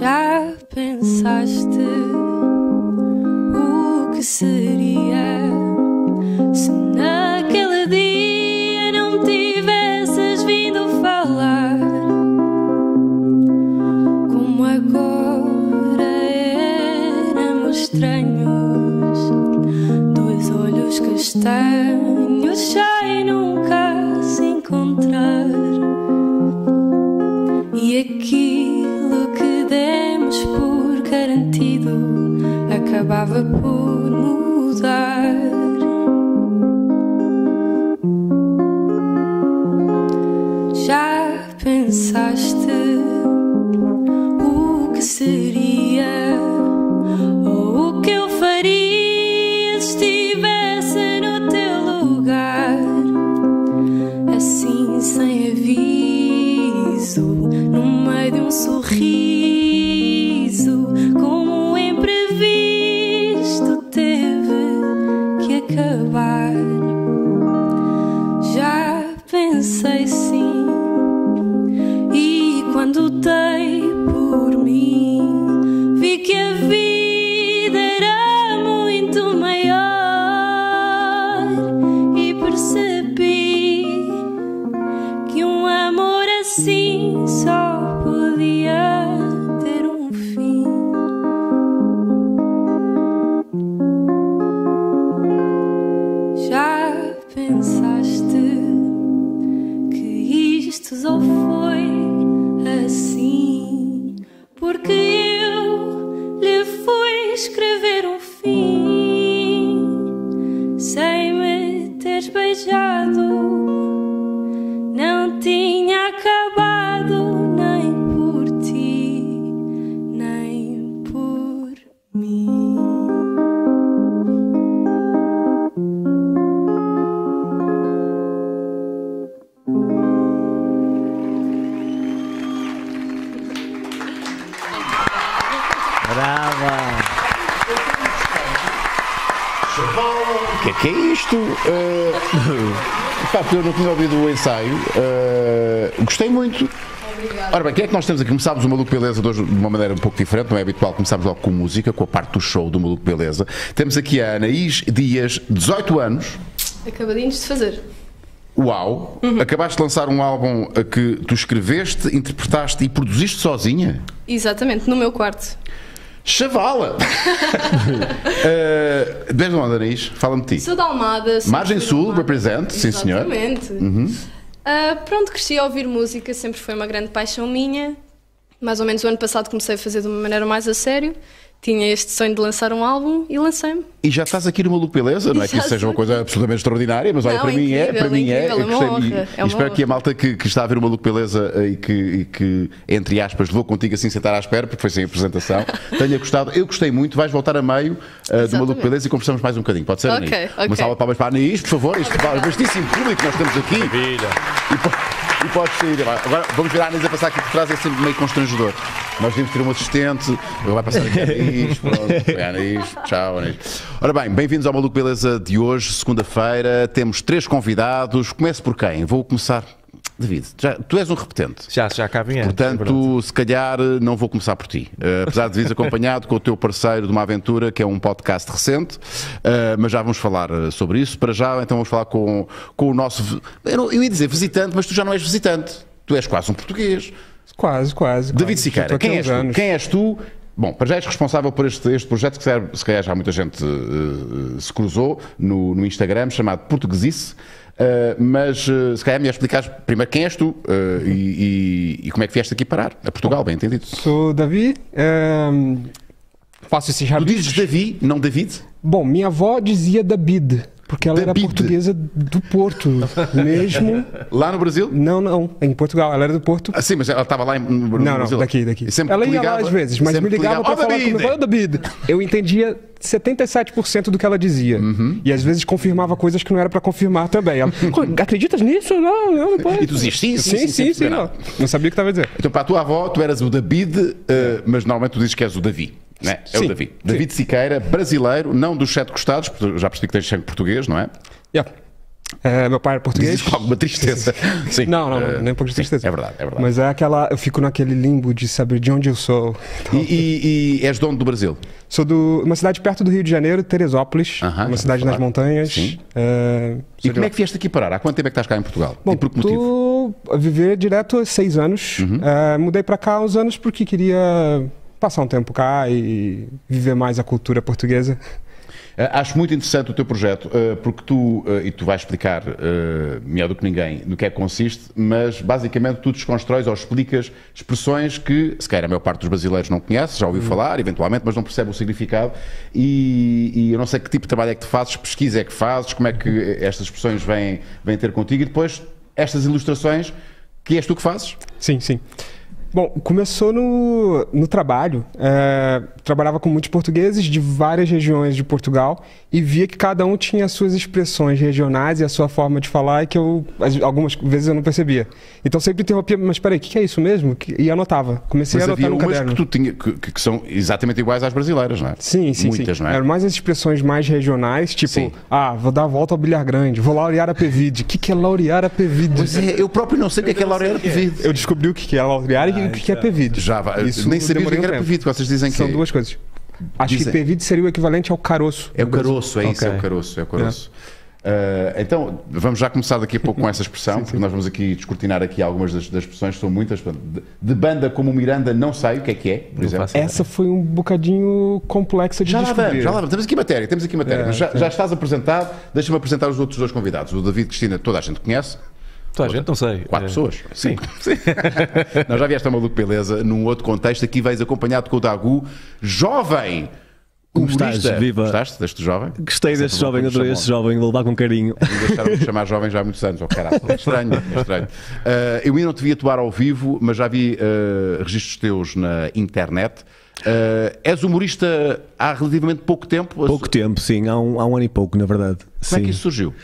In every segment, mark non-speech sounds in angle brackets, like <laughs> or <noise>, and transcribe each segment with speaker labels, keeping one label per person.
Speaker 1: Já pensaste o que seria se naquele dia não tivesses vindo falar? Como agora éramos estranhos, dois olhos castanhos sem nunca se encontrar. E aquilo que demos por garantido acabava por mudar. Já pensaste o que seria ou o que eu faria se estivesse no teu lugar? assim sem aviso, no meio de um sorriso, como um imprevisto teve que acabar. Já pensei sim, e quando dei por mim, vi que a vida era muito maior e percebi que um amor assim só podia ter um fim. Já pensaste que isto só foi assim? Porque eu lhe fui escrever um fim sem me teres beijado não tinha acabado nem por ti, nem por mim.
Speaker 2: Brava!
Speaker 3: O que é que é isto? Eh, <laughs> pá, porque eu não tinha ouvido o ensaio. eh, gostei muito. Ora bem, quem é que nós temos aqui? Começámos o Maluco Beleza de, hoje de uma maneira um pouco diferente, não é habitual. Começámos logo com música, com a parte do show do Maluco Beleza. Temos aqui a Anaís Dias, 18 anos.
Speaker 4: Acabadinhos de fazer.
Speaker 3: Uau!
Speaker 4: Uhum.
Speaker 3: Acabaste de lançar um álbum eh, que tu escreveste, interpretaste e produziste sozinha?
Speaker 4: Exatamente, no meu quarto.
Speaker 3: <laughs> Chavala! uh, desde onde, Anaís? Fala-me de ti.
Speaker 4: Sou da Almada. sou
Speaker 3: Margem
Speaker 4: de
Speaker 3: Sul,
Speaker 4: Almada.
Speaker 3: represent, sim, senhor. Uhum.
Speaker 4: Exatamente. Ah, pronto, cresci a ouvir música, sempre foi uma grande paixão minha. Mais ou menos o ano passado comecei a fazer de uma maneira mais a sério. Tinha este sonho de lançar um álbum e lancei-me.
Speaker 3: E já estás aqui no Maluco Beleza, não é que isso
Speaker 4: Já
Speaker 3: seja uma
Speaker 4: sou.
Speaker 3: coisa absolutamente extraordinária, mas olha,
Speaker 4: Não,
Speaker 3: para mim é,
Speaker 4: incrível,
Speaker 3: para mim é. eu
Speaker 4: incrível, é uma
Speaker 3: gostei.
Speaker 4: honra,
Speaker 3: E,
Speaker 4: é
Speaker 3: e
Speaker 4: uma
Speaker 3: espero que a
Speaker 4: honra.
Speaker 3: malta que, que está a ver o Maluco Beleza eh, e que, e que, entre aspas, levou contigo assim sentar à espera, porque foi sem
Speaker 4: <laughs>
Speaker 3: apresentação, tenha gostado. Eu gostei muito, vais voltar a meio eh, do Maluco
Speaker 4: Exatamente.
Speaker 3: Beleza e conversamos mais um bocadinho, pode ser?
Speaker 4: Ok,
Speaker 3: Anaís?
Speaker 4: ok.
Speaker 3: Uma salva de palmas para a Anaís, por favor, este vastíssimo público que nós temos aqui.
Speaker 2: Maravilha!
Speaker 3: E po- E pode sair. Agora agora vamos ver a Anisa passar aqui por trás, é sempre meio constrangedor. Nós devíamos ter um assistente, ele vai passar aqui a Anaís, pronto, foi a Anaís, tchau Anaís. Ora bem, bem-vindos ao Maluco Beleza de hoje, segunda-feira, temos três convidados. Começo por quem? Vou começar, David, já- tu és um repetente.
Speaker 2: Já, já cá vem antes, é verdade.
Speaker 3: Portanto, se calhar eh, não vou começar por ti. Eh,
Speaker 2: <laughs>
Speaker 3: apesar de vires acompanhado com o teu parceiro de uma aventura, que é um podcast recente, eh, mas já vamos falar eh, sobre isso. Para já, então vamos falar com, com o nosso. vi- Eu, não- eu ia dizer visitante, mas tu já não és visitante. Tu és quase um português.
Speaker 5: Quase, quase.
Speaker 3: David Siqueira, quem és,
Speaker 5: és
Speaker 3: tu? quem és tu? Bom, para já és responsável por este, este projeto que se calhar- se calhar já muita gente eh, eh, se cruzou no, no Instagram, chamado Portuguesice. Eh, mas eh, se calhar me explicares primeiro quem és tu eh, e, e- e como é que vieste aqui parar, a Portugal, bem entendido.
Speaker 5: Sou o Davi. ehm, faço esses
Speaker 3: Tu
Speaker 5: rabiscos.
Speaker 3: dizes Davi, não David?
Speaker 5: Bom, minha avó dizia David, porque ela era
Speaker 3: David.
Speaker 5: portuguesa do
Speaker 3: <laughs>
Speaker 5: Porto mesmo.
Speaker 3: Lá no Brasil?
Speaker 5: Não, não, em Portugal. Ela era do Porto.
Speaker 3: Ah, sim, mas ela estava lá em, no no
Speaker 5: Não,
Speaker 3: Brasil.
Speaker 5: não, daqui, daqui.
Speaker 3: E sempre
Speaker 5: ela
Speaker 3: te
Speaker 5: ia lá
Speaker 3: ligava-
Speaker 5: às vezes, mas
Speaker 3: sempre
Speaker 5: me
Speaker 3: te
Speaker 5: ligava pra
Speaker 3: "Ó,
Speaker 5: falar
Speaker 3: David!"
Speaker 5: comigo. "Ó, David! Eu entendia 77% do que ela dizia.
Speaker 3: Uhum.
Speaker 5: E às vezes confirmava coisas que não era pra confirmar também. Ela, "Co- acreditas nisso? Não, não, não pode.
Speaker 3: E tu dizias, "Sim, sim, sim,
Speaker 5: sim,
Speaker 3: sem
Speaker 5: sim, sim,
Speaker 3: perceber
Speaker 5: não.
Speaker 3: nada."
Speaker 5: Não sabia o que estava dizendo.
Speaker 3: Então, para a tua avó, tu eras o David, eh, mas normalmente tu dizes que és o Davi. Né? É o
Speaker 5: Sim,
Speaker 3: Davi.
Speaker 5: sim.
Speaker 3: David Siqueira, brasileiro, não dos sete costados, porque eu já percebi que tens sangue português, não é?
Speaker 5: Yeah. É, meu pai era português.
Speaker 3: Diz isso com alguma tristeza. Sim.
Speaker 5: Não, não, não,
Speaker 3: Eh,
Speaker 5: nem um pouco de
Speaker 3: sim,
Speaker 5: tristeza.
Speaker 3: É verdade, é verdade.
Speaker 5: Mas é aquela. Eu fico naquele limbo de saber de onde eu sou.
Speaker 3: E, e- e és dono do Brasil?
Speaker 5: Sou de uma cidade perto do Rio de Janeiro, Teresópolis.
Speaker 3: Aham, já
Speaker 5: uma cidade nas
Speaker 3: ouvi falar.
Speaker 5: montanhas.
Speaker 3: Sim.
Speaker 5: É,
Speaker 3: E
Speaker 5: sou de
Speaker 3: como
Speaker 5: lá.
Speaker 3: é que vieste aqui parar? Há quanto tempo é que estás cá em Portugal? e por que motivo? Uhum.
Speaker 5: tô a viver direto há seis anos. É, mudei pra cá há uns anos porque queria passar um tempo cá e viver mais a cultura portuguesa.
Speaker 3: Eh, Acho muito interessante o teu projeto, eh, porque tu, eh, e tu vais explicar eh, melhor do que ninguém no que é que consiste, mas basicamente tu desconstróis ou explicas expressões que, se calhar a maior parte dos brasileiros não conhece, já ouviu
Speaker 5: Hum.
Speaker 3: falar, eventualmente, mas não percebe o significado. E, e eu não sei que tipo de trabalho é que tu fazes, pesquisa é que fazes, como é que eh, estas expressões vêm, vêm ter contigo e depois estas ilustrações que és tu que fazes.
Speaker 5: Sim, sim. Bom, começou no, no trabalho. É, trabalhava com muitos portugueses de várias regiões de Portugal e via que cada um tinha as suas expressões regionais e a sua forma de falar e que eu, às- algumas vezes, eu não percebia. Então sempre interrompia, mas peraí, o que, que é isso mesmo? Que- E anotava. Comecei
Speaker 3: Mas
Speaker 5: a anotar
Speaker 3: havia
Speaker 5: no
Speaker 3: umas que,
Speaker 5: caderno.
Speaker 3: tu tinha, que, que- que são exatamente iguais às brasileiras, não é?
Speaker 5: Sim, sim,
Speaker 3: Muitas,
Speaker 5: sim.
Speaker 3: não é?
Speaker 5: Eram mais as expressões mais regionais, tipo,
Speaker 3: Sim.
Speaker 5: ah, vou dar a volta ao bilhar grande, vou laurear a Pevide. O que, que é laurear a Pevide?
Speaker 3: Pois é, eu próprio não sei o que é que é Laureano Pevide.
Speaker 5: Eu descobri o que, que é laurear e o que, que é Pevide.
Speaker 3: Ah, Já vai. Nem sabia o que
Speaker 5: demorei um
Speaker 3: era
Speaker 5: tempo.
Speaker 3: pevite, vocês dizem que
Speaker 5: São
Speaker 3: é-
Speaker 5: duas coisas. Acho
Speaker 3: Dizem.
Speaker 5: que Pevide seria o equivalente ao caroço.
Speaker 3: É o caroço, é isso, é
Speaker 2: Ok.
Speaker 3: o caroço, é o caroço. Ah, então, vamos já começar daqui a pouco com essa expressão, porque nós vamos aqui descortinar aqui algumas das, das expressões, são muitas. portanto, De, de banda como Miranda, não sei o que é que é, por exemplo.
Speaker 2: faço ideia.
Speaker 5: Essa foi um bocadinho complexa de
Speaker 3: Já lá
Speaker 5: descobrir.
Speaker 3: vamos, já lá vamos. Temos aqui matéria, temos aqui matéria. Mas já, já estás apresentado, deixa-me apresentar os outros dois convidados. O David Cristina, toda a gente conhece.
Speaker 2: Toda a gente, não sei.
Speaker 3: Quatro
Speaker 2: É.
Speaker 3: pessoas? Sim. <laughs> Nós já vieste a Maluco Beleza num outro contexto. Aqui vais acompanhado com o Dagu, jovem
Speaker 6: Como estás?
Speaker 3: humorista.
Speaker 6: Viva.
Speaker 3: Gostaste deste jovem? é
Speaker 6: Gostei deste
Speaker 3: bom
Speaker 6: jovem,
Speaker 3: quando
Speaker 6: adorei
Speaker 3: chamam.
Speaker 6: este jovem, vou levar
Speaker 3: <laughs>
Speaker 6: com carinho.
Speaker 3: Me deixaram de chamar jovem já há muitos anos. Oh,
Speaker 6: <laughs>
Speaker 3: caralho, é estranho, é estranho. Ah, eu ainda não te vi atuar ao vivo, mas já vi ah, registros teus na internet. Ah, és humorista há relativamente pouco tempo.
Speaker 6: Pouco tempo, sim, há um, há um ano e pouco, na verdade.
Speaker 3: Como é que
Speaker 6: Sim.
Speaker 3: isso surgiu?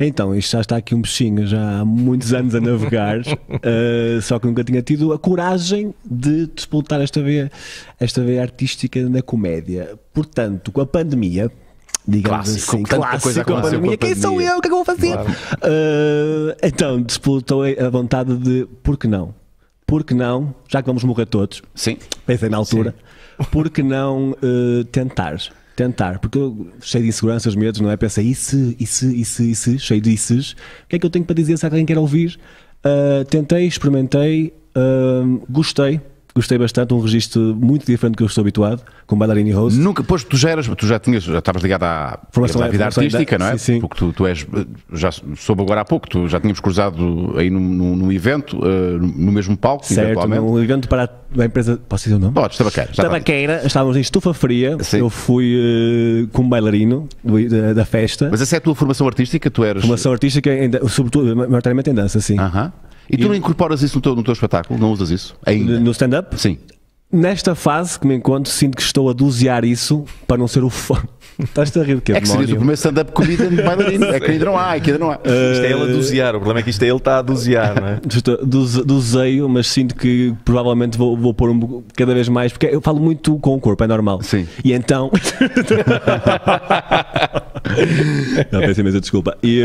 Speaker 6: Então, isto já está aqui um bichinho já há muitos anos
Speaker 3: <laughs>
Speaker 6: a navegar, eh, só que nunca tinha tido a coragem de disputar esta veia, esta veia artística na comédia. Portanto, com a pandemia. Digamos
Speaker 3: Clássico,
Speaker 6: assim,
Speaker 3: com tanta coisa
Speaker 6: com a
Speaker 3: aconteceu
Speaker 6: pandemia.
Speaker 3: com a
Speaker 6: Quem sou
Speaker 3: pandemia.
Speaker 6: eu? O que é que eu vou fazer? Eh, então, disputou a vontade de por que não? Por que não? Já que vamos morrer todos,
Speaker 3: Sim.
Speaker 6: Pensei é na altura, <laughs> por que não eh, tentar? Tentar, porque eu, cheio de inseguranças, medos, não é? Pensei, e se, e se, e se, e se, cheio de isses, o que é que eu tenho para dizer se alguém quer ouvir? Ah, tentei, experimentei, ahm, gostei, gostei bastante, um registro muito diferente do que eu estou habituado, com bailarina e host.
Speaker 3: Nunca, pois tu já eras, tu já tinhas, já estavas ligado à,
Speaker 6: Formação-
Speaker 3: à vida
Speaker 6: formação
Speaker 3: artística,
Speaker 6: ainda-
Speaker 3: não é?
Speaker 6: sim, sim.
Speaker 3: Porque tu, tu és, já soube agora há pouco, tu já tínhamos cruzado aí num, num- num evento, ah, no mesmo palco,
Speaker 6: Certo,
Speaker 3: eventualmente.
Speaker 6: num evento para a empresa. Posso dizer o nome?
Speaker 3: Podes, tabaqueira. já está.
Speaker 6: Tabaqueira, estávamos em estufa fria.
Speaker 3: Sim.
Speaker 6: Eu fui eh, como bailarino do- da, da festa.
Speaker 3: Mas essa é a tua formação artística? Tu eras.
Speaker 6: Formação artística, ainda, sobretudo, maioritariamente em dança, sim.
Speaker 3: Aham. E tu não incorporas isso no teu, no teu espetáculo? Não usas isso? Ainda?
Speaker 6: No stand-up?
Speaker 3: Sim.
Speaker 6: Nesta fase que me encontro, sinto que estou a dosear isso para não ser o fã. <laughs> Estás-te a rir que
Speaker 3: É que serias o primeiro stand-up comedian de bailarino. É que ainda não há, é que ainda não há.
Speaker 6: Eh,
Speaker 2: Isto é ele a dosear, o problema é que isto é ele está a dosear, <laughs> não é?
Speaker 6: Doseio, mas sinto que provavelmente vou, vou pôr um bo- cada vez mais, porque eu falo muito com o corpo, é normal.
Speaker 3: Sim. <laughs>
Speaker 6: E então. não, peço imensa desculpa. E eh,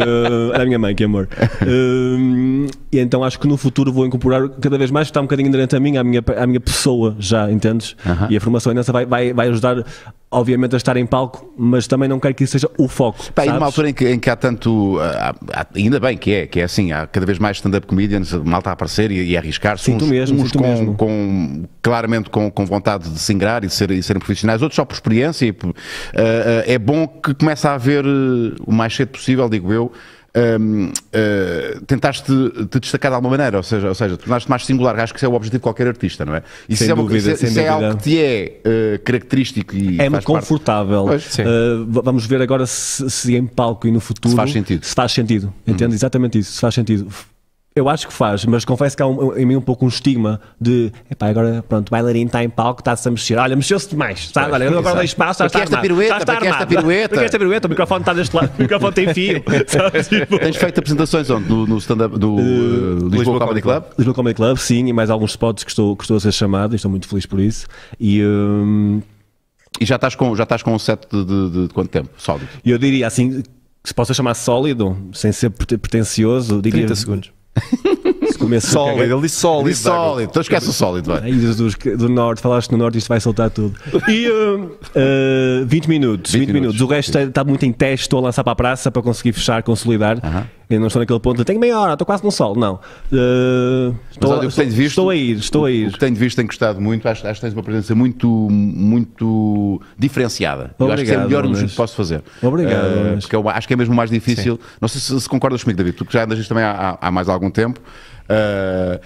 Speaker 6: era a minha mãe, que amor. Hum, e então acho que no futuro vou incorporar cada vez mais, está um bocadinho inerente a mim, à minha, à minha pessoa já, entendes?
Speaker 3: Aham.
Speaker 6: E a formação em dança vai, vai, vai ajudar, obviamente, a estar em palco, mas também não quero que isso seja o foco.
Speaker 3: Pá, e
Speaker 6: sabes?
Speaker 3: numa altura em que, em que há tanto. ah, há- ainda bem que é, que é assim, há cada vez mais stand-up comedians, malta a aparecer e, e a arriscar-se.
Speaker 6: Sinto
Speaker 3: Uns,
Speaker 6: mesmo,
Speaker 3: uns
Speaker 6: sinto
Speaker 3: com,
Speaker 6: mesmo.
Speaker 3: com- claramente com, com vontade de se ingrar e de, ser, e serem profissionais, outros só por experiência. E, por- ah, ah, é bom que comece a haver eh, o mais cedo possível, digo eu. ahm, ah, tentaste te destacar de alguma maneira, ou seja, ou seja, tornaste mais singular. Acho que isso é o objetivo de qualquer artista, não é? Isso
Speaker 6: Sem
Speaker 3: é, uma-
Speaker 6: dúvida,
Speaker 3: isso é-
Speaker 6: sem
Speaker 3: isso é
Speaker 6: dúvida.
Speaker 3: algo que te é eh, característico e faz
Speaker 6: é muito
Speaker 3: parte.
Speaker 6: confortável.
Speaker 3: Pois, sim.
Speaker 6: Uh, v- vamos ver agora se, se em palco e no futuro.
Speaker 3: Se faz sentido. Uhum.
Speaker 6: Se faz sentido. Entende? Exatamente isso. Se faz sentido. Eu acho que faz, mas confesso que há um- em mim um pouco um estigma de epá, agora pronto, o bailarino está em palco, está-se a mexer, olha, mexeu-se demais, sabe? Olha, agora dá espaço, já
Speaker 3: Porque
Speaker 6: está
Speaker 3: é esta
Speaker 6: armado,
Speaker 3: pirueta,
Speaker 6: já está
Speaker 3: porque esta
Speaker 6: armado.
Speaker 3: pirueta.
Speaker 6: Porque esta pirueta, o microfone está
Speaker 3: <laughs>
Speaker 6: deste lado, o microfone tem fio, sabe? Tipo,
Speaker 3: Tens feito apresentações onde? No, no stand-up do eh, Lisboa, Comedy Club?
Speaker 6: Lisboa Comedy Club, sim, e mais alguns spots que estou, que estou a ser chamado, e estou muito feliz por isso. E hum,
Speaker 3: E já estás com, já estás com um set de, de- de- de quanto tempo? Sólido.
Speaker 6: E eu diria assim, que se possa chamar sólido, sem ser prete- pretencioso, diria
Speaker 2: 30 segundos.
Speaker 6: se começo a
Speaker 2: Sólido, ele disse sólido.
Speaker 3: E sólido, então esquece o sólido, vai.
Speaker 6: Ai, Jesus, que- do Norte, falaste no Norte, isto vai soltar tudo. E hum, eh, 20 minutos,
Speaker 3: 20
Speaker 6: 20 minutos. O resto está, está muito em teste, estou a lançar para a praça para conseguir fechar, consolidar. Eu não estou naquele ponto, de, tenho meia hora, estou quase no sol. Não. Eh, estou,
Speaker 3: olha, o que
Speaker 6: estou,
Speaker 3: tenho visto-
Speaker 6: estou a ir, estou a
Speaker 3: O
Speaker 6: ir.
Speaker 3: que tenho visto, tenho gostado muito. Acho, acho que tens uma presença muito, muito diferenciada. Eu acho que isso é o
Speaker 6: Obrigado,
Speaker 3: melhor elogio
Speaker 6: Luís.
Speaker 3: que posso fazer.
Speaker 6: Obrigado,
Speaker 3: Eh,
Speaker 6: Luís.
Speaker 3: porque é uma- acho que é mesmo o mais difícil. Não sei se, se concordas comigo, David, tu que já andas nisto também há, há- há mais algum tempo. Eh,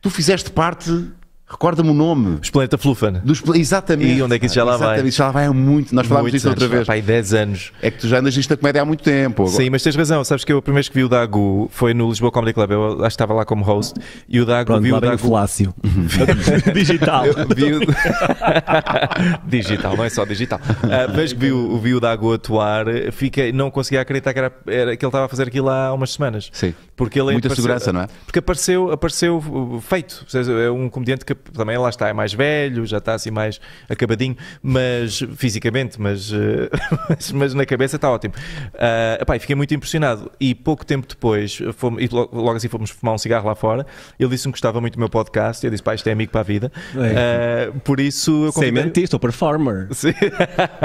Speaker 3: tu fizeste parte, recorda-me o nome.
Speaker 2: Os Planeta Flufana.
Speaker 3: Dos, exatamente.
Speaker 2: E onde é que isso já lá vai?
Speaker 3: Exatamente, isso já lá vai há muito. Nós falámos
Speaker 2: Muitos
Speaker 3: disto outra
Speaker 2: anos,
Speaker 3: vez.
Speaker 2: pá, Há 10 anos.
Speaker 3: É que tu já andas nisto da comédia há muito tempo. Agora.
Speaker 2: Sim, mas tens razão. Sabes que eu a primeira vez que vi o Dago foi no Lisboa Comedy Club. Eu acho que estava lá como host. E o Dago
Speaker 6: Pronto,
Speaker 2: viu
Speaker 6: lá
Speaker 2: o
Speaker 6: vem o
Speaker 2: Dago.
Speaker 6: Flácio. <laughs> Digital.
Speaker 2: <laughs> Vi o- digital, não é só digital. Ah, Mas que vi o, vi o Dago atuar, fiquei, não conseguia acreditar que, era, era- que ele estava a fazer aquilo há umas semanas.
Speaker 3: Sim.
Speaker 2: Porque ele
Speaker 3: Muita
Speaker 2: apareceu-
Speaker 3: segurança, não é?
Speaker 2: Porque apareceu, apareceu uh, feito. Ou seja, é um comediante que também lá está, é mais velho, já está assim mais acabadinho, mas fisicamente, mas, uh, <laughs> mas, mas na cabeça está ótimo. Ah, epá, e fiquei muito impressionado. E pouco tempo depois, fomos, e logo, logo assim fomos fumar um cigarro lá fora. Ele disse-me que gostava muito do meu podcast. Eu disse, pá, isto é amigo para a vida. Ah, por isso eu
Speaker 6: É, Sem
Speaker 2: convidei.
Speaker 6: mentir, estou performer.
Speaker 2: <laughs> Sim. <laughs>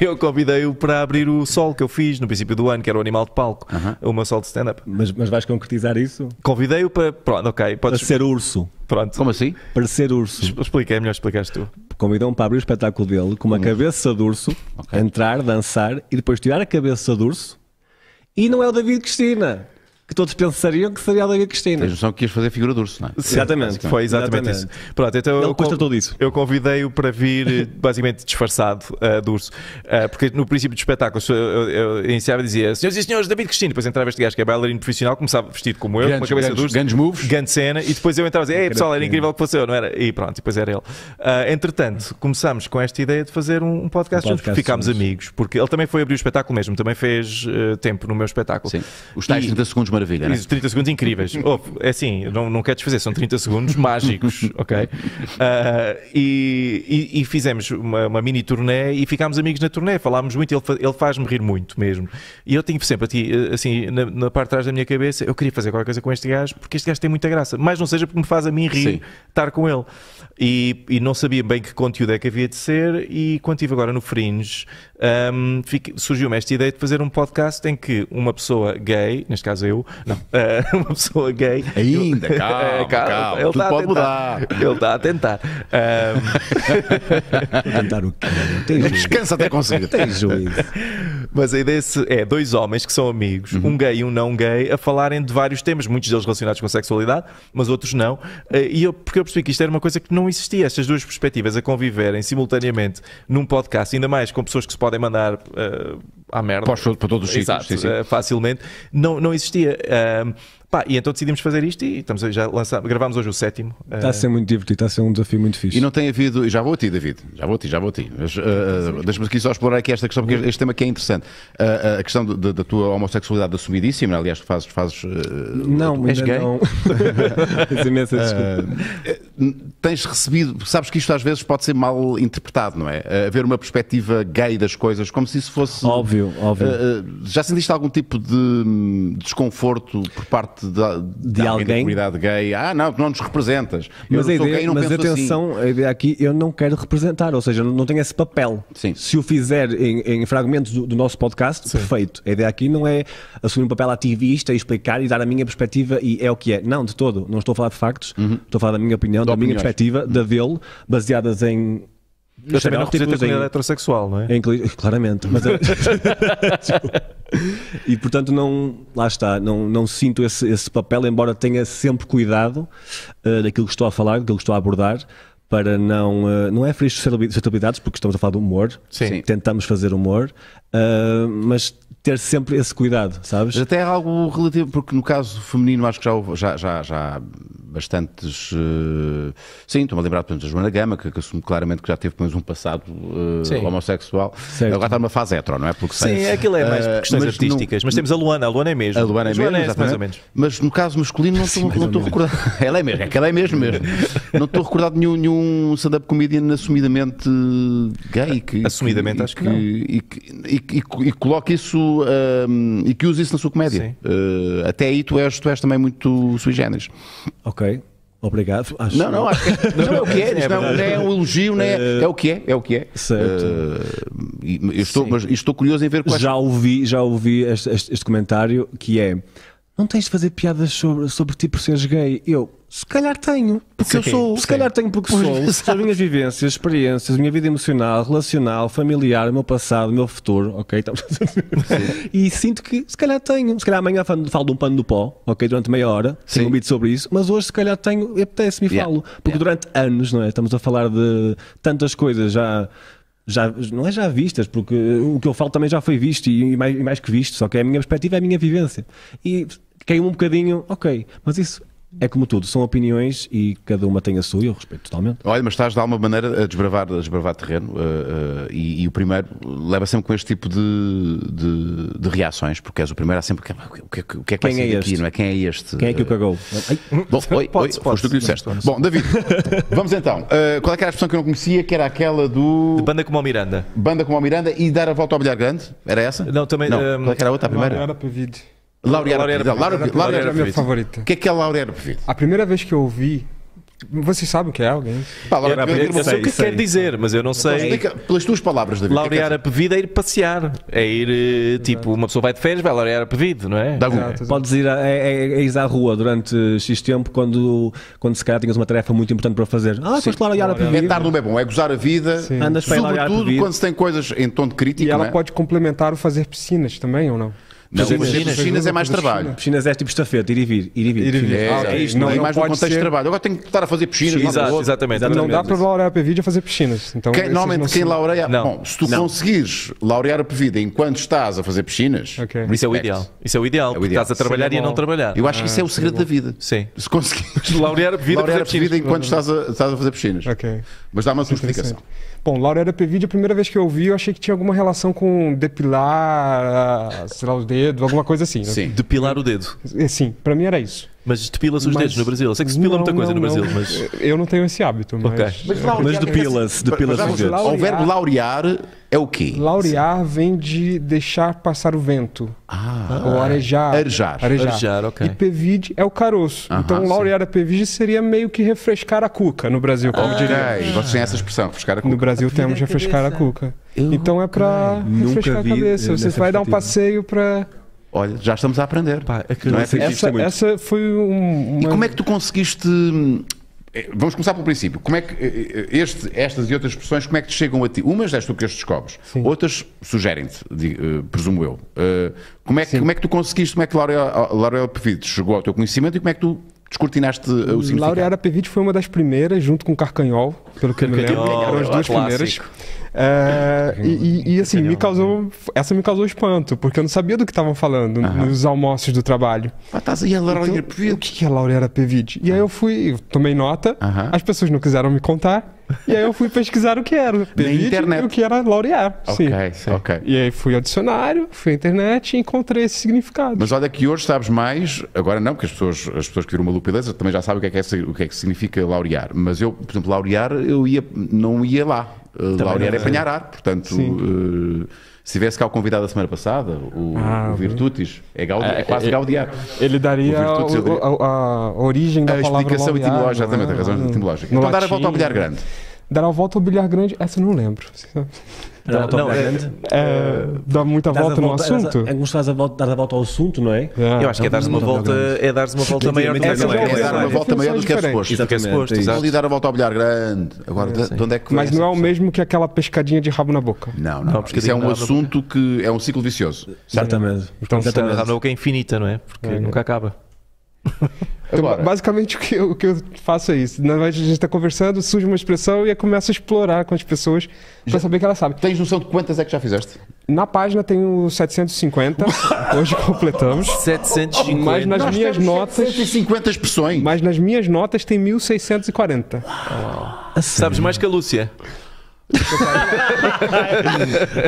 Speaker 2: eu convidei-o para abrir o sol que eu fiz no princípio do ano, que era o animal de palco, o meu sol de stand-up.
Speaker 6: Mas, mas vais concretizar isso?
Speaker 2: Convidei-o para. Pronto, ok,
Speaker 6: Para
Speaker 2: podes.
Speaker 6: ser urso.
Speaker 2: Pronto.
Speaker 3: Como assim?
Speaker 6: Para ser urso.
Speaker 2: Expliquei, é melhor explicares tu.
Speaker 6: Convidam-me para abrir o espetáculo dele
Speaker 3: Hum.
Speaker 6: com uma cabeça de urso, entrar, dançar e depois tirar a cabeça de urso. E não é o David Cristina, que todos pensariam que seria o David Cristina.
Speaker 3: Tens noção que ias fazer figura de urso, não é?
Speaker 6: Exatamente.
Speaker 2: Foi exatamente, isso. Pronto, então
Speaker 6: Ele
Speaker 2: eu
Speaker 6: custa
Speaker 2: con-
Speaker 6: tudo isso.
Speaker 2: Eu convidei-o para vir eh, basicamente disfarçado uh, do urso. Ah, porque no princípio do espetáculo eu, eu, eu iniciava e dizia Senhoras e senhores, David Cristina. Depois entrava este gajo que é bailarino profissional, começava vestido como eu, com
Speaker 3: Grandes,
Speaker 2: uma cabeça de
Speaker 3: grandes,
Speaker 2: urso.
Speaker 3: grandes moves.
Speaker 2: grande cena e depois eu entrava a dizer, ei pessoal, era
Speaker 6: cena.
Speaker 2: incrível o que fosse eu, não era? E pronto, e depois era ele. Ah, entretanto, começámos com esta ideia de fazer um, um podcast
Speaker 6: Um
Speaker 2: juntos,
Speaker 6: podcast
Speaker 2: porque ficámos
Speaker 6: juntos.
Speaker 2: amigos, porque ele também foi abrir o espetáculo mesmo, também fez eh, tempo no meu espetáculo.
Speaker 3: Sim. Os tais
Speaker 2: E-
Speaker 3: 30 segundos maravilha, não é?
Speaker 2: Isso, 30 segundos incríveis. Oh, é assim, não, não quero desfazer, são 30 segundos <laughs> mágicos, ok? Ah, e, e- e fizemos uma, uma mini turnê e ficámos amigos na turnê, falámos muito, ele, fa- ele faz-me rir muito mesmo. E eu tenho sempre ti- assim, na, na parte de trás da minha cabeça, eu queria fazer qualquer coisa com este gajo, porque este gajo tem muita graça, mas não seja porque me faz a mim rir
Speaker 3: Sim.
Speaker 2: estar com ele. E, e não sabia bem que conteúdo é que havia de ser, e quando estive agora no Fringe, hum, fique- surgiu-me esta ideia de fazer um podcast em que uma pessoa gay, neste caso eu, não, <laughs> eh, uma pessoa gay.
Speaker 3: Ainda, calma,
Speaker 2: <laughs> Eh, calma,
Speaker 3: calma,
Speaker 2: ele
Speaker 3: tudo
Speaker 2: está a
Speaker 3: pode
Speaker 2: tentar.
Speaker 3: mudar.
Speaker 2: Ele está a
Speaker 3: <laughs>
Speaker 2: tentar. Hum,
Speaker 6: Vou tentar o quê? Tem juízo.
Speaker 3: Descansa até conseguir. <laughs>
Speaker 6: Tem juízo.
Speaker 2: mas a ideia se- é dois homens que são amigos,
Speaker 3: Uhum.
Speaker 2: um gay e um não gay, a falarem de vários temas, muitos deles relacionados com sexualidade, mas outros não. Eh, E eu, porque eu percebi que isto era uma coisa que não existia, estas duas perspectivas a conviverem simultaneamente num podcast, ainda mais com pessoas que se podem mandar eh, à merda.
Speaker 3: Para os- para todos os
Speaker 2: Exato,
Speaker 3: sítios, sim, sim.
Speaker 2: eh, facilmente, não, não existia. Ahm, pá, e então decidimos fazer isto e estamos a- já lançamos, gravámos hoje o sétimo. eh,
Speaker 3: Tá,
Speaker 6: Está a ser muito divertido, está a ser um desafio muito fixe.
Speaker 3: É. E não tem havido, e já vou a ti, David, já vou a ti, já vou a ti. Mas, ah, ah, Deixa-me aqui só explorar aqui esta questão, porque este tema aqui é interessante. Ah, ah, a questão do- da- da tua homossexualidade assumidíssima, aliás, tu fazes. fazes ah,
Speaker 6: Não,
Speaker 3: tu és
Speaker 6: ainda
Speaker 3: gay.
Speaker 6: não. <laughs> Tens imensa desculpa.
Speaker 3: Tens recebido, sabes que isto às vezes pode ser mal interpretado, não é? Ah, haver uma perspectiva gay das coisas, como se isso fosse.
Speaker 6: Óbvio, óbvio.
Speaker 3: Ah, ah, já sentiste algum tipo de hum, desconforto por parte da, da
Speaker 6: alguém?
Speaker 3: da comunidade gay? Ah, não, tu não nos representas. Eu
Speaker 6: Mas, a
Speaker 3: sou
Speaker 6: ideia,
Speaker 3: gay e não
Speaker 6: mas
Speaker 3: penso assim.
Speaker 6: atenção, a ideia aqui, eu não quero representar, ou seja, eu não tenho esse papel.
Speaker 3: Sim.
Speaker 6: Se o fizer em, em fragmentos do, do nosso podcast, perfeito. A ideia aqui não é assumir um papel ativista e explicar e dar a minha perspectiva e é o que é. Não, de todo. Não estou a falar de factos, estou a falar da minha opinião,
Speaker 3: Uhum.
Speaker 6: da minha
Speaker 3: opiniões. Uhum.
Speaker 6: perspectiva, da dele, baseadas em.
Speaker 2: eu também não represento a
Speaker 6: estereótipos, em-
Speaker 2: comunidade heterossexual, não é?
Speaker 6: em que- <laughs> claramente, mas é- e portanto não lá está, não, não sinto esse, esse papel, embora tenha sempre cuidado eh, daquilo que estou a falar, daquilo que estou a abordar, para não eh, não é ferir suscetibilidades, porque estamos a falar de humor,
Speaker 3: Sim.
Speaker 6: tentamos fazer humor, eh, mas ter sempre esse cuidado, sabes?
Speaker 3: Mas até é algo relativo, porque no caso feminino acho que já houve, já, já, já há bastantes. eh, sim, estou-me a lembrar, por exemplo, da Joana Gama, que, que assume claramente que já teve pelo menos um passado eh,
Speaker 2: Sim.
Speaker 3: homossexual.
Speaker 6: Certo.
Speaker 3: Agora está numa fase hetero, não é? Porque
Speaker 2: Sim,
Speaker 3: sei-
Speaker 2: aquilo é mais por
Speaker 3: Eh,
Speaker 2: questões
Speaker 3: mas no-
Speaker 2: artísticas. Mas temos a Luana, a Luana é mesmo.
Speaker 3: A Luana é mesmo,
Speaker 2: mais
Speaker 3: exatamente.
Speaker 2: ou menos.
Speaker 3: <laughs> Mas no caso masculino não estou não estou a recordar. Ela é mesmo, é que ela é mesmo mesmo. Não estou a recordar de nenhum, nenhum nenhum stand-up comedian assumidamente gay. Que,
Speaker 2: Assumidamente,
Speaker 3: que-
Speaker 2: acho que
Speaker 3: e
Speaker 2: não.
Speaker 3: E, que- e, que- e que- e coloque isso hum, e que use isso na sua comédia. Uh, até aí tu és, tu és também muito sui generis.
Speaker 6: Ok, obrigado. Acho-
Speaker 3: Não, não, acho
Speaker 2: <laughs>
Speaker 3: que não é o que é, isto não, não é um elogio, não é,
Speaker 2: Eh,
Speaker 3: é o que é, é o que é.
Speaker 6: Certo.
Speaker 3: Uh, e- eu estou,
Speaker 6: Sim.
Speaker 3: mas estou curioso em ver quais
Speaker 6: Já ouvi, já ouvi este, este- este comentário que é: não tens de fazer piadas sobre, sobre ti por seres gay. Eu, se calhar tenho, porque eu
Speaker 2: Sim,
Speaker 6: sou. Se
Speaker 2: sim.
Speaker 6: calhar tenho porque sou. São as minhas vivências, experiências, a minha vida emocional, relacional, familiar, o meu passado, o meu futuro, ok? Estamos a dizer. <laughs> e sinto que se calhar tenho. Se calhar amanhã falo, falo de um pano do pó, ok? Durante meia hora,
Speaker 3: Sim.
Speaker 6: tenho um beat sobre isso, mas hoje se calhar tenho, e apetece-me e
Speaker 3: Yeah.
Speaker 6: falo. Porque durante anos, não é? Estamos a falar de tantas coisas já. Já, não é já vistas, porque o que eu falo também já foi visto e, e mais, e mais que visto, só que é a minha perspectiva, é a minha vivência. E caiu um bocadinho, ok, mas isso é como tudo, são opiniões e cada uma tem a sua e eu respeito totalmente.
Speaker 3: Olha, mas estás de alguma maneira a desbravar, a desbravar terreno uh, uh, e, e o primeiro leva sempre com este tipo de, de, de reações, porque és o primeiro, há sempre que, o que, é que- o que é que vai
Speaker 6: Quem é
Speaker 3: sair daqui,
Speaker 6: este?
Speaker 3: não é? Quem é este?
Speaker 6: Quem é que o
Speaker 3: Uh,
Speaker 6: cagou? Ai,
Speaker 3: Bom, oi,
Speaker 2: Pode,
Speaker 3: oi,
Speaker 2: pode.
Speaker 3: foste tu que lhe disseste.
Speaker 2: Vamos,
Speaker 3: Bom, David, vamos então. Uh, qual é que era a expressão que eu não conhecia, que era aquela do
Speaker 2: Banda como o Miranda.
Speaker 3: Banda como a Miranda e dar a volta ao bilhar grande? Era essa?
Speaker 2: Não, também,
Speaker 3: Não.
Speaker 2: um,
Speaker 3: Qual é que era a outra, a primeira?
Speaker 5: Era Pevide.
Speaker 3: Laura
Speaker 2: Laura
Speaker 3: Laura
Speaker 2: era-
Speaker 3: Laura-
Speaker 2: Laura
Speaker 3: Laura
Speaker 5: Era a minha
Speaker 3: Pevito.
Speaker 5: favorita.
Speaker 3: O que é que é Laura era Pevito?
Speaker 5: A primeira vez que eu ouvi, vocês sabem o que é alguém?
Speaker 3: Pá, Laura
Speaker 6: Era a
Speaker 3: Pevito,
Speaker 6: primeira-
Speaker 2: Eu sei o que
Speaker 6: sei.
Speaker 2: quer dizer, mas eu não sei.
Speaker 3: explica é pelas tuas palavras, David. o que é que é
Speaker 2: Laurear a pevida é ir passear. É ir, eh, tipo, uma pessoa vai de férias, vai laurear a pevida, não é?
Speaker 3: essa? Dá algum-
Speaker 5: Exato, exato.
Speaker 6: Podes ir, a, é, é- é ir à rua durante X tempo quando, quando se calhar tinhas uma tarefa muito importante para fazer. Ah, foste lá olhar a
Speaker 3: É
Speaker 6: pedir.
Speaker 3: estar no bem bom, é gozar a vida,
Speaker 5: Sim.
Speaker 6: Andas para ir lá olhar a
Speaker 3: sobretudo
Speaker 6: pedir.
Speaker 3: quando se tem coisas em tom de
Speaker 5: E
Speaker 3: crítica.
Speaker 5: ela
Speaker 3: não é?
Speaker 5: pode complementar o fazer piscinas também, ou não?
Speaker 3: Não,
Speaker 2: fazer
Speaker 3: mas
Speaker 2: piscinas.
Speaker 3: as piscinas é mais
Speaker 5: Fazer
Speaker 3: trabalho.
Speaker 6: Piscinas é tipo estafeta, ir e vir, ir e vir.
Speaker 5: Ir e vir.
Speaker 6: Piscinas.
Speaker 3: É,
Speaker 5: Ah,
Speaker 3: é
Speaker 5: ok.
Speaker 3: isto, não,
Speaker 5: Não-
Speaker 3: é
Speaker 5: não
Speaker 3: mais no
Speaker 5: pode
Speaker 3: contexto de
Speaker 5: ser-
Speaker 3: trabalho. Agora tenho que estar a fazer piscinas. é? lá para o
Speaker 2: Exato,
Speaker 3: outro.
Speaker 2: exatamente.
Speaker 5: Não dá é
Speaker 2: exatamente.
Speaker 5: para laurear a pevide a fazer piscinas. Então,
Speaker 3: Quem,
Speaker 5: esses não
Speaker 3: normalmente quem
Speaker 5: são-
Speaker 3: laureia.
Speaker 2: Não.
Speaker 3: Bom, se tu conseguires laurear a pevida enquanto estás a fazer piscinas,
Speaker 5: Ok.
Speaker 2: Isso é o
Speaker 3: respect.
Speaker 2: ideal. Isso é o ideal. porque
Speaker 3: ideal.
Speaker 2: Estás a trabalhar
Speaker 5: Seria
Speaker 2: e a não
Speaker 5: bom.
Speaker 2: trabalhar.
Speaker 3: Eu acho que isso é
Speaker 5: Ah,
Speaker 3: o
Speaker 5: tá
Speaker 3: segredo da vida.
Speaker 2: Sim.
Speaker 3: Se conseguires
Speaker 2: <laughs> Laurear a pevida,
Speaker 3: laurear
Speaker 2: fazer
Speaker 3: a
Speaker 2: piscinas.
Speaker 3: pevida enquanto estás a, estás a fazer piscinas.
Speaker 5: Ok.
Speaker 3: Mas dá uma sua explicação.
Speaker 5: Interessante. Bom, Laura era Pevide, a primeira vez que eu ouvi, eu achei que tinha alguma relação com depilar, ah, sei lá, o dedo, alguma coisa assim. Né?
Speaker 3: Sim.
Speaker 2: Depilar o dedo.
Speaker 5: Assim, pra mim era isso.
Speaker 2: Mas depila-se os
Speaker 5: Mas-
Speaker 2: dedos no Brasil. Eu sei que se depila
Speaker 5: Não,
Speaker 2: muita coisa no
Speaker 5: não,
Speaker 2: Brasil,
Speaker 5: não.
Speaker 2: mas.
Speaker 5: Eu não tenho esse hábito, mas... eh,
Speaker 2: Ok.
Speaker 6: Mas depila-se, depila-se
Speaker 3: Mas
Speaker 6: os dedos.
Speaker 3: vamos- O verbo laurear é o quê?
Speaker 5: Laurear vem de deixar passar o vento.
Speaker 3: Ah,
Speaker 5: ou arejar.
Speaker 3: Arejar.
Speaker 5: arejar.
Speaker 2: Arejar, ok.
Speaker 5: E pevide é o caroço.
Speaker 3: Aham,
Speaker 5: então,
Speaker 3: sim.
Speaker 5: laurear a pevide seria meio que refrescar a cuca no Brasil, como
Speaker 2: Ah,
Speaker 5: diria.
Speaker 3: ok. Vocês têm essa expressão, refrescar a
Speaker 5: Ah. No
Speaker 3: cuca.
Speaker 5: Brasil temos
Speaker 2: é
Speaker 5: refrescar a cuca. então é pra
Speaker 6: Nunca
Speaker 5: refrescar a
Speaker 6: vi, eh,
Speaker 5: cabeça. Você
Speaker 6: nessa
Speaker 5: vai dar um
Speaker 6: perspectiva.
Speaker 5: passeio pra.
Speaker 3: Olha, já estamos a aprender.
Speaker 2: Pá,
Speaker 3: Não é
Speaker 2: acredito.
Speaker 3: preciso-
Speaker 5: Essa,
Speaker 6: muito.
Speaker 5: essa foi um-
Speaker 3: E
Speaker 5: uma.
Speaker 3: como é que tu conseguiste. hum, eh, Vamos começar pelo princípio. Como é que eh, eh, este, estas e outras expressões, como é que te chegam a ti? Umas és tu que as descobres, outras sugerem-te, di- eh, presumo eu. Eh, como, é que, como é que tu conseguiste, como é que Laurel Laurel Pevite chegou ao teu conhecimento e como é que tu descortinaste eh, o significado?
Speaker 5: Laureara Pevite foi uma das primeiras, junto com Carcanhol, pelo que eu me lembro.
Speaker 2: Carcanhol,
Speaker 5: Eram as duas
Speaker 2: clássico.
Speaker 5: primeiras. É, e, e- e, assim, me
Speaker 3: né?
Speaker 5: causou. Essa me causou espanto, porque eu não sabia do que estavam falando nos almoços do trabalho.
Speaker 3: Ah, estás aí a Laurel
Speaker 5: Então, o
Speaker 3: Pevite.
Speaker 5: que que é Laureara Pevide? E aí eu fui, eu tomei nota,
Speaker 3: Aham.
Speaker 5: as pessoas não quiseram me contar, e aí eu fui pesquisar o que era Pevide
Speaker 3: internet.
Speaker 5: e o que era Laurear.
Speaker 3: Ok,
Speaker 5: sim.
Speaker 3: ok.
Speaker 5: E aí fui ao dicionário, fui à internet e encontrei esse significado.
Speaker 3: Mas olha que hoje sabes mais, agora não, porque as pessoas, as pessoas que viram Maluco e Beleza também já sabem o que é que, é, o que é que significa laurear. Mas eu, por exemplo, laurear, eu ia, não ia lá. Uh, laurear é apanhar ar. Portanto, uh, se tivesse cá o convidado da semana passada, o,
Speaker 5: Ah,
Speaker 3: o
Speaker 5: ok.
Speaker 3: Virtutis, é, gaudi, é quase gaudiar.
Speaker 5: Ele daria
Speaker 3: O virtude-
Speaker 5: o- o- a, a origem da
Speaker 3: A
Speaker 5: palavra
Speaker 3: explicação
Speaker 5: laurear,
Speaker 3: etimológica,
Speaker 5: não é?
Speaker 3: exatamente, a razão
Speaker 5: No-
Speaker 3: etimológica.
Speaker 5: no
Speaker 3: Então, dar a
Speaker 5: latim.
Speaker 3: volta ao bilhar
Speaker 5: É
Speaker 3: grande. É
Speaker 5: Dar a volta ao bilhar grande, essa eu não lembro.
Speaker 6: Dar a volta ao
Speaker 2: Não, é-
Speaker 6: bilhar grande.
Speaker 5: É, dá muita
Speaker 6: Dás a
Speaker 5: volta no
Speaker 6: volta- dás a-
Speaker 5: assunto?
Speaker 6: É como se dás a volta, dar a volta ao assunto, não é?
Speaker 5: É.
Speaker 2: Eu acho que é dar uma
Speaker 6: Não,
Speaker 2: volta.
Speaker 6: não, não.
Speaker 2: É dar uma volta maior do que
Speaker 6: Antigamente
Speaker 2: não
Speaker 5: era
Speaker 2: é.
Speaker 3: É
Speaker 5: Exato.
Speaker 3: dar uma
Speaker 5: Exato.
Speaker 3: volta maior do que é
Speaker 5: Definições
Speaker 3: suposto.
Speaker 2: Isso é o que é
Speaker 6: Exatamente,
Speaker 2: suposto,
Speaker 6: é isso.
Speaker 2: exato.
Speaker 3: Vou lhe dar a volta ao bilhar grande. Agora, de, de onde é que vem
Speaker 5: Mas não
Speaker 3: essa
Speaker 5: é o mesmo que aquela pescadinha de rabo na boca.
Speaker 3: Não, não.
Speaker 2: porque
Speaker 3: Isso é
Speaker 2: digo
Speaker 3: um
Speaker 2: nada,
Speaker 3: assunto que é um ciclo vicioso.
Speaker 6: Exatamente.
Speaker 5: Então,
Speaker 2: Mas a
Speaker 6: Exatamente.
Speaker 2: boca é infinita, não é? Porque nunca acaba.
Speaker 5: Então,
Speaker 3: Agora.
Speaker 5: basicamente o que, eu, o que eu faço é isso. Na verdade, a gente está conversando, surge uma expressão e eu começo a explorar com as pessoas para saber que elas sabem.
Speaker 3: Tens noção de quantas é que já fizeste?
Speaker 5: Na página tem
Speaker 3: <laughs>
Speaker 5: o 750, hoje completamos.
Speaker 2: 750.
Speaker 5: Mas nas
Speaker 3: Nós
Speaker 5: minhas
Speaker 3: temos
Speaker 5: notas.
Speaker 3: 150 expressões.
Speaker 5: Mas nas minhas notas tem 1640.
Speaker 6: A
Speaker 2: Sabes
Speaker 6: sério?
Speaker 2: mais que a Lúcia.
Speaker 6: Ai,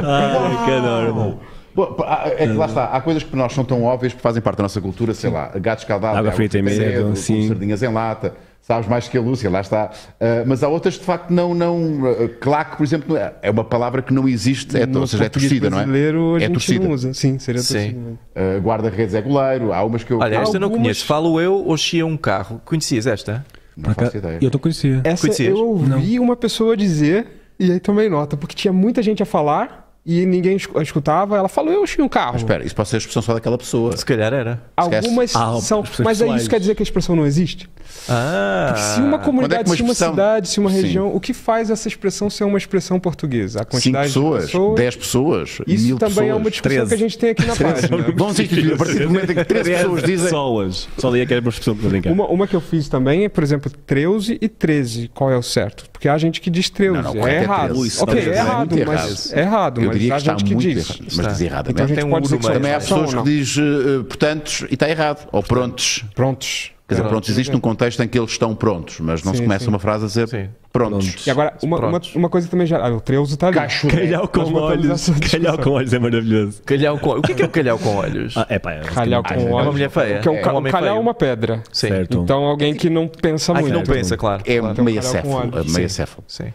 Speaker 6: Ah, que enorme.
Speaker 3: Pô, pá, há- É que lá está, há coisas que para nós são tão óbvias que fazem parte da nossa cultura, sei lá, gato escaldado,
Speaker 6: Água
Speaker 3: é o
Speaker 6: frita em
Speaker 3: azedo,
Speaker 6: medo,
Speaker 3: com
Speaker 6: sim.
Speaker 3: sardinhas em lata, Sabes mais que a Lúcia, lá está. Ah, mas há outras que de facto não. não ah, claque, por exemplo, não é- é uma palavra que não existe, é,
Speaker 5: No
Speaker 3: ou seja, é
Speaker 5: português
Speaker 3: torcida, não é?
Speaker 5: brasileiro, a
Speaker 3: É
Speaker 5: gente
Speaker 3: torcida.
Speaker 5: não usa. Sim, seria
Speaker 2: Sim.
Speaker 5: torcida.
Speaker 3: Ah, Guarda-redes é goleiro, há umas que eu.
Speaker 2: Olha, esta eu não
Speaker 5: Algumas-
Speaker 2: conheço. Falo eu ou chia um carro. Conhecias esta?
Speaker 3: não faço ideia.
Speaker 6: Eu não conhecia.
Speaker 5: Essa
Speaker 2: Conhecias?
Speaker 5: eu ouvi uma pessoa dizer, e aí tomei nota, porque tinha muita gente a falar e ninguém esc- escutava. Ela falou, eu tinha um carro.
Speaker 3: Espera, isso pode ser a expressão só daquela pessoa.
Speaker 2: Se calhar era.
Speaker 3: esquece.
Speaker 5: Algumas
Speaker 6: Ah,
Speaker 5: são.
Speaker 6: as pessoas
Speaker 5: Mas aí
Speaker 6: pessoais.
Speaker 5: isso quer dizer que a expressão não existe?
Speaker 2: Ah,
Speaker 5: se uma
Speaker 3: Quando é
Speaker 5: comunidade,
Speaker 3: que uma
Speaker 5: se uma
Speaker 3: expressão-
Speaker 5: cidade, se uma
Speaker 3: Sim.
Speaker 5: região, o que faz essa expressão ser uma expressão portuguesa? A
Speaker 3: 5
Speaker 5: quantidade
Speaker 3: pessoas,
Speaker 5: de pessoas.
Speaker 3: 10 pessoas,
Speaker 5: Isso
Speaker 3: mil
Speaker 5: também é uma
Speaker 3: pessoas.
Speaker 5: discussão que a gente tem aqui na página.
Speaker 3: Vamos instituir, a partir do momento em que
Speaker 6: <laughs>
Speaker 3: 13 pessoas dizem.
Speaker 6: Solas. É Só daí é que é uma expressão para brincar.
Speaker 5: Uma, uma que eu fiz também é, por exemplo, 13 e 13. Qual é o certo? Porque há gente que diz 13.
Speaker 3: Não, não, correto é
Speaker 5: é errado.
Speaker 3: 13.
Speaker 6: Isso,
Speaker 5: ok,
Speaker 6: talvez
Speaker 5: é
Speaker 6: não é
Speaker 5: errado,
Speaker 3: muito
Speaker 5: mas
Speaker 3: errado.
Speaker 5: é errado,
Speaker 3: Eu
Speaker 5: mas
Speaker 3: diria
Speaker 5: há
Speaker 3: que está
Speaker 5: gente que
Speaker 3: muito
Speaker 5: diz.
Speaker 3: errado. Mas diz
Speaker 5: Então a
Speaker 3: erradamente.
Speaker 5: gente
Speaker 2: Tem um
Speaker 5: pode dizer
Speaker 2: no
Speaker 5: que são
Speaker 2: meio.
Speaker 3: Também é há
Speaker 5: exceção
Speaker 3: pessoas
Speaker 5: ou
Speaker 3: que
Speaker 5: não.
Speaker 3: diz eh, eh, portantos e está errado. Ou prontos.
Speaker 5: Prontos.
Speaker 3: Quer dizer, prontos existe num contexto em que eles estão prontos, mas não se
Speaker 5: Sim,
Speaker 3: começa
Speaker 5: sim.
Speaker 3: uma frase a dizer
Speaker 2: Sim.
Speaker 3: prontos. né?
Speaker 5: E agora, uma, uma,
Speaker 2: Prontos.
Speaker 5: uma coisa também já. Ah, o 13 tá ali.
Speaker 6: <laughs> Calhau com
Speaker 5: Nós voltamos a
Speaker 6: olhos.
Speaker 5: essa discussão.
Speaker 6: Calhau com olhos é maravilhoso.
Speaker 2: calhau com... O que é, que é o calhau com olhos?
Speaker 6: Ah, é pá, é
Speaker 5: Calhau
Speaker 3: Ah, é
Speaker 5: com
Speaker 3: uma
Speaker 2: é uma
Speaker 5: óleo.
Speaker 2: mulher feia.
Speaker 5: Que é um, ca-
Speaker 2: um homem
Speaker 5: calhau é
Speaker 2: feio.
Speaker 5: uma pedra.
Speaker 2: Sim.
Speaker 6: Certo.
Speaker 5: Então alguém que não pensa
Speaker 2: Ah, que
Speaker 5: muito.
Speaker 2: não pensa, claro.
Speaker 3: É
Speaker 2: claro.
Speaker 3: meio
Speaker 5: calhar um com
Speaker 3: acéfalo.
Speaker 5: olhos.
Speaker 3: Meio
Speaker 5: Sim.
Speaker 3: acéfalo.
Speaker 2: Sim.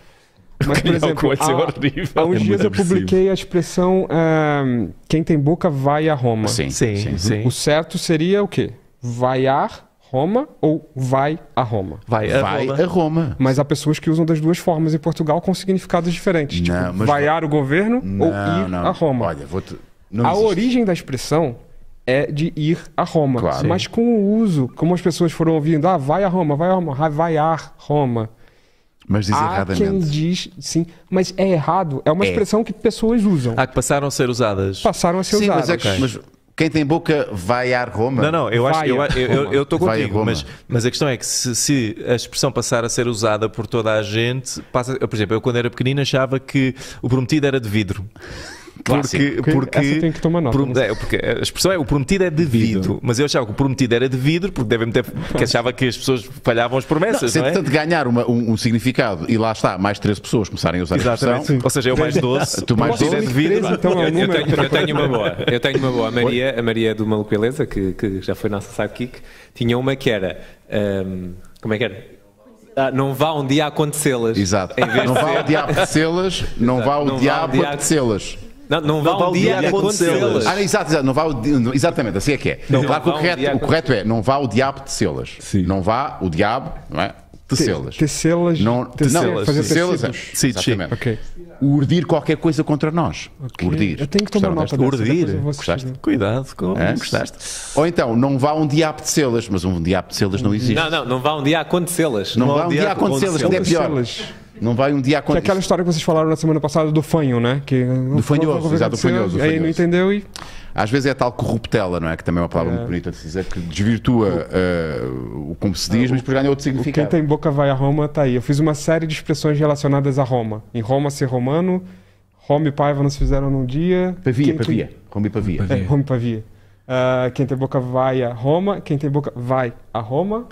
Speaker 5: Mas, por exemplo,
Speaker 7: isso é
Speaker 5: há,
Speaker 7: horrível.
Speaker 5: há uns
Speaker 6: É
Speaker 5: dias
Speaker 6: muito
Speaker 5: eu publiquei a expressão ahm, quem tem boca vai a Roma.
Speaker 3: Sim,
Speaker 2: Sim,
Speaker 3: sim.
Speaker 2: sim.
Speaker 5: O certo seria o quê? Vaiar Roma ou vai a Roma?
Speaker 2: Vai, a
Speaker 3: Vai
Speaker 2: rola.
Speaker 3: a Roma.
Speaker 5: Mas há pessoas que usam das duas formas em Portugal com significados diferentes.
Speaker 3: Não,
Speaker 5: tipo,
Speaker 3: mas-
Speaker 5: vaiar o governo ou ir
Speaker 3: não.
Speaker 5: a Roma.
Speaker 3: Olha, vou-te. não
Speaker 5: a
Speaker 3: existe.
Speaker 5: origem da expressão é de ir a Roma.
Speaker 3: Claro.
Speaker 5: Mas com o uso, como as pessoas foram ouvindo, ah, vai a Roma, vai a Roma, ah, vaiar Roma.
Speaker 3: Mas diz
Speaker 5: Há quem
Speaker 3: erradamente.
Speaker 5: diz, sim, mas é errado. É uma
Speaker 3: É. Ah,
Speaker 5: expressão que pessoas usam.
Speaker 2: Há que passaram a ser usadas.
Speaker 5: Passaram a ser
Speaker 3: Sim,
Speaker 5: usadas.
Speaker 3: mas, é que- mas quem tem boca vai a Roma.
Speaker 2: Não, não, eu acho
Speaker 5: Vai
Speaker 2: eu
Speaker 5: a
Speaker 2: estou eu, eu, eu tô
Speaker 3: Vai a
Speaker 2: contigo,
Speaker 3: Roma.
Speaker 2: mas, mas a questão é que se, se a expressão passar a ser usada por toda a gente, passa, eu, por exemplo, eu quando era pequenino achava que o prometido era de vidro. Porque,
Speaker 3: Clássico.
Speaker 2: porque,
Speaker 5: Essa tem que tomar nota,
Speaker 2: prom-
Speaker 5: não sei.
Speaker 2: é, porque a expressão é o prometido é de vidro, mas eu achava que o prometido era de vidro porque devem ter porque achava que as pessoas falhavam as promessas,
Speaker 3: Se
Speaker 2: não, é?
Speaker 3: entretanto ganhar uma- um, um significado e lá está, mais 13 pessoas começarem a usar a
Speaker 2: Exatamente.
Speaker 3: expressão,
Speaker 2: Ou seja, eu mais doce,
Speaker 3: Tu mais
Speaker 2: o prometido é de
Speaker 3: doce.
Speaker 2: vidro.
Speaker 3: <laughs>
Speaker 5: Então é um
Speaker 7: Eu, eu
Speaker 5: número.
Speaker 7: tenho, eu tenho uma boa. Eu tenho uma boa. A Maria, a Maria do Maluco Beleza, que, que já foi nossa sidekick, tinha uma que era. ahm, como é que era? Ah, não vá um dia acontecê-las.
Speaker 3: Exato.
Speaker 7: Em vez
Speaker 3: Não
Speaker 7: de
Speaker 3: vá
Speaker 7: ser-
Speaker 3: ao diabo apetecê-las, não vá
Speaker 7: Não vá
Speaker 3: ao
Speaker 7: ao
Speaker 3: diabo
Speaker 7: diabo.
Speaker 3: apetecê-las.
Speaker 7: Não, não vá um dia, acontecê-las.
Speaker 3: Ah, não, exato, exato, não vá ao di- não, exatamente, assim é que é.
Speaker 7: Não
Speaker 3: claro que o
Speaker 7: vá ao
Speaker 3: correto,
Speaker 7: diabo.
Speaker 3: o correto é, não vá ao diabo tecê-las.
Speaker 6: Sim.
Speaker 3: Não vá o diabo, não é? Tecê-las.
Speaker 5: Tecê-las.
Speaker 3: Não,
Speaker 5: tecê-las, fazer
Speaker 3: tecê-las.
Speaker 5: tecidos.
Speaker 3: é, Exatamente.
Speaker 5: Ok.
Speaker 3: Urdir qualquer coisa contra nós. Urdir.
Speaker 5: Eu tenho que tomar
Speaker 3: Gostaram
Speaker 5: nota
Speaker 3: desta?
Speaker 5: dessa.
Speaker 2: Urdir?
Speaker 5: depois eu vou assistir.
Speaker 3: Gostaste?
Speaker 2: Cuidado com
Speaker 3: É?
Speaker 2: gostaste.
Speaker 3: Ou então, não vá um dia apetecê-las, mas um dia apetecê-las não existe.
Speaker 7: Não, não, não vá um dia acontecê-las.
Speaker 3: Não, vai um dia acontecê-las, ainda é pior.
Speaker 5: Acontecê-las.
Speaker 3: Não vai um dia
Speaker 5: Que é aquela
Speaker 3: acontecê-las.
Speaker 5: história que vocês falaram na semana passada do fanho, né? Que, do
Speaker 3: fanhoso, exato, do fanhoso, do
Speaker 5: assim, Aí não
Speaker 3: fanhoso.
Speaker 5: entendeu e
Speaker 3: Às vezes é a tal corruptela, não é? Que também é uma palavra muito bonita de se dizer, que desvirtua eh, o como se diz, mas depois ganha outro
Speaker 5: quem
Speaker 3: significado.
Speaker 5: tem boca vai a Roma, tá aí. Eu fiz uma série de expressões relacionadas a Roma. Em Roma ser romano, Roma e Paiva nos fizeram num dia.
Speaker 3: Pavia,
Speaker 5: Quem tu-
Speaker 3: pavia. Rombi pavia.
Speaker 5: É, Roma e Pavia. Ah, quem tem boca vai a Roma, quem tem boca vai a Roma.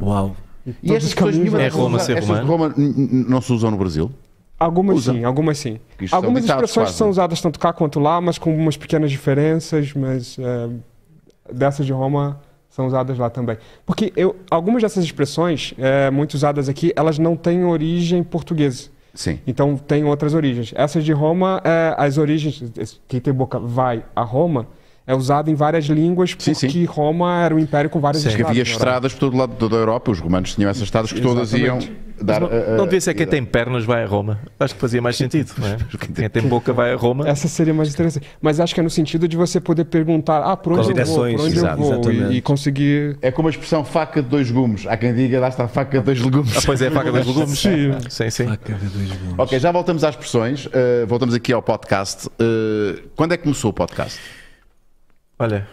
Speaker 6: Uau.
Speaker 3: E estas pessoas nenhuma
Speaker 5: é
Speaker 3: dessas
Speaker 2: Roma
Speaker 3: usa-
Speaker 2: ser
Speaker 3: estas de
Speaker 2: romano?
Speaker 3: Roma n- n- não se usam no Brasil.
Speaker 5: Algumas
Speaker 3: Usa.
Speaker 5: sim, algumas sim.
Speaker 3: Porque isto são
Speaker 5: Algumas
Speaker 3: ditados
Speaker 5: expressões
Speaker 3: quase,
Speaker 5: são
Speaker 3: né?
Speaker 5: usadas tanto cá quanto lá, mas com umas pequenas diferenças, mas eh, dessas de Roma são usadas lá também. Porque eu, algumas dessas expressões, eh, muito usadas aqui, elas não têm origem portuguesa.
Speaker 3: Sim.
Speaker 5: Então tem outras origens. Essas de Roma, eh, as origens, esse- quem tem boca vai a Roma, é usado em várias línguas
Speaker 3: Sim,
Speaker 5: porque
Speaker 3: sim.
Speaker 5: Roma era um império com várias
Speaker 3: Porque havia
Speaker 5: na Europa.
Speaker 3: estradas por todo lado de toda a Europa, os romanos tinham essas estradas que todas iam
Speaker 5: Exatamente.
Speaker 3: dar. eh,
Speaker 2: Não devia ser quem tem pernas vai a Roma. Acho que fazia mais sentido. Não é? Quem tem boca vai a Roma.
Speaker 5: Essa seria mais interessante. Mas acho que é no sentido de você poder perguntar, ah, por
Speaker 6: Quais
Speaker 5: onde eu vou, por
Speaker 6: direções,
Speaker 5: onde
Speaker 6: exato,
Speaker 5: eu vou,
Speaker 6: exatamente.
Speaker 5: e, e conseguir...
Speaker 3: É como a expressão faca de dois gumes. Há quem diga, lá está faca de dois legumes.
Speaker 2: Ah, pois é, faca dos legumes.
Speaker 5: Sim.
Speaker 2: Sim, sim.
Speaker 6: Ah, cada dois bons.
Speaker 3: Ok, já voltamos às expressões. eh, voltamos aqui ao podcast. Eh, quando é que começou o podcast?
Speaker 2: Olha,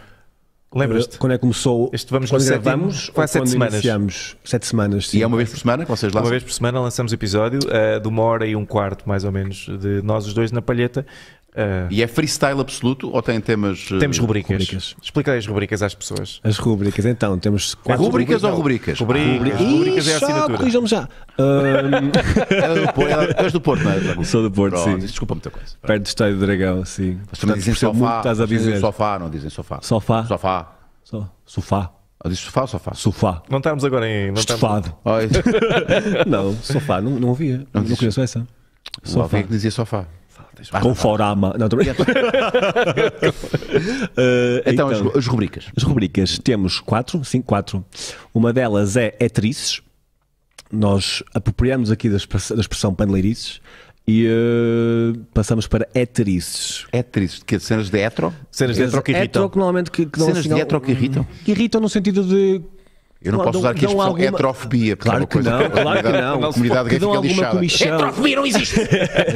Speaker 2: lembras-te?
Speaker 6: Quando é que começou?
Speaker 2: Este vamos no
Speaker 6: quando
Speaker 2: sétimo, faz
Speaker 6: gravamos ou
Speaker 2: sete
Speaker 6: quando
Speaker 2: semanas.
Speaker 6: iniciamos? Sete semanas, sim.
Speaker 3: E é uma vez por semana que vocês lá
Speaker 2: Uma vez por semana lançamos o episódio eh, de uma hora e um quarto, mais ou menos, de nós os dois na palheta. Eh,
Speaker 3: E é freestyle absoluto ou tem temas. eh,
Speaker 2: temos rubricas.
Speaker 6: rubricas.
Speaker 2: Explica aí as rubricas às pessoas.
Speaker 6: As rúbricas, então, temos
Speaker 3: É
Speaker 6: quatro
Speaker 3: rubricas ou rubricas?
Speaker 2: Rubricas, rubricas é a
Speaker 6: Ih, já,
Speaker 2: assinatura.
Speaker 6: corrijam-me já. Ah, Ahm,
Speaker 3: Ela é do Porto, ela- tu és do Porto, não é?
Speaker 6: Sou do Porto,
Speaker 3: Pronto,
Speaker 6: sim.
Speaker 3: Desculpa muita coisa.
Speaker 6: perto do Estádio do Dragão, sim.
Speaker 3: Mas também
Speaker 6: Portanto,
Speaker 3: dizem sofá.
Speaker 6: percebo muito o que estás a
Speaker 3: vocês dizem
Speaker 6: dizer.
Speaker 3: sofá, não dizem sofá.
Speaker 6: Sofá.
Speaker 3: Sofá.
Speaker 6: So- Sofá.
Speaker 3: Ou diz sofá ou sofá?
Speaker 6: Sofá.
Speaker 2: Não estamos agora em. Não estamos...
Speaker 6: Estofado.
Speaker 3: Olha,
Speaker 6: <laughs> Não, sofá, não, não ouvia. Não,
Speaker 3: dizes-
Speaker 6: conheço essa.
Speaker 3: só
Speaker 6: Sofá.
Speaker 3: alguém que dizia sofá.
Speaker 6: Com forama. Não, tô brincando.
Speaker 3: <laughs>
Speaker 6: <laughs> Eh,
Speaker 3: Então, as, ru- as rubricas.
Speaker 6: As rubricas temos quatro, cinco, quatro. Uma delas é atrizes. Nós apropriamos aqui da expressão, da expressão paneleirices e eh, passamos para heterices.
Speaker 3: Hétrices, É de quê? De cenas de hetero?
Speaker 2: Cenas de é troca
Speaker 6: Hetero,
Speaker 2: irritam.
Speaker 6: que é normalmente que, que dão
Speaker 3: Cenas
Speaker 6: assim
Speaker 3: de
Speaker 6: al-
Speaker 3: hetero que irritam?
Speaker 6: Que irritam no sentido de.
Speaker 3: Eu não,
Speaker 6: Não,
Speaker 3: posso
Speaker 6: dão-
Speaker 3: usar aqui a
Speaker 6: dão
Speaker 3: expressão
Speaker 6: alguma- <laughs>
Speaker 3: heterofobia, porque é
Speaker 6: Claro
Speaker 3: uma
Speaker 6: que
Speaker 3: coisa
Speaker 6: não, claro que
Speaker 3: comunidade-
Speaker 6: não.
Speaker 3: A comunidade
Speaker 6: que
Speaker 3: gay
Speaker 6: dão
Speaker 3: fica
Speaker 6: alguma
Speaker 3: lixada.
Speaker 6: comichão.
Speaker 3: Heterofobia não existe.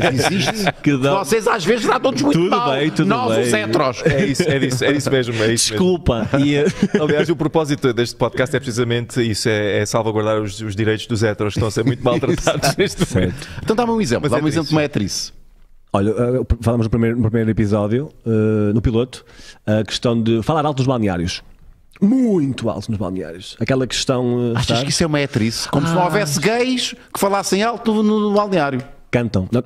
Speaker 3: Mas <laughs> existe.
Speaker 6: Que dão-
Speaker 3: Vocês às vezes dão todos muito
Speaker 6: Tudo
Speaker 3: mal.
Speaker 6: bem, tudo
Speaker 3: Nós,
Speaker 6: bem.
Speaker 3: os heteros.
Speaker 2: É isso, é isso, é isso mesmo. É isso mesmo.
Speaker 3: <laughs>
Speaker 6: Desculpa. E, eh,
Speaker 2: Aliás, o propósito deste podcast é precisamente isso: é, é salvaguardar os, os direitos dos heteros que estão a ser muito
Speaker 3: <laughs>
Speaker 2: maltratados neste momento.
Speaker 3: Então dá-me um exemplo.
Speaker 6: é
Speaker 2: Mas
Speaker 3: Dá-me um
Speaker 2: hétrices.
Speaker 3: exemplo de uma hétrice.
Speaker 6: Olha, eh, falámos no primeiro, no primeiro episódio, eh, no piloto, a questão de falar alto nos balneários. Muito alto nos balneários. Aquela questão. eh,
Speaker 3: Achas
Speaker 6: sabe?
Speaker 3: que isso é uma hétrice? Como se
Speaker 6: Ah.
Speaker 3: não houvesse gays que falassem alto no, no, no balneário.
Speaker 6: Cantam. Não- <laughs>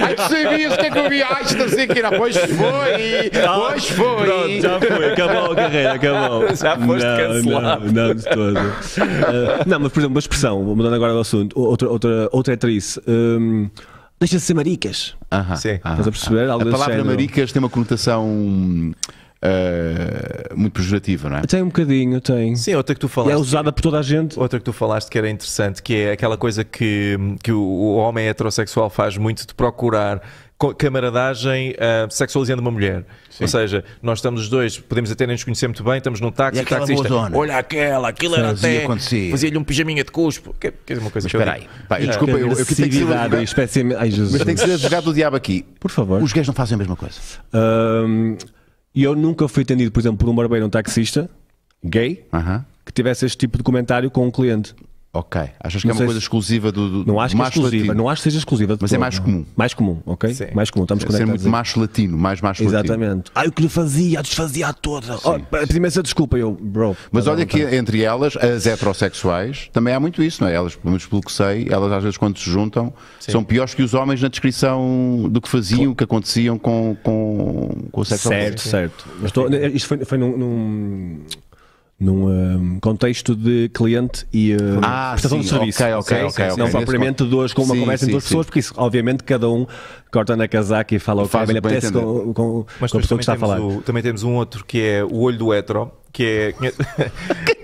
Speaker 3: Ai, tu sabias o que é que eu vi? Ai, estamos aqui. Ah, Pois foi. Pois foi.
Speaker 6: Pronto, já foi, acabou a carreira, acabou.
Speaker 2: <laughs> Já foste
Speaker 6: não,
Speaker 2: cancelado.
Speaker 6: Não, não,
Speaker 2: <laughs>
Speaker 6: de todo. Eh, não, mas por exemplo, uma expressão, mudando agora o assunto, outra, outra, outra atriz. hum, Deixa de ser maricas.
Speaker 3: Aham.
Speaker 2: Sim.
Speaker 6: Estás a perceber? Algo
Speaker 3: A
Speaker 6: desse
Speaker 3: palavra
Speaker 6: género.
Speaker 3: maricas tem uma conotação eh, muito pejorativa, não é?
Speaker 6: Tem um bocadinho, tem.
Speaker 2: Sim, outra que tu
Speaker 6: E
Speaker 2: falaste.
Speaker 6: é usada por toda a gente.
Speaker 2: Outra que tu falaste que era interessante, que é aquela coisa que, que o- o homem heterossexual faz muito de procurar co- camaradagem ah, sexualizando uma mulher. Ou seja, nós estamos os dois, podemos até nem nos conhecer muito bem, estamos num táxi e o
Speaker 3: aquela
Speaker 2: taxista.
Speaker 3: bozona?
Speaker 2: Olha aquela, aquilo era
Speaker 3: Fazia
Speaker 2: até.
Speaker 3: acontecer."
Speaker 2: Fazia-lhe um pijaminha de cuspo. Quer, quer dizer uma coisa que eu
Speaker 3: Espera aí.
Speaker 2: digo.
Speaker 3: Pá, eu, desculpa, eu, eu tenho que ser o
Speaker 6: Agressividade,
Speaker 3: advogado-
Speaker 6: espécie- Ai, Jesus.
Speaker 3: mas tenho que ser advogado do diabo aqui.
Speaker 6: Por favor.
Speaker 3: Os gays não fazem a mesma coisa.
Speaker 6: Hum, eu nunca fui atendido, por exemplo, por um barbeiro, um taxista gay,
Speaker 3: Aham.
Speaker 6: que tivesse este tipo de comentário com um cliente.
Speaker 3: Ok. Achas que
Speaker 6: Não
Speaker 3: é uma
Speaker 6: sei
Speaker 3: coisa
Speaker 6: se-
Speaker 3: exclusiva do, do
Speaker 6: Não acho que é
Speaker 3: macho
Speaker 6: exclusiva,
Speaker 3: latino?
Speaker 6: não acho que seja exclusiva. de
Speaker 3: Mas é
Speaker 6: todo,
Speaker 3: mais
Speaker 6: não.
Speaker 3: comum.
Speaker 6: Mais comum, ok?
Speaker 2: Sim.
Speaker 6: Mais comum, estamos
Speaker 3: Ser
Speaker 6: conectados.
Speaker 3: muito
Speaker 6: a-
Speaker 3: macho latino, mais macho latino.
Speaker 6: Exatamente. Ah, o que lhe fazia, a desfazia a toda. Oh, Pedi imensa desculpa, eu, bro.
Speaker 3: Mas
Speaker 6: tá
Speaker 3: olha
Speaker 6: bom,
Speaker 3: que
Speaker 6: tá.
Speaker 3: entre elas, as heterossexuais, também há muito isso, não é? Elas, pelo menos pelo que sei, elas às vezes quando se juntam, são piores que os homens na descrição do que faziam, o que aconteciam com, com, com o sexo
Speaker 6: Certo, certo. Mas estou- isto foi, foi num. num... num, hum, contexto de cliente e hum,
Speaker 3: Ah,
Speaker 6: prestação
Speaker 3: sim,
Speaker 6: de serviço.
Speaker 3: ok, ok,
Speaker 6: Sim,
Speaker 3: ok,
Speaker 6: sim,
Speaker 3: ok.
Speaker 6: Não
Speaker 3: Nesse
Speaker 6: propriamente
Speaker 3: con-
Speaker 6: duas com uma
Speaker 3: Sim, sim,
Speaker 6: conversa entre duas
Speaker 3: sim.
Speaker 6: pessoas, porque isso, obviamente, cada um corta na casaca e fala o que
Speaker 3: Faz
Speaker 6: bem lhe
Speaker 3: o que bem
Speaker 6: apetece com,
Speaker 3: entender.
Speaker 6: com-
Speaker 2: Mas
Speaker 6: com a
Speaker 2: depois
Speaker 6: pessoa
Speaker 2: também,
Speaker 6: que está a
Speaker 2: temos
Speaker 6: falar.
Speaker 2: o- também temos um outro que é o olho do hetero, que é.
Speaker 3: <laughs>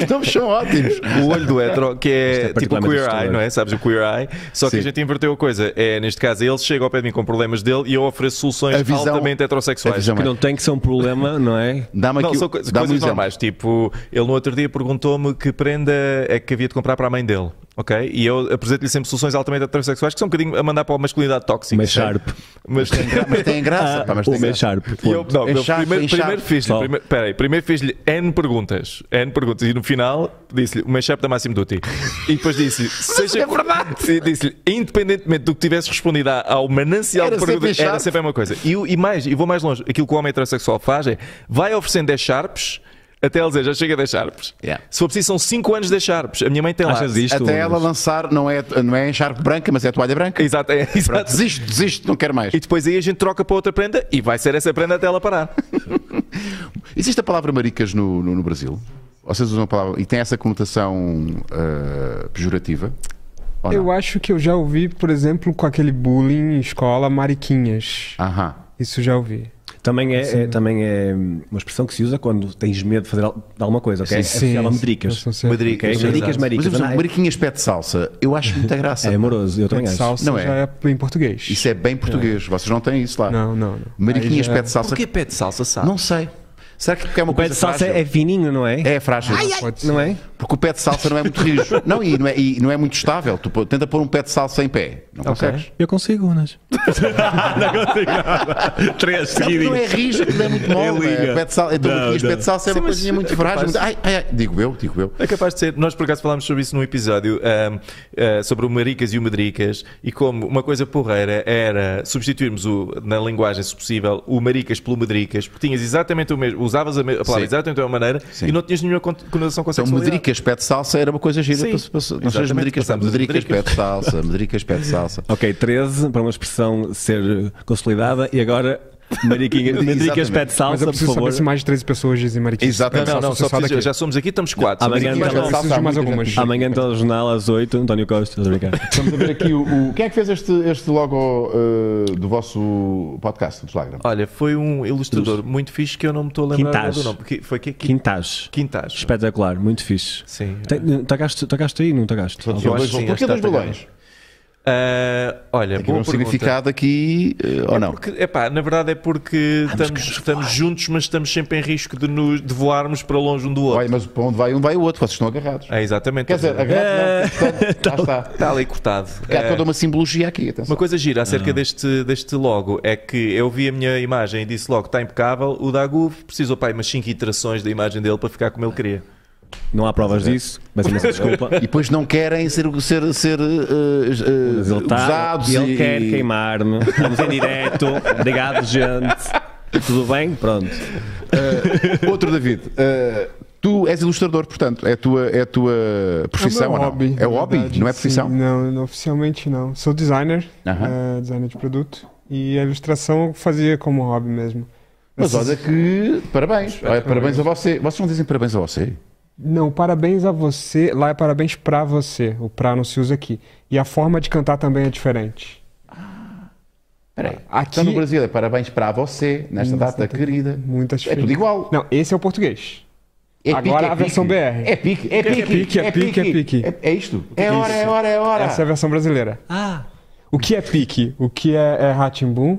Speaker 3: Os nomes são ótimos.
Speaker 2: <laughs>
Speaker 3: É,
Speaker 2: o olho do hetero, que é, tipo
Speaker 6: é
Speaker 2: o queer
Speaker 6: particularmente
Speaker 2: eye, não é? Sabes o queer eye? Só que
Speaker 3: Sim.
Speaker 2: a gente inverteu a coisa. É, neste caso, ele chega ao pé de mim com problemas dele e eu ofereço soluções
Speaker 3: A visão-
Speaker 2: altamente
Speaker 3: a
Speaker 2: heterossexuais.
Speaker 3: visão
Speaker 6: Que
Speaker 3: é-
Speaker 6: não tem que ser um problema, não é?
Speaker 3: Dá-me
Speaker 2: Não,
Speaker 3: aqui
Speaker 2: são coisas,
Speaker 3: dá um
Speaker 2: coisas
Speaker 3: exemplo.
Speaker 2: normais. Tipo, ele no outro dia perguntou-me que prenda é que havia de comprar para a mãe dele. Ok? E eu apresento-lhe sempre soluções altamente heterossexuais que são um bocadinho a mandar para a masculinidade tóxica.
Speaker 6: Mas sharp.
Speaker 2: Mas
Speaker 3: <laughs> Mas tem graça. Ah, pá, mas tem
Speaker 6: Ah, o meio
Speaker 3: graça.
Speaker 6: sharp.
Speaker 2: E eu,
Speaker 6: ponto.
Speaker 2: não,
Speaker 3: É
Speaker 2: eu
Speaker 3: chato,
Speaker 2: primeiro,
Speaker 3: é chato.
Speaker 2: primeiro fiz-lhe
Speaker 6: Só.
Speaker 2: primeiro, peraí, primeiro fiz-lhe N perguntas, N perguntas, e no final disse-lhe uma chapa da Máximo Duty. E depois disse-lhe, seja é verdade. E disse-lhe, independentemente do que tivesse respondido à- ao manancial
Speaker 3: Era
Speaker 2: de perguntas,
Speaker 3: sempre
Speaker 2: era
Speaker 3: sharp.
Speaker 2: sempre a mesma coisa. E, o- e mais, e vou mais longe, aquilo que o homem heterossexual faz é vai oferecendo 10 sharps. Até ele dizer, já chega a 10 sharps.
Speaker 3: Yeah.
Speaker 2: Se for preciso, são 5 anos de 10 sharps. A minha mãe tem lá.
Speaker 6: Achas isto?
Speaker 3: Até ela
Speaker 6: Mas-
Speaker 3: lançar, não é, não é encharpe branca, mas é toalha branca.
Speaker 2: Exato, é,
Speaker 3: Pronto,
Speaker 2: exato.
Speaker 3: desisto, desisto, não quero mais.
Speaker 2: E depois aí a gente troca para outra prenda e vai ser essa prenda até ela parar.
Speaker 3: Existe a palavra maricas no, no, no Brasil? Vocês usam a palavra e tem essa conotação ah, pejorativa? Ou não?
Speaker 5: Eu acho que eu já ouvi, por exemplo, com aquele bullying em escola, mariquinhas.
Speaker 3: Aham.
Speaker 5: Isso já ouvi.
Speaker 6: Também é, é- também é uma expressão que se usa quando tens medo de fazer al- de alguma coisa, ok? é aquela medricas.
Speaker 5: Não sei.
Speaker 6: Ok? Medricas,
Speaker 3: Mas,
Speaker 6: maricas.
Speaker 3: por exemplo,
Speaker 6: não é?
Speaker 3: mariquinhas pé de salsa, eu acho muita graça.
Speaker 6: É amoroso, eu também
Speaker 5: Pet
Speaker 6: acho.
Speaker 5: salsa
Speaker 3: Não é?
Speaker 5: já é em português.
Speaker 3: Isso é bem português, vocês não têm isso lá.
Speaker 5: Não, não, não.
Speaker 3: Mariquinhas pé de salsa,
Speaker 2: Porquê pé de salsa sabe?
Speaker 3: não sei. Será que é uma
Speaker 6: O pé
Speaker 3: coisa
Speaker 6: de salsa é
Speaker 3: frágil?
Speaker 6: fininho, não é?
Speaker 3: É frágil.
Speaker 5: Pode ser.
Speaker 6: Não é?
Speaker 3: Porque o pé de salsa não é muito rijo. não, e não é, e não é muito estável. Tu pô- tenta pôr um pé de salsa em pé. Não consegues.
Speaker 6: Eu consigo,
Speaker 3: <laughs>
Speaker 6: Unas. não consigo nada. Três
Speaker 3: Não é rijo, aquilo é muito mole.
Speaker 6: Ele
Speaker 3: não é?
Speaker 6: liga.
Speaker 3: Pé de salsa, então,
Speaker 6: Não,
Speaker 3: mariquinhas
Speaker 6: não.
Speaker 3: pé de salsa é
Speaker 2: Sim,
Speaker 3: uma
Speaker 2: mas
Speaker 3: coisinha muito
Speaker 2: é
Speaker 3: frágil.
Speaker 2: capaz-
Speaker 3: muito- Ai, ai, ai. Digo eu, digo eu.
Speaker 2: É capaz de ser. Nós por acaso falámos sobre isso num episódio ahm, ah, sobre o Maricas e o Medricas e como uma coisa porreira era substituirmos o, na linguagem, se possível, o Maricas pelo Medricas, porque tinhas exatamente o mesmo, usavas a, me- a palavra
Speaker 3: Sim.
Speaker 2: exatamente da mesma maneira
Speaker 3: Sim.
Speaker 2: e não tinhas nenhuma con- conotação com a
Speaker 3: Então,
Speaker 2: sexualidade.
Speaker 3: medricas, pé de salsa era uma coisa gira.
Speaker 2: Sim,
Speaker 3: para se- para se- Não sejas
Speaker 2: exatamente,
Speaker 3: medricas,
Speaker 2: passamos de
Speaker 3: medricas, pé
Speaker 2: medricas.
Speaker 3: de salsa, medricas, pé de salsa.
Speaker 6: Ok, 13 para uma expressão ser eh, consolidada e agora <laughs> Mariquinhas, Madricas
Speaker 3: Exatamente.
Speaker 6: pede
Speaker 5: Mas
Speaker 6: salsa,
Speaker 5: eu
Speaker 6: por
Speaker 5: preciso saber
Speaker 6: favor.
Speaker 5: se mais de 13 pessoas dizem mariquinhas.
Speaker 2: Não,
Speaker 3: Exatamente.
Speaker 2: não, não, só
Speaker 5: só
Speaker 2: preciso-
Speaker 5: daqui.
Speaker 2: já somos aqui, estamos quatro. somos
Speaker 6: Amanhã
Speaker 2: aqui.
Speaker 6: então-
Speaker 5: Eu preciso de mais algumas.
Speaker 6: Amanhã telejornal às 8, António Costa. Estou
Speaker 5: <laughs>
Speaker 6: a brincar.
Speaker 3: Estamos a ver aqui o, o- Quem é que fez este, este logo eh, do vosso eh, podcast, do Telegram?
Speaker 2: Olha, foi um ilustrador muito fixe que eu não me estou a lembrar
Speaker 6: Quintage.
Speaker 2: do nome. Que- Foi que, que,
Speaker 6: Quintas.
Speaker 2: Quintage.
Speaker 6: Espetacular, muito fixe.
Speaker 2: Sim.
Speaker 6: Tem- Tocaste, tocaste aí, não tocaste?
Speaker 2: Eu acho que sim,
Speaker 3: Porquê
Speaker 2: acho que
Speaker 3: dois
Speaker 2: está
Speaker 3: balões?
Speaker 2: Ah, olha,
Speaker 3: Tem um
Speaker 2: boa pergunta.
Speaker 3: significado aqui eh, ou não?
Speaker 2: Porque, epá, na verdade é porque estamos, estamos juntos, mas estamos sempre em risco de, nos, de voarmos para longe um do outro.
Speaker 3: Olha, mas para onde vai um, vai o outro, vocês estão agarrados.
Speaker 2: É, exatamente.
Speaker 3: Quer dizer, agarrados. não. Lá está.
Speaker 2: Está ali cortado.
Speaker 3: Porque há
Speaker 2: É,
Speaker 3: toda uma simbologia aqui,
Speaker 2: Uma
Speaker 3: atenção.
Speaker 2: coisa gira acerca deste, deste logo é que eu vi a minha imagem e disse logo está impecável. O Dagu precisou para umas 5 iterações da imagem dele para ficar como ele queria.
Speaker 6: Não há provas disso, mas é <laughs> uma desculpa.
Speaker 3: E depois não querem ser, ser, ser eh, eh,
Speaker 6: Mas ele tá-
Speaker 3: usados
Speaker 6: ele
Speaker 3: e-
Speaker 6: quer queimar-me. Estamos em direto. Obrigado, gente. Tudo bem? Pronto.
Speaker 3: <laughs> Outro David, eh, tu és ilustrador, portanto, é a tua, é a tua profissão
Speaker 5: é o
Speaker 3: ou
Speaker 5: meu
Speaker 3: não?
Speaker 5: hobby,
Speaker 3: é
Speaker 5: na
Speaker 3: o hobby,
Speaker 5: verdade,
Speaker 3: não é profissão?
Speaker 5: sim. não, não, oficialmente não. Sou designer,
Speaker 3: Aham.
Speaker 5: eh, designer de produto. E a ilustração eu fazia como hobby mesmo.
Speaker 3: Mas
Speaker 5: Essas-
Speaker 3: olha que parabéns, olha, parabéns a você. Vocês não dizem parabéns a você?
Speaker 5: Não, parabéns a você. Lá é parabéns pra você. O pra não se usa aqui. E a forma de cantar também é diferente.
Speaker 3: Peraí.
Speaker 5: Aqui,
Speaker 3: Então no Brasil é parabéns para você nesta data querida.
Speaker 5: muitas
Speaker 3: É tudo
Speaker 5: diferenças.
Speaker 3: igual.
Speaker 5: Não, esse é o português.
Speaker 3: É
Speaker 5: Agora a versão BR.
Speaker 3: É pique, é pique,
Speaker 5: pique, é pique, é pique.
Speaker 3: É, é isto. É hora, é hora, é hora.
Speaker 5: Essa é a versão brasileira. Ah! O que é pique? O que é, é ratimbum?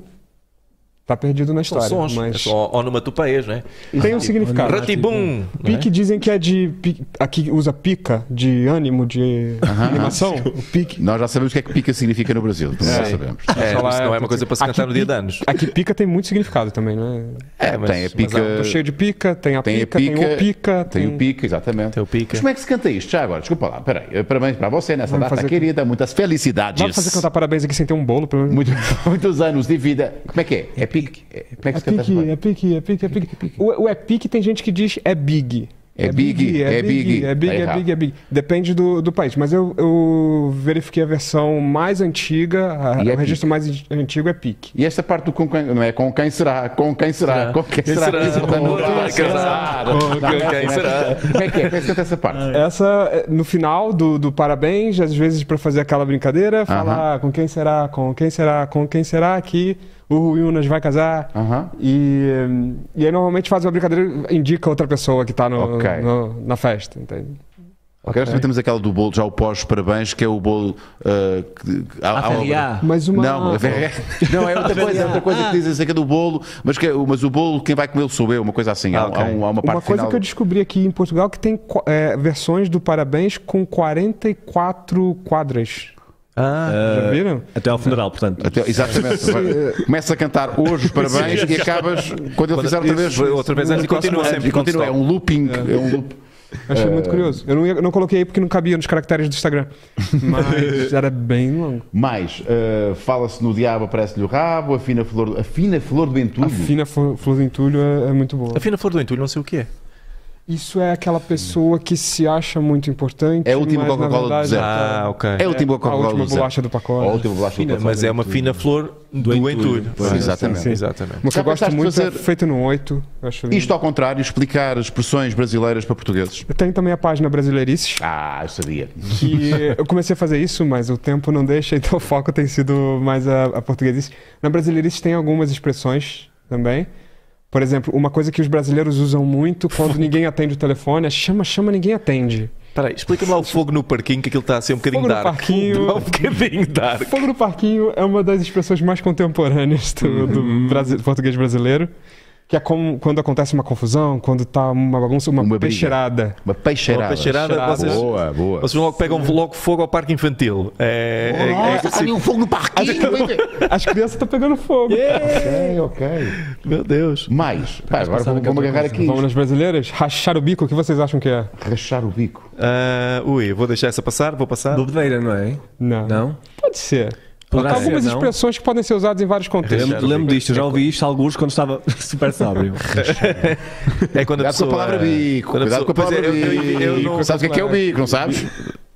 Speaker 5: Tá perdido na
Speaker 2: São
Speaker 5: história.
Speaker 2: sons,
Speaker 5: mas
Speaker 2: mas... É onomatopeias, não é?
Speaker 5: tem um significado.
Speaker 2: Ratibum! não é?
Speaker 5: Pique dizem que é de. pi- Aqui usa pica de ânimo, de
Speaker 3: <laughs>
Speaker 5: animação. O pique.
Speaker 3: Nós já sabemos o que é que pica significa no Brasil. Nós já sabemos.
Speaker 2: É,
Speaker 5: Só lá
Speaker 2: isso não é
Speaker 5: eu
Speaker 2: uma
Speaker 5: tô
Speaker 2: coisa
Speaker 5: dizendo.
Speaker 2: para se cantar
Speaker 5: Aqui
Speaker 2: no dia de
Speaker 5: pique-
Speaker 2: anos.
Speaker 5: Aqui pica tem muito significado também, né?
Speaker 3: É,
Speaker 2: mas-
Speaker 3: tem a
Speaker 2: mas
Speaker 3: pica.
Speaker 2: há-
Speaker 5: Tô cheio de pica, tem a
Speaker 3: Tem a
Speaker 5: pica,
Speaker 3: pica,
Speaker 5: tem o pica,
Speaker 3: tem o pica, exatamente.
Speaker 2: Tem o pica.
Speaker 3: Mas como é que se canta isto? Já agora, desculpa lá, peraí. eh, Parabéns para você nessa
Speaker 5: Vamos
Speaker 3: data
Speaker 5: fazer-
Speaker 3: querida, muitas felicidades.
Speaker 5: Dá pra fazer cantar parabéns aqui sem ter um bolo, pelo menos.
Speaker 3: Muito- <laughs> muitos anos de vida. Como é que é? É pique? É- Como é que
Speaker 5: É
Speaker 3: se canta essa
Speaker 5: pique,
Speaker 3: parte?
Speaker 5: é pique, é pique, é pique. O, o é pique tem gente que diz é big.
Speaker 3: É big, é
Speaker 5: é
Speaker 3: big.
Speaker 5: big, é big,
Speaker 3: Tá
Speaker 5: é
Speaker 3: errado.
Speaker 5: big, é big. Depende do, do país. Mas eu, eu verifiquei a versão mais antiga, a-
Speaker 3: E é
Speaker 5: o registro mais an- antigo é pique.
Speaker 3: E esta parte do com quem, não é com quem será, com quem será, com quem será,
Speaker 2: será?
Speaker 3: Isso tá no
Speaker 2: Com quem
Speaker 3: ar,
Speaker 2: será?
Speaker 3: com
Speaker 2: Com
Speaker 3: quem será.
Speaker 2: quem
Speaker 3: Não, não,
Speaker 2: será?
Speaker 3: não. Como é que é? Como é que se canta essa parte?
Speaker 5: Essa, é, no final do, do parabéns, às vezes pra fazer aquela brincadeira, falar com quem será, com quem será, com quem será que o Rui Unas vai casar.
Speaker 3: Aham.
Speaker 5: E, hum, e aí normalmente faz uma brincadeira, indica outra pessoa que tá no,
Speaker 3: Ok.
Speaker 5: no- na festa, entende?
Speaker 3: Agora também temos aquela do bolo, já o pós-parabéns, que é o bolo. ah, que- que- há- há
Speaker 6: Aferriá.
Speaker 3: obra.
Speaker 5: Mas uma-
Speaker 3: Não, é- não, é outra coisa, é outra coisa que dizem acerca do bolo, mas, que, mas o bolo, quem vai comê-lo sou eu, uma coisa assim. Há,
Speaker 2: Ah, ok.
Speaker 3: há um- há uma parte
Speaker 5: Uma coisa
Speaker 3: final.
Speaker 5: que eu descobri aqui em Portugal que tem qu- é, versões do Parabéns com 44 quadras.
Speaker 2: Ah,
Speaker 3: É.
Speaker 5: Já viram?
Speaker 6: Até ao funeral, portanto.
Speaker 3: Até- exatamente. Vai- Começa a cantar hoje os parabéns e acabas, quando ele
Speaker 2: Quando-
Speaker 3: fizer outra vez.
Speaker 2: outra vez antes e continua sempre
Speaker 3: E continua, é um looping. É um loop.
Speaker 5: Achei muito curioso. Eu não, ia- não coloquei aí porque não cabia nos caracteres do Instagram.
Speaker 3: <laughs>
Speaker 5: Mas era bem longo.
Speaker 3: Mais, eh, fala-se no diabo, aparece-lhe o rabo, a fina flor, a fina flor do
Speaker 5: A
Speaker 3: entulho.
Speaker 5: fina flor, flor do entulho é, é muito boa.
Speaker 2: a fina flor do entulho, não sei o que é.
Speaker 5: Isso é aquela pessoa que se acha muito importante.
Speaker 3: É a última
Speaker 5: mas, na
Speaker 3: Coca-Cola do
Speaker 5: verdade,
Speaker 3: deserto.
Speaker 2: Ah, ok.
Speaker 3: É o último
Speaker 5: A
Speaker 3: Coca-Cola
Speaker 5: última
Speaker 3: do deserto.
Speaker 5: bolacha do
Speaker 3: A
Speaker 5: pacote.
Speaker 3: última bolacha do
Speaker 2: Mas é uma
Speaker 3: deserto.
Speaker 2: fina flor do entulho.
Speaker 3: Pois, Exatamente.
Speaker 5: sim, sim.
Speaker 2: Exatamente.
Speaker 5: Uma que
Speaker 3: Já
Speaker 5: eu gosto
Speaker 3: pensaste
Speaker 5: muito é
Speaker 3: fazer-
Speaker 5: feito no 8. Acho lindo.
Speaker 3: Isto ao contrário, explicar expressões brasileiras para portugueses.
Speaker 5: Tem também a página Brasileirices.
Speaker 3: Ah, eu sabia.
Speaker 5: que eu comecei a fazer isso, mas o tempo não deixa, então o foco tem sido mais a, a portuguesice. Na brasileirice tem algumas expressões também. Por exemplo, uma coisa que os brasileiros usam muito quando ninguém atende o telefone é chama, chama, ninguém atende.
Speaker 2: Espera aí, explica-me lá o fogo no parquinho, que aquilo está a ser um bocadinho
Speaker 5: Fogo no
Speaker 2: dark.
Speaker 5: parquinho.
Speaker 2: Está um bocadinho dark.
Speaker 5: Fogo no parquinho é uma das expressões mais contemporâneas do, do
Speaker 3: Uhum.
Speaker 5: brasi- português brasileiro, que é como quando acontece uma confusão, quando tá uma bagunça, uma,
Speaker 3: Uma briga.
Speaker 5: peixeirada.
Speaker 3: Uma peixeirada.
Speaker 2: Uma peixeirada,
Speaker 5: Cheirada.
Speaker 2: vocês,
Speaker 3: Boa, boa.
Speaker 2: vocês logo pegam logo fogo ao parque infantil. É, é- é-
Speaker 3: Ah, há ali um fogo no parquinho.
Speaker 5: As crianças estão pegando fogo.
Speaker 3: ok, ok.
Speaker 2: meu Deus.
Speaker 3: Mais, pá, agora vou- vou-me agarrar aqui.
Speaker 5: Vamos nas brasileiras? Rachar o bico, o que vocês acham que é?
Speaker 3: Rachar o bico.
Speaker 2: Ah, ui, vou deixar essa passar, vou passar.
Speaker 6: Bobedeira, não é?
Speaker 5: Não.
Speaker 6: Não?
Speaker 5: Pode ser.
Speaker 6: Poderá
Speaker 5: Há algumas
Speaker 6: ser, não?
Speaker 5: expressões que podem ser usadas em vários contextos.
Speaker 6: Lembro, lembro disto, eu já ouvi isto alguns quando estava <laughs> super sóbrio.
Speaker 2: É quando a
Speaker 3: Cuidado com a
Speaker 2: pessoa.
Speaker 3: palavra bico.
Speaker 2: quando a
Speaker 3: Cuidado com a
Speaker 2: pessoa-
Speaker 3: palavra
Speaker 2: Pois é, eu- eu- eu não-
Speaker 3: bico. Sabes É. o que é que é o bico, não sabes?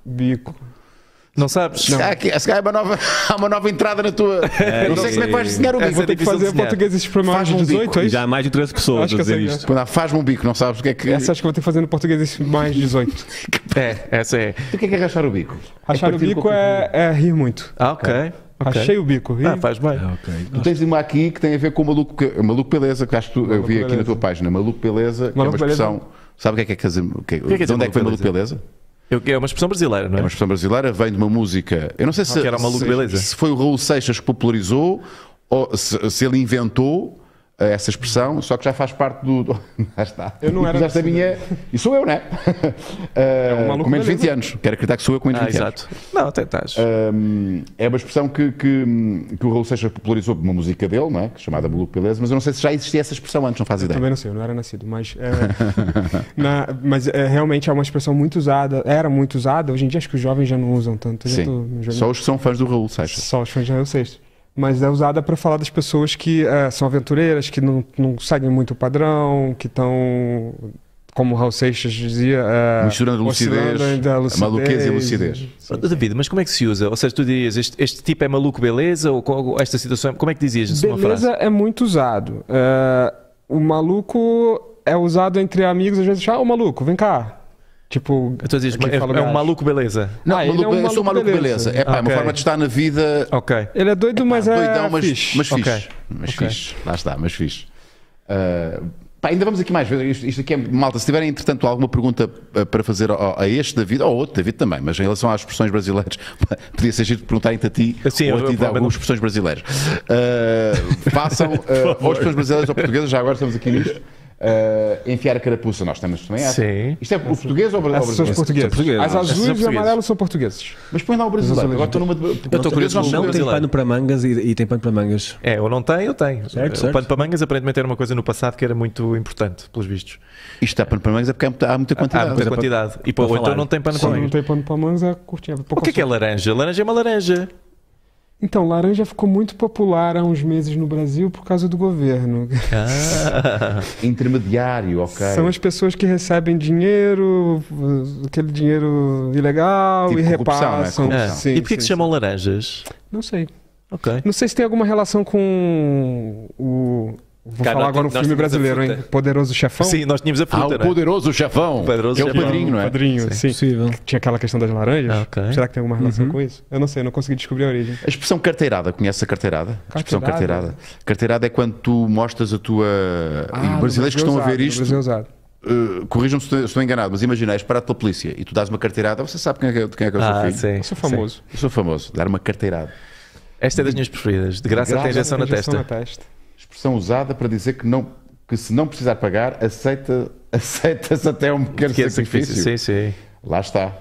Speaker 5: Bico.
Speaker 2: Não sabes?
Speaker 3: Se calhar aqui- se calhar há uma nova, <laughs> há uma nova entrada na tua. não sei como é que vais desenhar o
Speaker 2: É,
Speaker 3: bico.
Speaker 2: vou
Speaker 5: Vou ter que
Speaker 2: difícil
Speaker 5: fazer
Speaker 2: de desenhar.
Speaker 5: português espremado
Speaker 3: Faz um
Speaker 5: aos 18, é
Speaker 6: E
Speaker 5: isso?
Speaker 6: já há mais de 13 pessoas
Speaker 5: Acho
Speaker 6: a
Speaker 5: que eu
Speaker 6: dizer
Speaker 5: sei,
Speaker 6: isto.
Speaker 3: Quando há, Faz-me um bico, não sabes o que é que.
Speaker 5: Essa acho que vou ter que fazer no português
Speaker 3: <laughs>
Speaker 5: mais 18.
Speaker 2: É, essa é.
Speaker 3: O que é que é rachar o bico?
Speaker 5: Achar o
Speaker 3: partir um
Speaker 5: bico
Speaker 3: pouco
Speaker 5: é, é rir muito.
Speaker 2: Ah, ok. ok.
Speaker 5: Achei o bico. ri.
Speaker 2: Ah, faz bem.
Speaker 3: Tu tens uma aqui que tem a ver com o maluco, que- maluco beleza, que acho que tu, eu vi aqui na tua página. Maluco beleza, que é uma
Speaker 5: Maluco Beleza.
Speaker 3: expressão. Sabe o que é que é casar? o que é-
Speaker 2: que é
Speaker 3: de onde é que foi
Speaker 2: Maluco
Speaker 3: maluco beleza?
Speaker 2: Eu- é uma expressão brasileira, não
Speaker 3: É
Speaker 2: é?
Speaker 3: uma expressão brasileira, vem de uma música. Eu não sei se,
Speaker 2: Ah, que era Maluco
Speaker 3: se-
Speaker 2: Beleza.
Speaker 3: se foi o Raul Seixas que popularizou ou se, se ele inventou eh, essa expressão, só que já faz parte do. <laughs> do- Já está.
Speaker 5: Eu não era
Speaker 3: Já esta
Speaker 5: nascido.
Speaker 3: minha. E sou eu,
Speaker 5: <laughs>
Speaker 3: né?
Speaker 5: um
Speaker 3: é?
Speaker 5: maluco
Speaker 3: com menos de 20
Speaker 5: beleza.
Speaker 3: anos. Quero acreditar que sou eu com menos de
Speaker 2: Ah,
Speaker 3: 20 anos.
Speaker 2: exato. Não, até estás.
Speaker 3: Hum, é uma expressão que, que- que o Raul Seixas popularizou por uma música dele, não é? Que é chamada Maluco Beleza, mas eu não sei se já existia essa expressão antes, não faz ideia.
Speaker 5: Também não sei, eu não era nascido, mas. é, na- mas é, realmente é uma expressão muito usada, era muito usada, hoje em dia acho que os jovens já não usam tanto. eu já tô
Speaker 3: Sim.
Speaker 5: me jogando-
Speaker 3: Só os que são fãs do Raul Seixas.
Speaker 5: Só os fãs de Raul Seixas. Mas é usada para falar das pessoas que eh, são aventureiras, que não, não seguem muito o padrão, que estão, como o Raul Seixas dizia, eh,
Speaker 3: Misturando lucidez,
Speaker 5: oscilando entre a
Speaker 3: a maluquez e a lucidez.
Speaker 2: David, mas como é que se usa? Ou seja, tu dirias este, este tipo é maluco, beleza? Ou co- esta situação é- Como é que dizias isso numa frase?
Speaker 5: Beleza é muito usado. Eh, o maluco é usado entre amigos, às vezes, ah, o maluco, vem cá. Tipo,
Speaker 2: Tu dizes,
Speaker 5: aqui
Speaker 2: é,
Speaker 5: fala,
Speaker 2: é um
Speaker 5: "Gajo".
Speaker 2: maluco, beleza?
Speaker 3: Não,
Speaker 5: Ah, ele
Speaker 3: maluco,
Speaker 5: é um
Speaker 3: eu sou um maluco
Speaker 5: maluco
Speaker 3: beleza.
Speaker 5: beleza.
Speaker 3: É pá, é uma
Speaker 2: Ok.
Speaker 3: forma de estar na vida
Speaker 2: Ok.
Speaker 5: Ele é doido, mas é
Speaker 3: doidão, mas
Speaker 5: fixe.
Speaker 3: mas fixe.
Speaker 2: Ah, Ok.
Speaker 3: Mas
Speaker 2: Ok.
Speaker 3: fixe. Lá está, mas fixe. Ah, pá, ainda vamos aqui mais vezes. Isto, isto aqui é malta. Se tiverem, entretanto, alguma pergunta ah, para fazer ao- a este David, ou a outro David também, mas em relação às expressões brasileiras, <laughs> podia ser giro perguntarem-te a ti
Speaker 2: Sim, eu-
Speaker 3: ou a ti
Speaker 2: eu-
Speaker 3: de
Speaker 2: eu-
Speaker 3: algumas expressões brasileiras. Ah,
Speaker 2: <laughs>
Speaker 3: façam ah, ou expressões brasileiras ou portuguesas, já agora estamos aqui nisto. Ah, enfiar a carapuça, nós temos também essa.
Speaker 2: Sim.
Speaker 3: Isto é o português ou o
Speaker 5: Essas são os
Speaker 3: brasileiro?
Speaker 5: portugueses.
Speaker 6: portugueses.
Speaker 5: As azuis
Speaker 2: Essas são
Speaker 5: e
Speaker 2: portugueses.
Speaker 5: amarelas são portugueses.
Speaker 3: Mas põe lá o brasileiro. Agora estou numa. de-
Speaker 2: curioso
Speaker 3: nós
Speaker 2: com o
Speaker 6: Não
Speaker 3: sabemos.
Speaker 6: tem
Speaker 2: brasileiro.
Speaker 6: pano para mangas e, e tem pano para mangas.
Speaker 2: É, ou não tem, ou tem.
Speaker 6: Certo,
Speaker 2: o
Speaker 6: certo.
Speaker 2: pano para mangas aparentemente era uma coisa no passado que era muito importante, pelos vistos.
Speaker 3: Isto está para para nós é porque há muita- há muita
Speaker 2: Há
Speaker 3: quantidade.
Speaker 2: muita quantidade. e pô,
Speaker 6: para
Speaker 2: ou então
Speaker 6: falar.
Speaker 2: não tem pano para
Speaker 5: Quando não
Speaker 2: mangas.
Speaker 5: tem pano pra manga, é curtinha.
Speaker 2: O que é que é laranja? Laranja é uma laranja.
Speaker 5: Então, laranja ficou muito popular há uns meses no Brasil por causa do governo.
Speaker 3: Intermediário, ok.
Speaker 5: São as pessoas que recebem dinheiro, aquele dinheiro ilegal
Speaker 3: Tipo
Speaker 5: e
Speaker 3: corrupção, né?
Speaker 5: repassam.
Speaker 2: Ah,
Speaker 3: Sim,
Speaker 2: e porquê que se chamam laranjas?
Speaker 5: Não sei.
Speaker 2: Ok.
Speaker 5: Não sei se tem alguma relação com o. Vou
Speaker 7: Cara,
Speaker 5: falar
Speaker 7: nós
Speaker 5: agora um
Speaker 7: tem- nós
Speaker 5: filme
Speaker 7: temos a
Speaker 5: brasileiro, hein?
Speaker 7: fruta.
Speaker 5: Poderoso Chefão.
Speaker 2: Sim, nós tínhamos a
Speaker 3: Ah,
Speaker 2: fruta,
Speaker 3: o
Speaker 2: não é?
Speaker 3: poderoso chefão.
Speaker 2: Poderoso
Speaker 3: que é o
Speaker 2: chefão.
Speaker 3: padrinho, não é?
Speaker 5: Padrinho, sim.
Speaker 6: Possível.
Speaker 5: Tinha aquela questão das laranjas.
Speaker 2: Ah, ok.
Speaker 5: Será que tem alguma relação
Speaker 3: Uhum.
Speaker 5: com isso? Eu não sei, eu não consegui descobrir a origem.
Speaker 3: A expressão carteirada, conhece a carteirada? A expressão
Speaker 5: Carteirada? Ah,
Speaker 3: carteirada. Carteirada é quando tu mostras a tua. e os brasileiros que estão a ver isto,
Speaker 5: é usado.
Speaker 3: eh, corrijam-me se estou enganado, mas imagina, és parado pela polícia e tu dás uma carteirada, você sabe quem é, que- de quem é que eu sou
Speaker 2: Ah,
Speaker 3: filho?
Speaker 2: sim.
Speaker 5: Eu sou famoso.
Speaker 3: Eu sou famoso, dar uma carteirada.
Speaker 2: Esta é das minhas preferidas. De graça,
Speaker 3: graça
Speaker 2: tem injeção na
Speaker 5: Injeção
Speaker 2: testa.
Speaker 3: Expressão usada para dizer que, não, que se não precisar pagar, aceita, <laughs> aceita-se até um pequeno
Speaker 2: Que é
Speaker 3: sacrifício.
Speaker 2: sacrifício. Sim, sim.
Speaker 3: Lá está.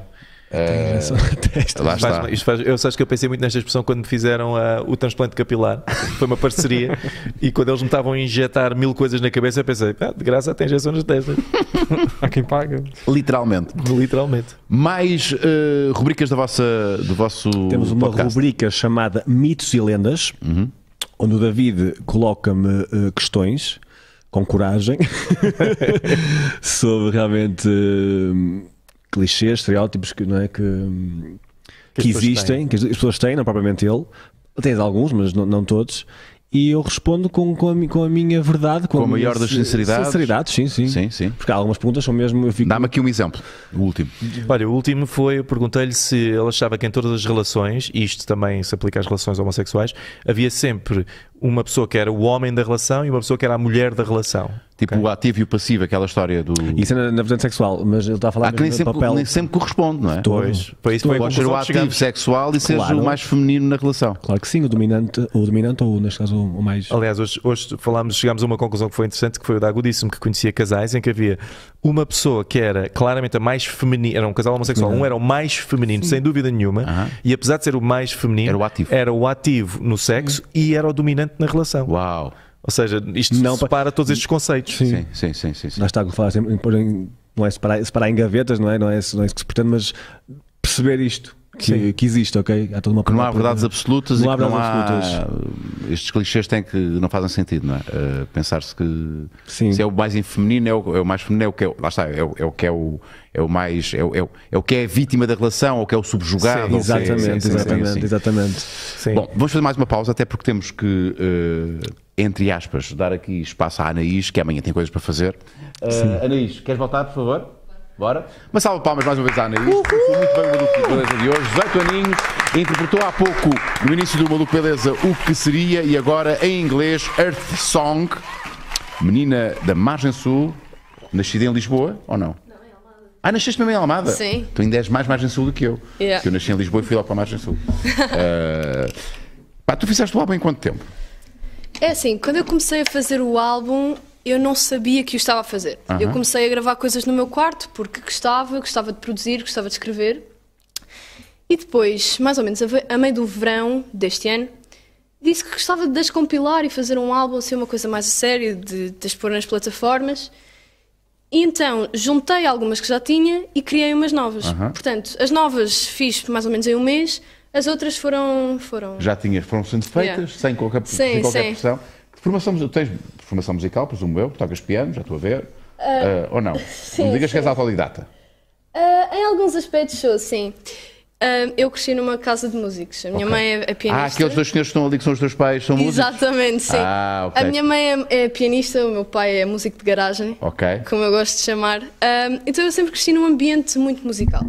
Speaker 3: Eh,
Speaker 6: Só na
Speaker 5: <laughs>
Speaker 6: testa.
Speaker 3: lá
Speaker 2: Faz-
Speaker 3: está.
Speaker 2: isto faz- eu acho que eu pensei muito nesta expressão quando me fizeram ah, o transplante capilar. <laughs> Foi uma parceria. e quando eles me estavam a injetar mil coisas na cabeça, eu pensei, ah, de graça tem injeção nas testas.
Speaker 5: Há quem paga.
Speaker 3: <laughs> Literalmente.
Speaker 2: Literalmente.
Speaker 3: Mais eh, rubricas da vossa, do vosso
Speaker 6: Temos uma
Speaker 3: podcast. Uhum.
Speaker 6: rubrica chamada Mitos e Lendas, onde o David coloca-me eh, questões com
Speaker 3: <laughs>
Speaker 6: coragem sobre realmente eh, clichês, estereótipos que, não é, que, hum,
Speaker 2: Que
Speaker 6: que,
Speaker 2: as pessoas
Speaker 6: existem,
Speaker 2: têm.
Speaker 6: que as as pessoas têm, não propriamente ele. Tens alguns, mas não, não todos. E eu respondo com, com, a, mi- com a minha verdade, com,
Speaker 3: Com a
Speaker 6: minha
Speaker 3: maior das
Speaker 6: sin-
Speaker 3: sinceridades.
Speaker 6: sinceridade, sim, sim.
Speaker 3: Sim, sim.
Speaker 6: Porque há algumas perguntas são mesmo. Eu fico,
Speaker 3: Dá-me aqui um exemplo, o último.
Speaker 2: Olha, o último foi, eu perguntei-lhe se ele achava que em todas as relações, e isto também se aplica às relações homossexuais, havia sempre uma pessoa que era o homem da relação e uma pessoa que era a mulher da relação.
Speaker 3: Tipo o ativo e o passivo, aquela história do.
Speaker 6: Isso é na, na vertente sexual, mas ele está a falar
Speaker 3: Há que nem
Speaker 6: mesmo do
Speaker 3: sempre,
Speaker 6: papel.
Speaker 3: nem sempre corresponde, não é?
Speaker 6: todo.
Speaker 2: Pois, foi isso que foi a
Speaker 3: Pode ser o
Speaker 2: conclusão que
Speaker 3: ativo
Speaker 2: chegámos.
Speaker 3: sexual e seres
Speaker 6: Claro.
Speaker 3: o mais feminino na relação.
Speaker 6: Claro que sim, o dominante, o dominante ou neste caso o mais.
Speaker 2: Aliás, hoje, hoje falámos, chegámos a uma conclusão que foi interessante, que foi o Dago disse-me que conhecia casais em que havia uma pessoa que era claramente a mais feminina, era um casal homossexual, um era o mais feminino, sem dúvida nenhuma,
Speaker 3: Aham.
Speaker 2: e apesar de ser o mais feminino,
Speaker 3: Era o ativo.
Speaker 2: era o ativo no sexo e era o dominante na relação.
Speaker 3: Uau!
Speaker 2: Ou seja, isto
Speaker 6: Não,
Speaker 2: separa todos estes conceitos.
Speaker 3: Sim, sim, sim, sim. sim.
Speaker 6: Lá está, como falar sempre, em pôr em- não é separar, separar em gavetas, não é? Não é, isso- não é isso que se pretende, mas perceber isto. que, que existe, ok? Há toda uma
Speaker 3: Que não há verdades absolutas
Speaker 6: Não
Speaker 3: e
Speaker 6: há
Speaker 3: que não há.
Speaker 6: verdades
Speaker 3: Estes clichês têm que, não fazem sentido, não é? Eh, Pensar-se que
Speaker 6: Sim.
Speaker 3: se é o mais feminino, é o, é o mais feminino, é o que é. o- Lá está, é o, é o que é o, é o mais. É o, é o- é o que é a vítima da relação, ou o que é o subjugado. ou o que é-
Speaker 6: Exatamente,
Speaker 3: sim, sim, sim,
Speaker 6: exatamente,
Speaker 3: sim.
Speaker 6: exatamente.
Speaker 2: Sim.
Speaker 3: Bom, vamos fazer mais uma pausa, até porque temos que, eh, entre aspas, dar aqui espaço à Anaís, que amanhã tem coisas para fazer. Eh, Anaís, queres voltar, por favor? Bora. Uma salva de palmas mais uma vez à Anaís, que foi muito bem o Maluco Beleza de hoje, 18 aninhos, interpretou há pouco, no início do Maluco Beleza, o que seria, e agora em inglês, Earth Song, menina da Margem Sul, nascida em Lisboa, ou não? Ah, nasceste mesmo em Almada?
Speaker 4: Sim.
Speaker 3: Tu ainda és mais Margem Sul do que eu.
Speaker 4: Yeah.
Speaker 3: Que eu nasci em Lisboa e fui lá para a Margem
Speaker 4: <laughs>
Speaker 3: Sul. Eh, pá, tu fizeste o álbum em quanto tempo?
Speaker 4: É assim, quando eu comecei a fazer o álbum, eu não sabia que o estava a fazer.
Speaker 3: Aham.
Speaker 4: Eu comecei a gravar coisas no meu quarto porque gostava, gostava de produzir, gostava de escrever. E depois, mais ou menos a, ve- a meio do verão deste ano, disse que gostava de descompilar e fazer um álbum, ser uma coisa mais a sério, de, de expor nas plataformas. E então juntei algumas que já tinha e criei umas novas.
Speaker 3: Aham.
Speaker 4: Portanto, as novas fiz mais ou menos em um mês, as outras foram. foram
Speaker 3: Já tinhas, foram sendo feitas,
Speaker 4: Yeah.
Speaker 3: sem qualquer, sem
Speaker 4: Sim,
Speaker 3: qualquer
Speaker 4: sim.
Speaker 3: pressão. Que formação, mus- tens formação musical, presumo eu, tocas piano, já estou a ver. Eh, ou não?
Speaker 4: Uh, sim,
Speaker 3: não digas que
Speaker 4: sim.
Speaker 3: és autodidata.
Speaker 4: Ah, em alguns aspectos sou, sim. Ah, eu cresci numa casa de músicos. A minha
Speaker 3: Ok.
Speaker 4: mãe é, é pianista.
Speaker 3: Ah, aqueles dois senhores que estão ali, que são os teus pais, são músicos.
Speaker 4: Exatamente, sim.
Speaker 3: Ah, ok.
Speaker 4: A minha mãe é, é pianista, o meu pai é músico de garagem,
Speaker 3: Ok.
Speaker 4: como eu gosto de chamar. Ah, então eu sempre cresci num ambiente muito musical.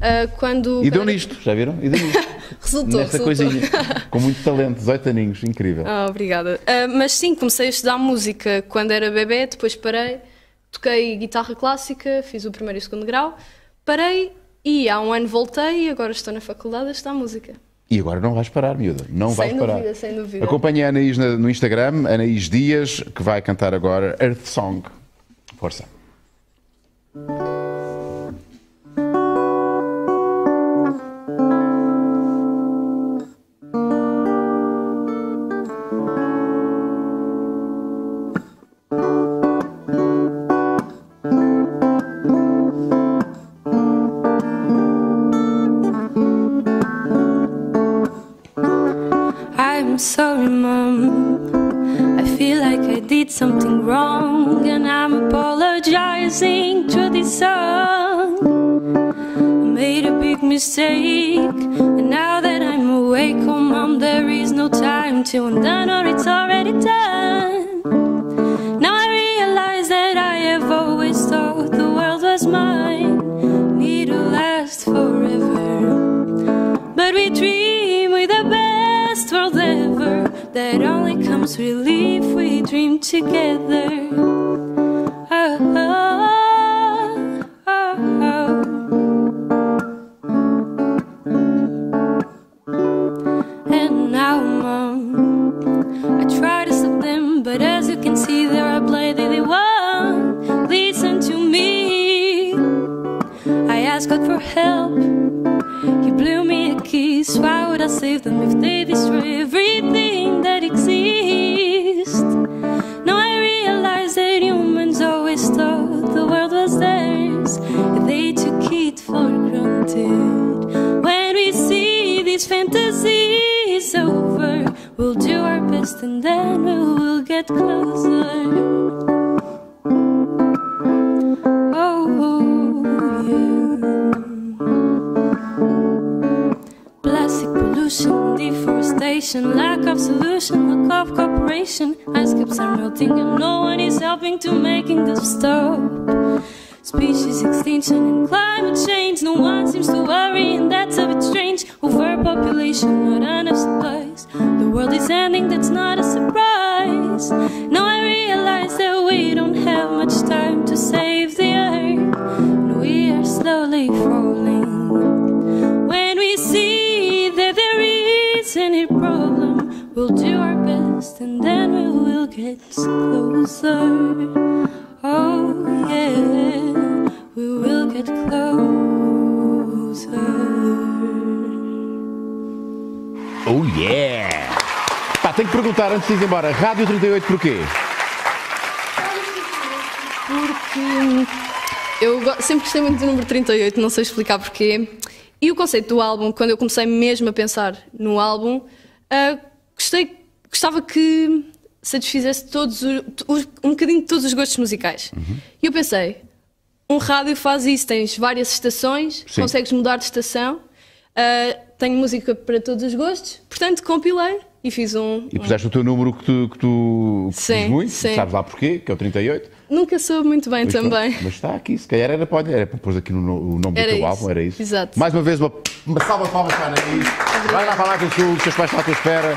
Speaker 4: Ah, quando
Speaker 3: E deu
Speaker 4: quando-
Speaker 3: nisto, já viram? E deu
Speaker 4: <laughs>
Speaker 3: nisto.
Speaker 4: Resultou,
Speaker 3: Nesta
Speaker 4: resultou.
Speaker 3: coisinha. Com muito talento, 18 aninhos, incrível.
Speaker 4: <laughs> Ah, obrigada. Ah, mas sim, comecei a estudar música quando era bebê, depois parei, toquei guitarra clássica, fiz o primeiro e o segundo grau, parei e há um ano voltei e agora estou na faculdade a estudar música.
Speaker 3: E agora não vais parar, miúda. Não É
Speaker 4: Sem
Speaker 3: vais
Speaker 4: dúvida,
Speaker 3: parar.
Speaker 4: sem dúvida.
Speaker 3: Acompanha a Anaís na- no Instagram, Anaís Dias, que vai cantar agora Earth Song. Força.
Speaker 1: I'm sorry, Mom. I feel like I did something wrong, and I'm apologizing to this song. I made a big mistake, and now that I'm awake, oh, Mom, there is no time till I'm done, or it's already done. Now I realize that I have always thought the world was mine, need to last forever. But we dream with the best world ever. That only comes relief. We dream together. Oh, oh, oh, oh. And now, mom, I try to stop them, but as you can see, there are plenty they want. Listen to me. I ask God for help. He blew me a kiss. Why would I save them if they destroy everything that exists? Now I realize that humans always thought the world was theirs. and They took it for granted. When we see these fantasies over, we'll do our best and then we will get closer. Oh, yeah. Plastic pollution, deforestation, lack of solution, lack of cooperation. Ice caps are melting and no one is helping to making this stop. Species extinction and climate change, no one seems to worry, and that's a bit strange. Overpopulation, not enough supplies. The world is ending, that's not a surprise. Now I realize that we don't have much time to save the earth, and we are slowly falling. When we see that there is any problem, we'll do our best and then we will get closer. Oh, yeah, we will get closer.
Speaker 3: Oh yeah! Pá, tenho que perguntar antes de ir embora. Rádio 38 porquê?
Speaker 4: Hum, Porque eu go- sempre gostei muito do número 38, não sei explicar porquê. E o conceito do álbum, quando eu comecei mesmo a pensar no álbum, ah, gostei, gostava que satisfizesse todos o- os- um bocadinho de todos os gostos musicais.
Speaker 3: Uhum.
Speaker 4: E eu pensei, um rádio faz isso, tens várias estações,
Speaker 3: Sim.
Speaker 4: consegues mudar de estação, ah, tenho música para todos os gostos, portanto compilei e fiz um...
Speaker 3: E puseste o teu número que tu, que tu que
Speaker 4: Sim,
Speaker 3: diz muito,
Speaker 4: sim.
Speaker 3: sabes lá porquê, que é o 38.
Speaker 4: Nunca soube muito bem
Speaker 3: Mas
Speaker 4: também.
Speaker 3: pronto, Mas está aqui, se calhar era para, olha, era para pôr aqui no, no- o nome
Speaker 4: Era
Speaker 3: do teu
Speaker 4: isso.
Speaker 3: álbum, era isso.
Speaker 4: Exato.
Speaker 3: Mais uma vez, uma, uma salva de palmas para a Anaís. Vai lá falar com o Sul, os teus pais estão à tua espera.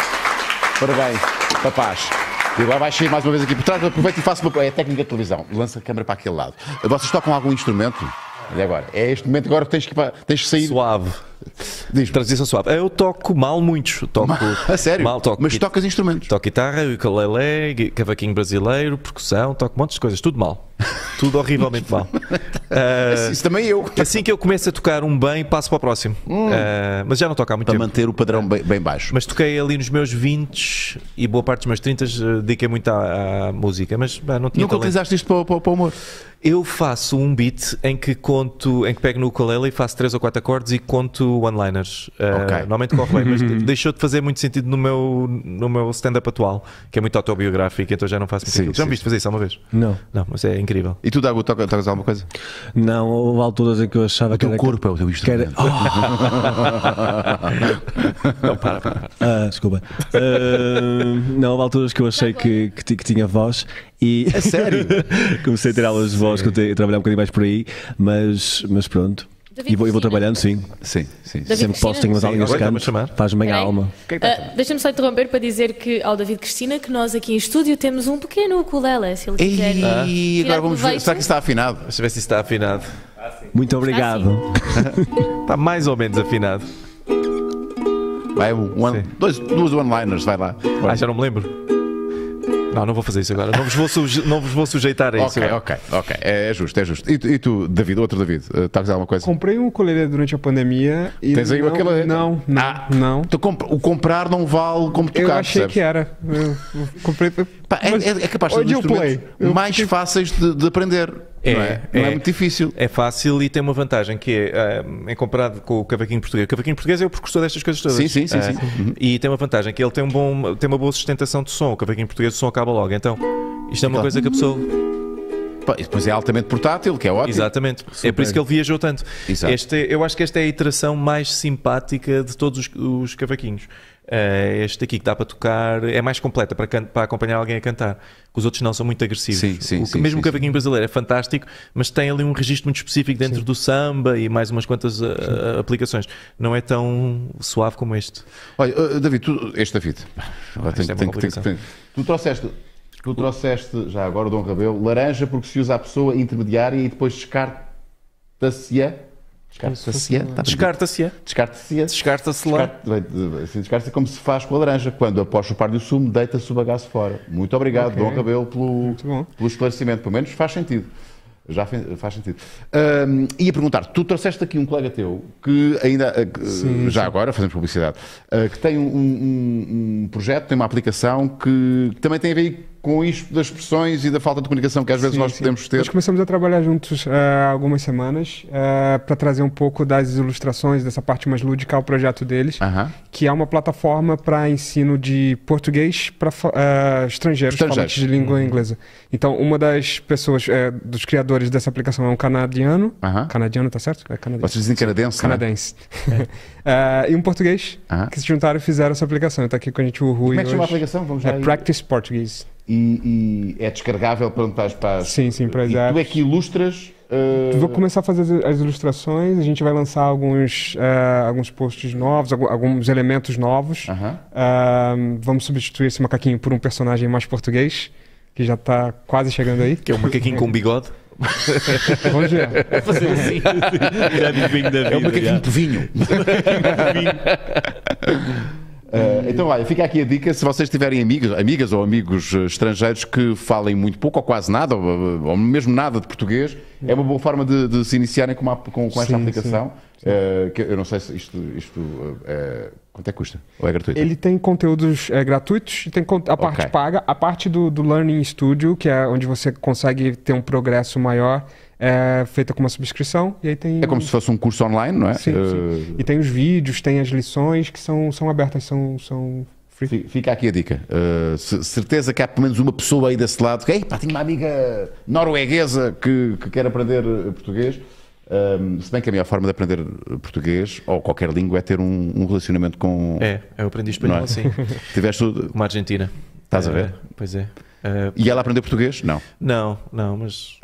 Speaker 3: Parabéns, rapaz. E agora vais sair mais uma vez aqui por trás, aproveita e faça uma. É a técnica de televisão, lança a câmera para aquele lado. Vocês tocam algum instrumento? Olha agora, é este momento agora que tens que, ir para- tens que sair.
Speaker 2: Suave.
Speaker 3: Diz-me.
Speaker 2: Transição suave. Eu toco mal muitos. Toco,
Speaker 3: A sério?
Speaker 2: Mal toco.
Speaker 3: Mas
Speaker 2: gui-
Speaker 3: tocas instrumentos.
Speaker 2: Toco guitarra, ukulele, gui- cavaquinho brasileiro, percussão, toco montes de coisas. Tudo
Speaker 3: <laughs>
Speaker 2: mal. Tudo horrivelmente mal. Ah,
Speaker 3: Isso também eu.
Speaker 2: assim que eu começo a tocar um bem, passo para o próximo.
Speaker 3: Hum.
Speaker 2: Ah, mas já não toco há muito
Speaker 3: Para
Speaker 2: tempo.
Speaker 3: manter o padrão bem, bem baixo.
Speaker 2: ah, Mas toquei ali nos meus 20 e boa parte dos meus 30 eh, dediquei muito à, à música, mas bah, não tinha
Speaker 3: Nunca
Speaker 2: talento.
Speaker 3: utilizaste isto para, o- para o- para o humor.
Speaker 2: Eu faço um beat em que conto, em que pego no ukulele e faço três ou quatro acordes e conto one-liners. Eh,
Speaker 3: Ok.
Speaker 2: normalmente corre bem, mas
Speaker 3: <laughs>
Speaker 2: de- deixou de fazer muito sentido no meu, no meu stand-up atual, que é muito autobiográfico, então já não faço muito
Speaker 3: Sim,
Speaker 2: aquilo. Já
Speaker 3: sim,
Speaker 2: me viste fazer isso alguma vez?
Speaker 6: Não.
Speaker 2: Não, mas é incrível.
Speaker 3: E tu, Dago, toca- tocas alguma coisa?
Speaker 6: Não, houve alturas em que eu achava
Speaker 3: O
Speaker 6: que
Speaker 3: teu
Speaker 6: era...
Speaker 3: corpo é o teu
Speaker 6: que era-
Speaker 3: instrumento.
Speaker 6: <laughs> Ah, desculpa. Ah, não, houve alturas que eu achei que, que, ti- que tinha voz e.
Speaker 3: A É sério?
Speaker 6: <laughs> Comecei a tirar aulas de voz, que eu te- trabalhar um bocadinho mais por aí, mas, mas pronto.
Speaker 8: David
Speaker 6: E vou, e vou
Speaker 8: Cristina.
Speaker 6: trabalhando, sim.
Speaker 3: Sim, sim.
Speaker 8: David
Speaker 6: Sempre que
Speaker 8: Cristina?
Speaker 6: posso, tenho umas
Speaker 2: Sim,
Speaker 6: aulinhas de
Speaker 2: agora está-me
Speaker 6: canto.
Speaker 2: a chamar.
Speaker 6: Faz-me bem a
Speaker 8: Peraí.
Speaker 6: alma.
Speaker 8: Ah, Deixa-me só interromper para dizer que ao David Cristina que nós aqui em estúdio temos um pequeno ukulele, se ele quiser.
Speaker 3: E agora vamos ver.
Speaker 8: Proveito.
Speaker 3: Será que isso está afinado?
Speaker 2: Deixa eu ver se isso está afinado.
Speaker 6: Muito obrigado.
Speaker 2: Está mais ou menos afinado.
Speaker 3: Vai um, one-
Speaker 2: Sim.
Speaker 3: dois, duas one-liners, vai lá.
Speaker 2: Ah, já não me lembro. Não, não vou fazer isso agora. Não vos vou, suje- não vos vou sujeitar a isso.
Speaker 3: Ok,
Speaker 2: agora.
Speaker 3: ok, ok. É, é justo, é justo. E tu, e tu, David, outro David, eh, tocas alguma coisa?
Speaker 5: Comprei um ukulele durante a pandemia e.
Speaker 3: Tens aí
Speaker 5: não,
Speaker 3: aquela-
Speaker 5: Não, não,
Speaker 3: Ah.
Speaker 5: não.
Speaker 3: Tu comp- o comprar não vale como tocar,
Speaker 5: Eu achei
Speaker 3: percebes?
Speaker 5: que era. Eu eu comprei.
Speaker 3: Pá, é,
Speaker 5: mas-
Speaker 3: é- é capaz de ser um
Speaker 5: Onde
Speaker 3: dos
Speaker 5: eu play?
Speaker 3: instrumentos
Speaker 5: Eu
Speaker 3: mais fáceis de, de aprender. não, é? Não é muito difícil.
Speaker 2: É fácil e tem uma vantagem que é, ah, em comparado com o cavaquinho português, o cavaquinho português é o precursor destas coisas todas.
Speaker 3: Sim, sim, sim,
Speaker 2: Ah,
Speaker 3: sim. Uhum.
Speaker 2: E tem uma vantagem que ele tem, um bom, tem uma boa sustentação de som. O cavaquinho português o som acaba logo. Então, isto é uma
Speaker 3: Claro.
Speaker 2: coisa que a pessoa.
Speaker 3: Pá, e depois é altamente portátil, que é ótimo.
Speaker 2: Exatamente. É por isso que ele viajou tanto.
Speaker 3: Exato.
Speaker 2: Este, eu acho que esta é a iteração mais simpática de todos os, os cavaquinhos. Ah, este aqui que dá para tocar é mais completa para, can- para acompanhar alguém a cantar. Os outros não são muito agressivos.
Speaker 3: Sim, sim,
Speaker 2: o,
Speaker 3: sim,
Speaker 2: mesmo
Speaker 3: sim,
Speaker 2: o cavaquinho brasileiro é fantástico, mas tem ali um registro muito específico dentro do samba e mais umas quantas ah, aplicações. Não é tão suave como este.
Speaker 3: Olha, eh, David, tu, este David, agora
Speaker 2: isto é
Speaker 3: tenho-
Speaker 2: uma
Speaker 3: tenho que- tenho que-
Speaker 2: complicação.
Speaker 3: tenho- tu trouxeste, tu trouxeste, já agora o Dom Rabelo, laranja porque se usa a pessoa intermediária e depois descarta-se-a. Descarta-se-a? Tá bem.
Speaker 2: Descarta-se, é?
Speaker 3: Descarta-se-a.
Speaker 2: Descarta-se lá.
Speaker 3: Descarta- bem, assim, Descarta-se como se faz com a laranja, quando após chupar-lhe o sumo, deita-se o bagaço fora. Muito obrigado, Dom Rabelo, pelo,
Speaker 5: bom.
Speaker 3: pelo esclarecimento. Pelo menos faz sentido. Já fe- faz sentido. Ahm, ia perguntar, tu trouxeste aqui um colega teu que ainda, ah, que, já agora, fazemos publicidade, ah, que tem um, um- um projeto, tem uma aplicação que, que também tem a ver com isto das expressões e da falta de comunicação que às vezes
Speaker 5: Sim,
Speaker 3: nós
Speaker 5: sim.
Speaker 3: podemos ter.
Speaker 5: Nós começamos a trabalhar juntos eh, há algumas semanas para trazer um pouco das ilustrações, dessa parte mais lúdica ao projeto deles,
Speaker 3: Aham.
Speaker 5: que é uma plataforma para ensino de português para fa- ah, estrangeiros,
Speaker 3: Estrangeiros. Uhum.
Speaker 5: falantes de língua inglesa. Então, uma das pessoas, eh, dos criadores dessa aplicação é um canadiano.
Speaker 3: Aham.
Speaker 5: Canadiano, tá certo? É canadiano.
Speaker 3: Vocês dizem canadense, não é?
Speaker 5: Canadense. <laughs> Ah, e um português
Speaker 3: Aham.
Speaker 5: que se juntaram e fizeram essa aplicação. Está aqui com a gente o Rui.
Speaker 3: Como é que chama a
Speaker 5: hoje.
Speaker 3: aplicação? Vamos já
Speaker 5: É
Speaker 3: aí.
Speaker 5: Practice Português.
Speaker 3: e, e é descarregável para para as- para as-
Speaker 5: Sim, sim, para as
Speaker 3: Ah. e tu é
Speaker 5: apps.
Speaker 3: que ilustras ah,
Speaker 5: Vou começar a fazer as- as ilustrações, a gente vai lançar alguns, ah, alguns posts novos, algu- alguns elementos novos.
Speaker 3: eh, Aham.
Speaker 5: Ah, vamos substituir esse macaquinho por um personagem mais português, que já está quase chegando aí.
Speaker 2: Que é um macaquinho com um bigode.
Speaker 5: Vamos ver.
Speaker 2: <laughs>
Speaker 6: É um macaquinho
Speaker 3: <laughs>
Speaker 6: de vinho.
Speaker 3: um Ah, então, olha, fica aqui a dica: se vocês tiverem amigos, amigas ou amigos eh, estrangeiros que falem muito pouco ou quase nada, ou, eh, ou mesmo nada de português, é uma boa forma de, de se iniciarem com, uma, com, com esta
Speaker 5: Sim,
Speaker 3: aplicação. Eh, que eu não sei se isto, isto, eh, eh, Quanto é que custa? Ou é gratuito?
Speaker 5: Ele tem conteúdos eh, gratuitos e tem con- a parte
Speaker 3: Ok.
Speaker 5: paga. A parte do, do Learning Studio, que é onde você consegue ter um progresso maior, é feita com uma subscrição. E aí tem.
Speaker 3: É como se fosse um curso online, não é?
Speaker 5: Sim, sim. E tem os vídeos, tem as lições que são, são abertas, são, são free.
Speaker 3: Fi- Fica aqui a dica. Uh, c- certeza que há pelo menos uma pessoa aí desse lado que, "Ei, pá, tenho uma amiga norueguesa que, que quer aprender uh, português. Um, se bem que a melhor forma de aprender uh, português ou qualquer língua é ter um, um relacionamento com.
Speaker 2: É, eu aprendi
Speaker 3: Não
Speaker 2: espanhol
Speaker 3: é?
Speaker 2: assim.
Speaker 3: Tiveste o-
Speaker 2: Uma Argentina.
Speaker 3: Estás a
Speaker 2: Eh,
Speaker 3: ver?
Speaker 2: pois é. Eh,
Speaker 3: E ela aprendeu português? Não.
Speaker 2: não, não, mas.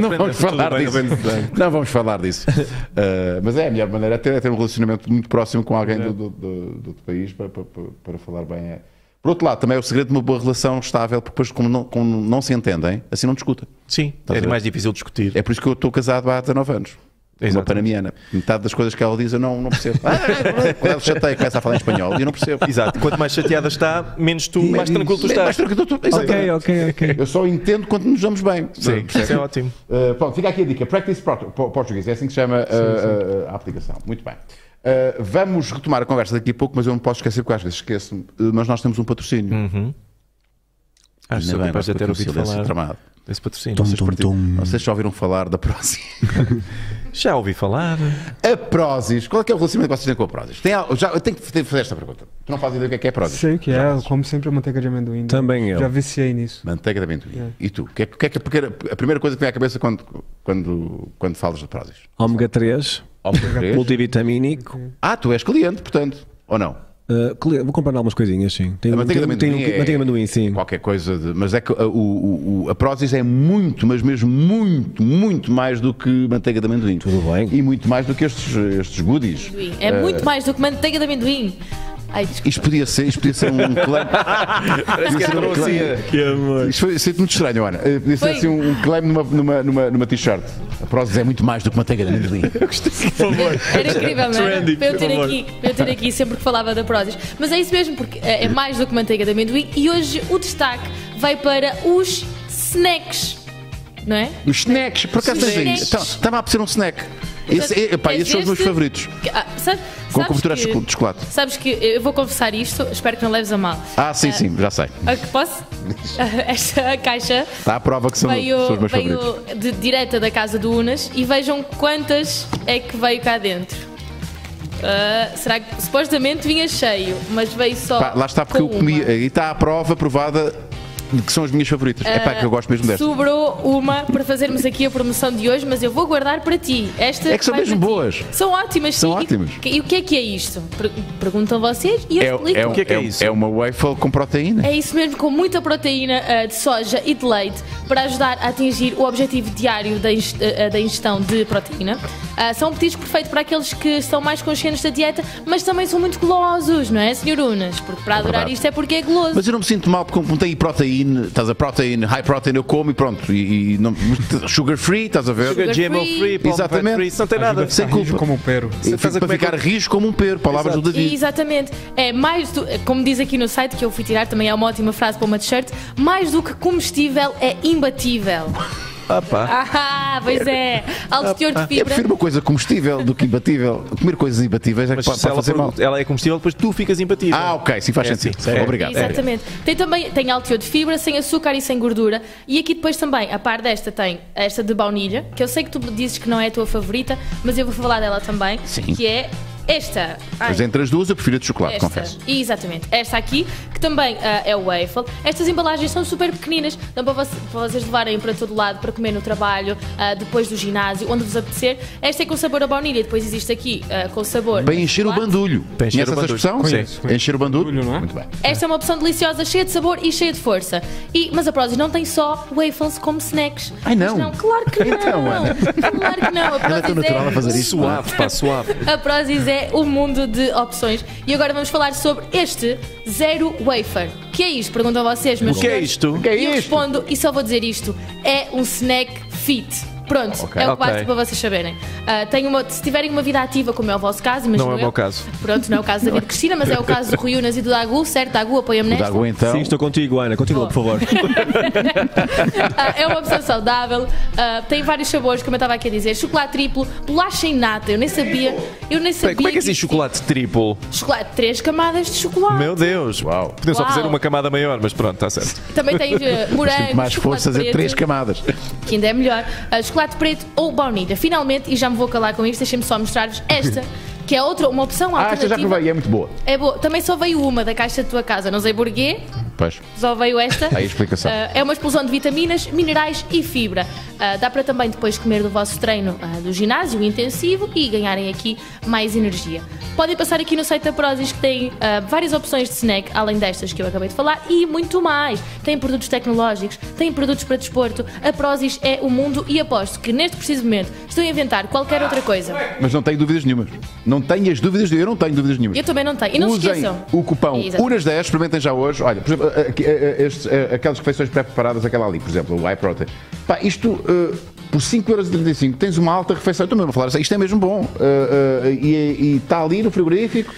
Speaker 3: Não vamos falar
Speaker 2: Tudo bem,
Speaker 3: disso. Não vamos falar disso. Uh, mas é a melhor maneira é ter, é ter um relacionamento muito próximo com
Speaker 2: É.
Speaker 3: alguém do, do, do- do outro país para, para, para- para falar bem. é. Por outro lado, também é o segredo de uma boa relação estável, porque depois, como não, como não se entendem, assim não discutem.
Speaker 2: Sim,
Speaker 3: a
Speaker 2: é
Speaker 3: ver?
Speaker 2: mais difícil discutir.
Speaker 3: É por isso que eu estou casado há 19 anos. com Uma
Speaker 2: Exatamente. Ah, é,
Speaker 3: panamiana. Metade das coisas que ela diz eu não,
Speaker 2: <laughs>
Speaker 3: não percebo. Quando ela se chateia, começa a falar em espanhol e eu não percebo.
Speaker 2: Exato, quanto mais chateada está, menos tu, mais tranquilo tu
Speaker 3: Bem,
Speaker 2: estás.
Speaker 3: mais tranquilo tu- exatamente.
Speaker 6: ok, ok.
Speaker 3: Eu só entendo quando nos damos bem.
Speaker 2: Sim,
Speaker 3: Percebe?
Speaker 2: isso é ótimo.
Speaker 3: Uh, pronto, fica aqui a dica. Practice Pro- Po- Português, é assim que se chama uh, uh, a aplicação. Muito bem. Uh, vamos retomar a conversa daqui a pouco, mas eu não posso esquecer, porque às vezes esqueço-me. Uh, mas nós temos um patrocínio.
Speaker 2: Acho Uhum. que sou capaz de
Speaker 3: nós
Speaker 2: ter
Speaker 3: temos um
Speaker 2: ouvido
Speaker 3: silêncio
Speaker 2: falar
Speaker 3: tramado.
Speaker 2: desse patrocínio.
Speaker 6: Tum,
Speaker 2: Vocês
Speaker 6: tum,
Speaker 2: partilham.
Speaker 6: tum.
Speaker 3: Vocês já ouviram falar da próxima.
Speaker 2: Já ouvi falar.
Speaker 3: A Prozis, qual é, que é o relacionamento que vocês têm com a Prozis? Tem, al- já, eu tenho que te- fazer esta pergunta. Tu não fazes ideia do que é, que é a Prozis?
Speaker 5: Sei o que é, eu como sempre a manteiga de amendoim. né?
Speaker 6: Também eu.
Speaker 5: Já viciei nisso.
Speaker 3: Manteiga de amendoim. E tu? O que é, que- o que é que a primeira- a primeira coisa que vem à cabeça quando, quando, quando falas da Prozis?
Speaker 6: Ômega 3,
Speaker 3: Ômega três?
Speaker 6: multivitamínico.
Speaker 3: Ah, tu és cliente, portanto. Ou não?
Speaker 6: Uh, cole- vou comprar algumas coisinhas, sim. Tem,
Speaker 3: A manteiga
Speaker 6: tem-
Speaker 3: de amendoim.
Speaker 6: tem-
Speaker 3: é
Speaker 6: manteiga de amendoim, sim.
Speaker 3: Qualquer coisa de. Mas é que a, o- o- o- a Prozis é muito, mas mesmo muito, muito mais do que manteiga de amendoim.
Speaker 6: Tudo bem.
Speaker 3: E muito mais do que estes, estes goodies.
Speaker 1: Amendoim. É
Speaker 6: Ah.
Speaker 1: muito mais do que manteiga de amendoim. Ai, desculpa.
Speaker 3: Isto podia ser, isto
Speaker 2: <laughs>
Speaker 3: podia ser um clame. Parece que
Speaker 6: Que amor.
Speaker 3: um Isto foi sinto muito estranho, Ana. Eh, Podia ser
Speaker 1: Foi.
Speaker 3: assim um, um claim numa, numa, numa, numa t-shirt. A Prozis é muito mais do que manteiga de amendoim.
Speaker 1: Era incrível, não era?
Speaker 6: Trendy,
Speaker 1: Para eu, ter
Speaker 6: por favor.
Speaker 1: aqui, para eu ter aqui sempre que falava da Prozis. Mas é isso mesmo, porque eh, é mais do que manteiga de amendoim e hoje o destaque vai para os snacks. Não é?
Speaker 3: <laughs> Os snacks, por acaso
Speaker 1: Sim.
Speaker 3: tens aí.
Speaker 1: Snacks.
Speaker 3: Estava a aparecer um snack. Esse,
Speaker 1: Portanto,
Speaker 3: eh, pá,
Speaker 1: tens
Speaker 3: esses são os meus
Speaker 1: este-
Speaker 3: favoritos.
Speaker 1: Que- ah, sabe-
Speaker 3: Com
Speaker 1: sabes
Speaker 3: cobertura
Speaker 1: que-
Speaker 3: de choco- de chocolate.
Speaker 1: Sabes que eu vou confessar isto, espero que não leves a mal.
Speaker 3: Ah, sim, sim, já sei.
Speaker 1: A que posso? <laughs> Esta caixa
Speaker 3: Está à prova que são, Então, são os
Speaker 1: veio,
Speaker 3: meus favoritos.
Speaker 1: veio de, direta da casa do Unas e vejam quantas é que veio cá dentro. Ah, será que supostamente vinha cheio, mas veio só.
Speaker 3: Pá, lá está porque
Speaker 1: com
Speaker 3: eu comi. eh,
Speaker 1: uma.
Speaker 3: E está à prova provada de que são as minhas favoritas.
Speaker 1: Ah,
Speaker 3: é pá, que eu gosto mesmo desta.
Speaker 1: Sobrou uma para fazermos aqui a promoção de hoje, mas eu vou guardar para ti. Esta
Speaker 3: É que são
Speaker 1: vai
Speaker 3: mesmo
Speaker 1: para ti.
Speaker 3: boas.
Speaker 1: São ótimas,
Speaker 3: São
Speaker 1: sim. E-
Speaker 3: ótimas.
Speaker 1: E, o que é que é isto? Per- Perguntam vocês e eu
Speaker 3: É,
Speaker 1: explico.
Speaker 3: é, um-
Speaker 2: que é que é
Speaker 3: um-
Speaker 2: isso?
Speaker 3: uma waffle com proteína.
Speaker 1: É isso mesmo, com muita proteína ah, de soja e de leite para ajudar a atingir o objetivo diário da, ing- ah, da ingestão de proteína. Ah, são um petisco perfeito para aqueles que são mais conscientes da dieta, mas também são muito golosos, não é, senhor Unas? Porque para adorar
Speaker 3: verdade.
Speaker 1: isto é porque é goloso.
Speaker 3: Mas eu não me sinto mal porque como tem proteína, estás a proteína, high protein, eu como e pronto. E, e não- sugar free, estás a ver?
Speaker 2: Sugar
Speaker 1: Sugar
Speaker 2: GMO
Speaker 1: free.
Speaker 2: free, palm fat
Speaker 3: Exatamente.
Speaker 2: free, isso não tem nada.
Speaker 3: Sem
Speaker 5: Arrisco
Speaker 3: culpa.
Speaker 5: como um pero.
Speaker 3: E
Speaker 2: Estás a
Speaker 3: para
Speaker 2: comer
Speaker 3: ficar
Speaker 2: com-
Speaker 3: rijo como um per, palavras do
Speaker 1: E,
Speaker 3: David.
Speaker 1: Exatamente. É mais do, como diz aqui no site que eu fui tirar, também é uma ótima frase para uma t-shirt, mais do que comestível é
Speaker 3: <laughs>
Speaker 1: imbatível.
Speaker 2: Ah, pá.
Speaker 1: Ah, pois é. Alto teor de
Speaker 3: Eu
Speaker 1: fibra.
Speaker 3: prefiro uma coisa comestível do que imbatível. Comer coisas imbatíveis é que
Speaker 2: Mas
Speaker 3: pode
Speaker 2: se
Speaker 3: pode
Speaker 2: ela,
Speaker 3: fazer mal.
Speaker 2: pergunta- ela é comestível, depois tu ficas imbatível.
Speaker 3: Ah, ok, sim, faz
Speaker 2: É
Speaker 3: sentido.
Speaker 2: assim, é.
Speaker 3: Obrigado. É.
Speaker 1: Exatamente. Tem também tem alto teor de fibra, sem açúcar e sem gordura. E aqui depois também, a par desta, tem esta de baunilha, que eu sei que tu dizes que não é a tua favorita, mas eu vou falar dela também,
Speaker 3: Sim.
Speaker 1: que é esta. Ai,
Speaker 3: Mas entre as duas eu prefiro a de chocolate,
Speaker 1: esta.
Speaker 3: confesso.
Speaker 1: Exatamente. Esta aqui, que também ah, é o waffle. Estas embalagens são super pequeninas, dão para, voce- para vocês levarem para todo lado, para comer no trabalho, ah, depois do ginásio, onde vos apetecer. Esta é com sabor a baunilha, depois existe aqui ah, com sabor.
Speaker 3: Para encher o
Speaker 1: chocolate.
Speaker 3: bandulho.
Speaker 2: Para encher
Speaker 3: Conhece
Speaker 2: o
Speaker 3: essa
Speaker 2: bandulho.
Speaker 3: expressão?
Speaker 2: Conheço,
Speaker 3: Sim. Encher o bandulho?
Speaker 5: Bandulho, não é?
Speaker 3: Muito bem.
Speaker 1: Esta é uma opção deliciosa, cheia de sabor e cheia de força. E, mas a Prozis não tem só waffles como snacks.
Speaker 3: Ai, não.
Speaker 1: Mas Claro
Speaker 2: <laughs>
Speaker 1: que não.
Speaker 3: Então, Ana.
Speaker 1: Claro que não. A
Speaker 3: Ela é tão
Speaker 1: Prozis
Speaker 3: natural a fazer isso. não é?
Speaker 2: Suave, pá, suave.
Speaker 1: a Prozis é um mundo de opções. E agora vamos falar sobre este Zero Wafer. Que é isto? Perguntam vocês, meus
Speaker 2: O que é
Speaker 1: senhores.
Speaker 2: isto?
Speaker 1: E eu respondo, e só vou dizer isto: é um snack fit.
Speaker 8: Pronto,
Speaker 2: Ok.
Speaker 8: é o que basta
Speaker 2: Ok.
Speaker 8: para vocês saberem. Ah, tem uma- se tiverem uma vida ativa, como é o vosso caso, imagino
Speaker 2: Não é o
Speaker 8: eu.
Speaker 2: meu caso.
Speaker 8: Pronto, não é o caso
Speaker 2: <laughs>
Speaker 8: da vida de Cristina, mas é o caso do Rui Unas e do Dagu, certo? Dagu, apoia-me nesta.
Speaker 3: Dago então.
Speaker 6: Sim, estou contigo, Ana. Continua, por favor.
Speaker 8: Ah, é uma pessoa saudável, ah, tem vários sabores, como eu estava aqui a dizer. Chocolate triplo, bolacha em nata, eu nem sabia. Eu nem sabia.
Speaker 2: Como é que é assim
Speaker 8: isso-
Speaker 2: chocolate triplo?
Speaker 8: Chocolate, três camadas de chocolate.
Speaker 2: Meu Deus!
Speaker 3: Uau.
Speaker 2: Podiam só
Speaker 8: Uau.
Speaker 2: fazer uma camada maior, mas pronto, está certo.
Speaker 8: Também tem
Speaker 2: tipo,
Speaker 8: uh, morango,
Speaker 3: Mais
Speaker 8: chocolate
Speaker 2: é
Speaker 3: forças a
Speaker 8: preto,
Speaker 3: três camadas.
Speaker 8: que ainda é melhor, ah, chocolate preto ou baunilha. Finalmente, e já me vou calar com isto, deixem-me só mostrar-vos
Speaker 3: <laughs>
Speaker 8: esta, que é outra, uma opção
Speaker 3: Ah, esta já
Speaker 8: alternativa.
Speaker 3: provei, é muito boa.
Speaker 8: é boa. Também só veio uma da caixa da tua casa, não sei porquê,
Speaker 3: Pois.
Speaker 8: só veio esta.
Speaker 3: Aí a explicação.
Speaker 8: Ah, é uma explosão de vitaminas, minerais e fibra. Ah, dá para também depois comer do vosso treino ah, do ginásio intensivo e ganharem aqui mais energia. Podem passar aqui no site da Prozis que tem ah, várias opções de snack, além destas que eu acabei de falar, e muito mais. Tem produtos tecnológicos, tem produtos para desporto. A Prozis é o mundo e aposto que neste preciso momento estão a inventar qualquer outra coisa.
Speaker 3: Mas não tenho dúvidas nenhumas. Não tenho as dúvidas, eu não tenho dúvidas nenhumas.
Speaker 8: Eu também não tenho. E não se
Speaker 3: Usem
Speaker 8: esqueçam.
Speaker 3: o cupão
Speaker 8: Exato.
Speaker 3: Unas 10, experimentem já hoje. Olha, por exemplo, a- a- a- estes, a- aquelas refeições pré-preparadas, aquela ali, por exemplo, o iProtein. Pá, isto eh, por 5,35€ tens uma alta refeição. Eu estou mesmo a falar assim, isto é mesmo bom. Eh, eh, e está ali no frigorífico.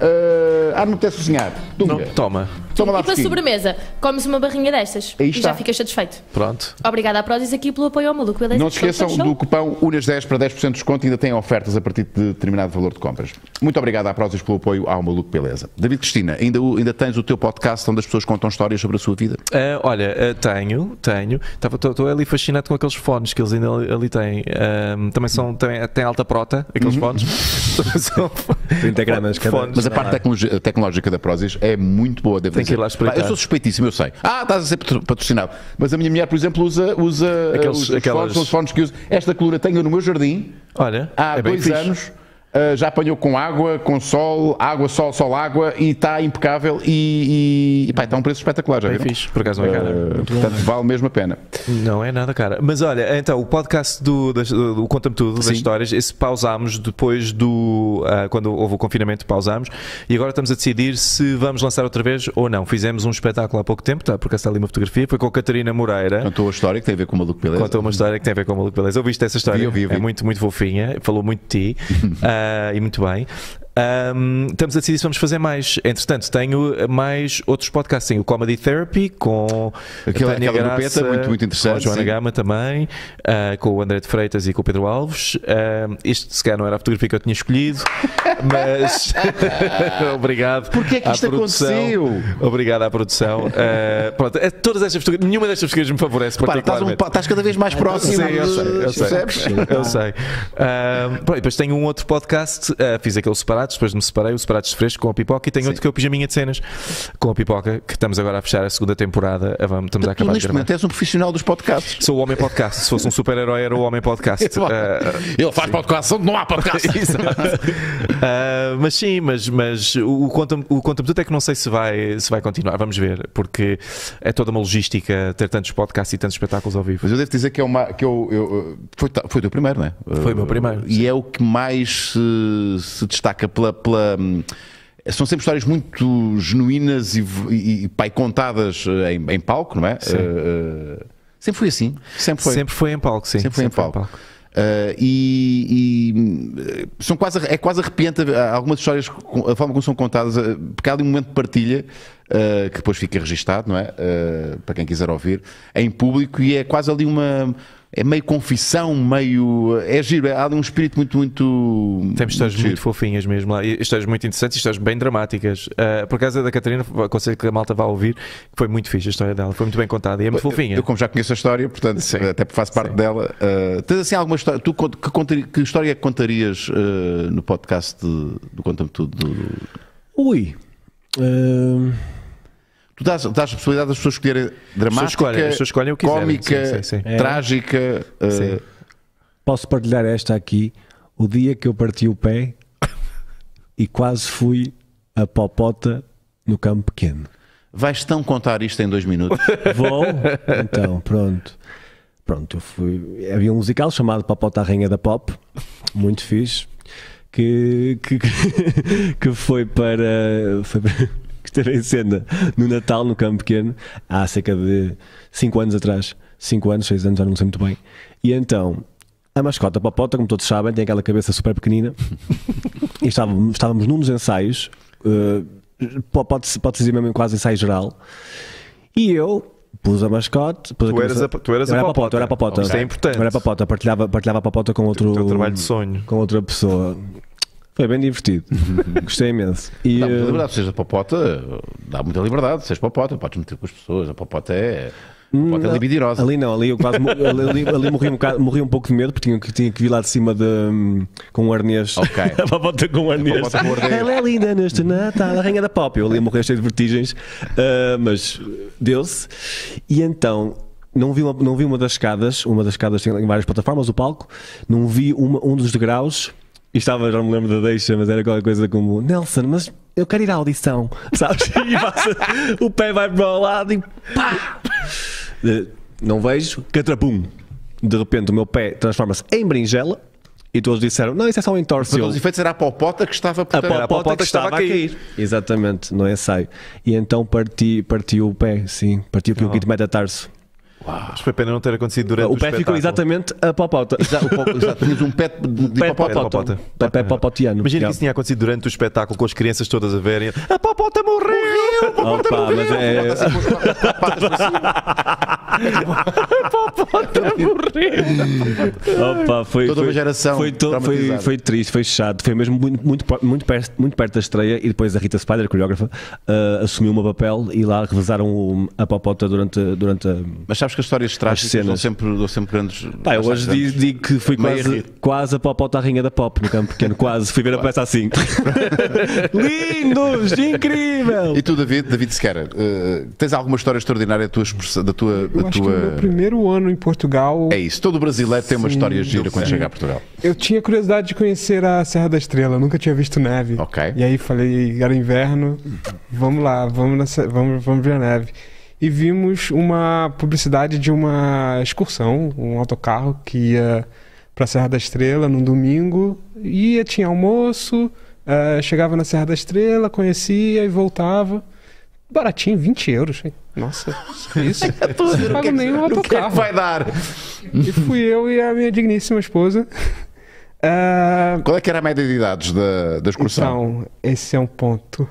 Speaker 3: Eh, ah, não me apetece cozinhar. Tunga.
Speaker 2: Toma,
Speaker 3: Toma lá
Speaker 8: E para
Speaker 3: fresquinho.
Speaker 8: sobremesa, comes uma barrinha destas
Speaker 3: Aí
Speaker 8: e
Speaker 3: está.
Speaker 8: já ficas satisfeito.
Speaker 2: pronto.
Speaker 8: Obrigada à Prozis aqui pelo apoio ao maluco. Beleza? tá,
Speaker 3: Não se esqueçam do cupão UNAS10 para 10% de desconto e ainda têm ofertas a partir de determinado valor de compras. Muito obrigado à Prozis pelo apoio ao Maluco Beleza. David Cristina, ainda, o- ainda tens o teu podcast onde as pessoas contam histórias sobre a sua vida?
Speaker 2: Ah, olha, ah, tenho, tenho. Estou ali fascinado com aqueles fones que eles ainda ali, ali têm. Ahm, também são, têm, têm alta prota, aqueles
Speaker 3: Uhum.
Speaker 2: fones. <laughs>
Speaker 3: <laughs>
Speaker 2: são
Speaker 6: 30 gramas cada.
Speaker 2: Fones.
Speaker 3: Mas a parte tecnologi- tecnológica da Prozis é muito boa, devo
Speaker 2: Tem é. que
Speaker 3: dizer.
Speaker 2: ir lá espreitar.
Speaker 3: Pá, Eu sou suspeitíssimo, eu sei. Ah, estás a ser patro- patrocinado. Mas a minha mulher, por exemplo, usa, usa
Speaker 2: Aqueles-
Speaker 3: os, os
Speaker 2: aquelas-
Speaker 3: fones, são os fones que usa. Esta coluna tenho no meu jardim
Speaker 2: Olha,
Speaker 3: há
Speaker 2: é bem
Speaker 3: dois
Speaker 2: fixe.
Speaker 3: anos. ah, já apanhou com água, com sol, água, sol, sol, água e está impecável e, e, e pá, está um preço espetacular, já
Speaker 2: Bem
Speaker 3: viram?
Speaker 2: fixe, por acaso não é cara.
Speaker 3: Uh, portanto, vale mesmo a pena.
Speaker 2: Não é nada cara. Mas olha, então, o podcast do, das, do Conta-me Tudo, das histórias, esse pausámos depois do. ah, quando houve o confinamento, pausámos. E agora estamos a decidir se vamos lançar outra vez ou não. Fizemos um espetáculo há pouco tempo, tá, porque está ali uma fotografia, foi com a Catarina Moreira.
Speaker 3: Contou a história que tem a ver com o maluco, beleza?
Speaker 2: Contou uma história que tem a ver com o Maluco Beleza. Ouviste essa história?
Speaker 3: Vi, ouvi, ouvi.
Speaker 2: É muito, muito fofinha. Falou muito de ti.
Speaker 3: <laughs>
Speaker 2: ah, e muito bem. Ahm, estamos a decidir se vamos fazer mais. Entretanto, tenho mais outros podcasts. Tenho o Comedy Therapy com
Speaker 3: Aquela-
Speaker 2: a Tânia
Speaker 3: aquela
Speaker 2: Graça,
Speaker 3: grupeta, muito, muito interessante,
Speaker 2: Com a Joana
Speaker 3: sim.
Speaker 2: Gama também, ah, com o André de Freitas e com o Pedro Alves. Ahm, este, se calhar, não era a fotografia que eu tinha
Speaker 3: <laughs>
Speaker 2: escolhido, mas <laughs> obrigado. Porquê
Speaker 3: é que isto aconteceu?
Speaker 2: Obrigado à produção. Ah, pronto, eh, todas estas fotografias, nenhuma destas fotografias me favorece.
Speaker 3: Repara, estás, um
Speaker 2: particularmente. Ah,
Speaker 3: pa- estás cada vez mais próximo.
Speaker 2: Sim, eu sei, eu sei.
Speaker 3: Percebes?
Speaker 2: <laughs> Eu sei. Ahm, pronto, e depois tenho um outro podcast, ah, fiz aqueles separados, depois me separei, os separados de fresco com a pipoca, e tenho outro que é o Pijaminha de Cenas com a pipoca, que estamos agora a fechar a segunda temporada. Ah, vamos, estamos a
Speaker 3: Tu,
Speaker 2: acabar de
Speaker 3: neste
Speaker 2: gravar.
Speaker 3: momento és um profissional dos podcasts.
Speaker 2: Sou o Homem Podcast, se fosse um super-herói era o Homem
Speaker 3: <laughs>
Speaker 2: Podcast. Ah,
Speaker 3: Ele faz podcast onde não há <laughs> podcast.
Speaker 2: Ah, mas sim, mas, mas o o conta-me o conta tudo é que não sei se vai, se vai continuar, vamos ver, porque é toda uma logística ter tantos podcasts e tantos espetáculos ao vivo.
Speaker 3: Mas eu devo dizer que é uma. Que eu, eu, eh, foi, ta- foi o teu primeiro, não é?
Speaker 2: Foi o meu primeiro,
Speaker 3: E é o que mais se, se destaca pela. pela, hum, são sempre histórias muito genuínas e, v- e, e, pá, e contadas eh, em, em palco, não é? Eh, eh, sempre foi assim. Sempre foi.
Speaker 2: Sempre foi em palco, sim.
Speaker 3: Sempre foi em palco. Eh, e e, eh, são quase, é quase arrepiante a- a- algumas histórias, com- a forma como são contadas, eh, porque há ali um momento de partilha eh, que depois fica registado, não é? Eh, para quem quiser ouvir, em público, e é quase ali uma. É meio confissão, meio. É giro, é- há ali um espírito muito, muito.
Speaker 2: Temos histórias
Speaker 3: giro.
Speaker 2: muito, fofinhas mesmo lá, e histórias muito interessantes e histórias bem dramáticas. Ah, por causa da Catarina, aconselho que a malta vá ouvir, que foi muito fixe a história dela, foi muito bem contada e é muito fofinha.
Speaker 3: Eu, como já conheço a história, portanto,
Speaker 2: Sim.
Speaker 3: até porque faço parte dela. eh, tens assim alguma história? Tu, cont- que, contar- que história é que contarias eh, no podcast de- do Conta-me Tudo? do- do-
Speaker 6: Ui. Ahn,
Speaker 3: Tu dás, dás a possibilidade das pessoas escolherem dramática,
Speaker 2: escolhem, as pessoas escolhem o que quiserem,
Speaker 3: cómica,
Speaker 2: sim, sim,
Speaker 6: É.
Speaker 2: sim.
Speaker 3: trágica. uh,
Speaker 2: Sim.
Speaker 6: posso partilhar esta aqui. O dia que eu parti o pé e quase fui a popota no campo pequeno.
Speaker 3: vais tão contar isto em dois minutos.
Speaker 6: Vou? <laughs> Então, pronto. Pronto, eu fui. Havia um musical chamado Papota a Rainha da Pop, muito fixe, que, que, que- <laughs> que foi para. Foi para <laughs> que esteve em cena no Natal, no Campo Pequeno, há cerca de 5 anos atrás. 5 anos, 6 anos, já não sei muito bem. E então, A mascota Popota, como todos sabem, tem aquela cabeça super pequenina. e estávamos, estávamos num dos ensaios, eh, po- pode-se pode dizer mesmo quase ensaio geral. E eu pus a mascote. Pus
Speaker 2: Tu eras
Speaker 6: cabeça-
Speaker 2: a- tu eras
Speaker 6: Eu
Speaker 2: a
Speaker 6: era
Speaker 2: Popota.
Speaker 6: Eu era a Popota.
Speaker 2: Isto é importante.
Speaker 6: Eu era a Popota, partilhava, partilhava a Popota com outro.
Speaker 2: O teu trabalho de sonho.
Speaker 6: Com outra pessoa. Foi bem
Speaker 2: <laughs>
Speaker 6: divertido. Gostei imenso. E,
Speaker 3: Dá muita
Speaker 6: eh,
Speaker 3: liberdade, seja popota, dá muita liberdade, seja popota, podes meter com as pessoas, a popota é, a popota é libidinosa.
Speaker 6: Hum, Ali não, ali eu quase mo- ali, ali- ali morri, um bocado- morri um pouco de medo porque tinha que, tinha que vir lá de cima de, hum, com um arnês. <laughs>
Speaker 3: Ok.
Speaker 6: a bota com um arnês.
Speaker 3: Papota com um arnês.
Speaker 6: Ela é linda neste Natal, a rainha da pop. Eu ali morri cheio de vertigens, ah, mas deu-se. E então. Não vi, uma, não vi uma das escadas, uma das escadas tem em várias plataformas, o palco, não vi uma- um dos degraus e estava, já não me lembro da deixa, mas era qualquer coisa como Nelson, mas eu quero ir à audição, <laughs> sabes? E passa, o pé vai para o lado e pá! Eh, não vejo, catrapum. De repente o meu pé transforma-se em berinjela e todos disseram: Não, isso é só um
Speaker 3: Para
Speaker 6: entorse.
Speaker 3: todos os efeitos era a popota que estava
Speaker 6: A
Speaker 3: portanto,
Speaker 6: popota,
Speaker 3: era
Speaker 6: a popota que estava a cair. Exatamente, não é ensaio. E então parti, partiu o pé, sim, partiu aqui o kit metatarso.
Speaker 2: Mas foi pena não ter acontecido durante o
Speaker 6: O pé ficou
Speaker 2: espetáculo.
Speaker 6: exatamente a popota.
Speaker 3: Exato, o pop- exato, tinhas um pé de, de
Speaker 6: Pé
Speaker 3: popota.
Speaker 2: popota.
Speaker 6: popota. Pé- Pé popotiano.
Speaker 2: Imagina
Speaker 6: Yeah.
Speaker 2: que isso tinha acontecido durante o espetáculo com as crianças todas a verem. Ah, A Popota morreu!
Speaker 6: Opa, mas é. Opa, foi,
Speaker 3: Toda
Speaker 6: foi-
Speaker 3: uma geração
Speaker 6: foi, to- foi-
Speaker 3: traumatizada.
Speaker 6: foi triste, foi chato. Foi mesmo muito, muito, pro- muito, perto, muito perto da estreia. E depois a Rita Spider, a coreógrafa, ah, assumiu o meu papel e lá revezaram o- a popota durante, durante a.
Speaker 3: Mas sabes que as histórias trágicas
Speaker 6: cenas.
Speaker 3: dão sempre, dão sempre grandes.
Speaker 6: Pá, eu hoje di- digo, que fui
Speaker 3: Meia
Speaker 6: quase,
Speaker 3: Rita.
Speaker 6: quase a popota à rainha da pop no campo pequeno, quase. Fui ver a peça <laughs> assim. Lindos, incrível!
Speaker 3: E tu, David, David Sequeira, eh, tens alguma história extraordinária da tua. expressa- Da tua,
Speaker 5: Eu
Speaker 3: da
Speaker 5: acho que no meu
Speaker 3: tua...
Speaker 5: primeiro ano em Portugal,
Speaker 3: É isso, todo brasileiro tem uma história gira quando chega a Portugal.
Speaker 5: eu tinha curiosidade de conhecer a Serra da Estrela, nunca tinha visto neve.
Speaker 3: Ok.
Speaker 5: E aí falei, era inverno, vamos lá, vamos, nessa, vamos, vamos ver a neve. E vimos uma publicidade de uma excursão, um autocarro que ia para a Serra da Estrela num domingo, ia, tinha almoço, eh, chegava na Serra da Estrela, conhecia e voltava. Baratinho, 20 euros. hein? Nossa, isso. Não pago nem um
Speaker 3: O que é que
Speaker 5: autocarro.
Speaker 3: vai dar?
Speaker 5: E fui eu e a minha digníssima esposa. Ah,
Speaker 3: Qual é que era a média de idades da, da excursão?
Speaker 5: então, esse é um ponto.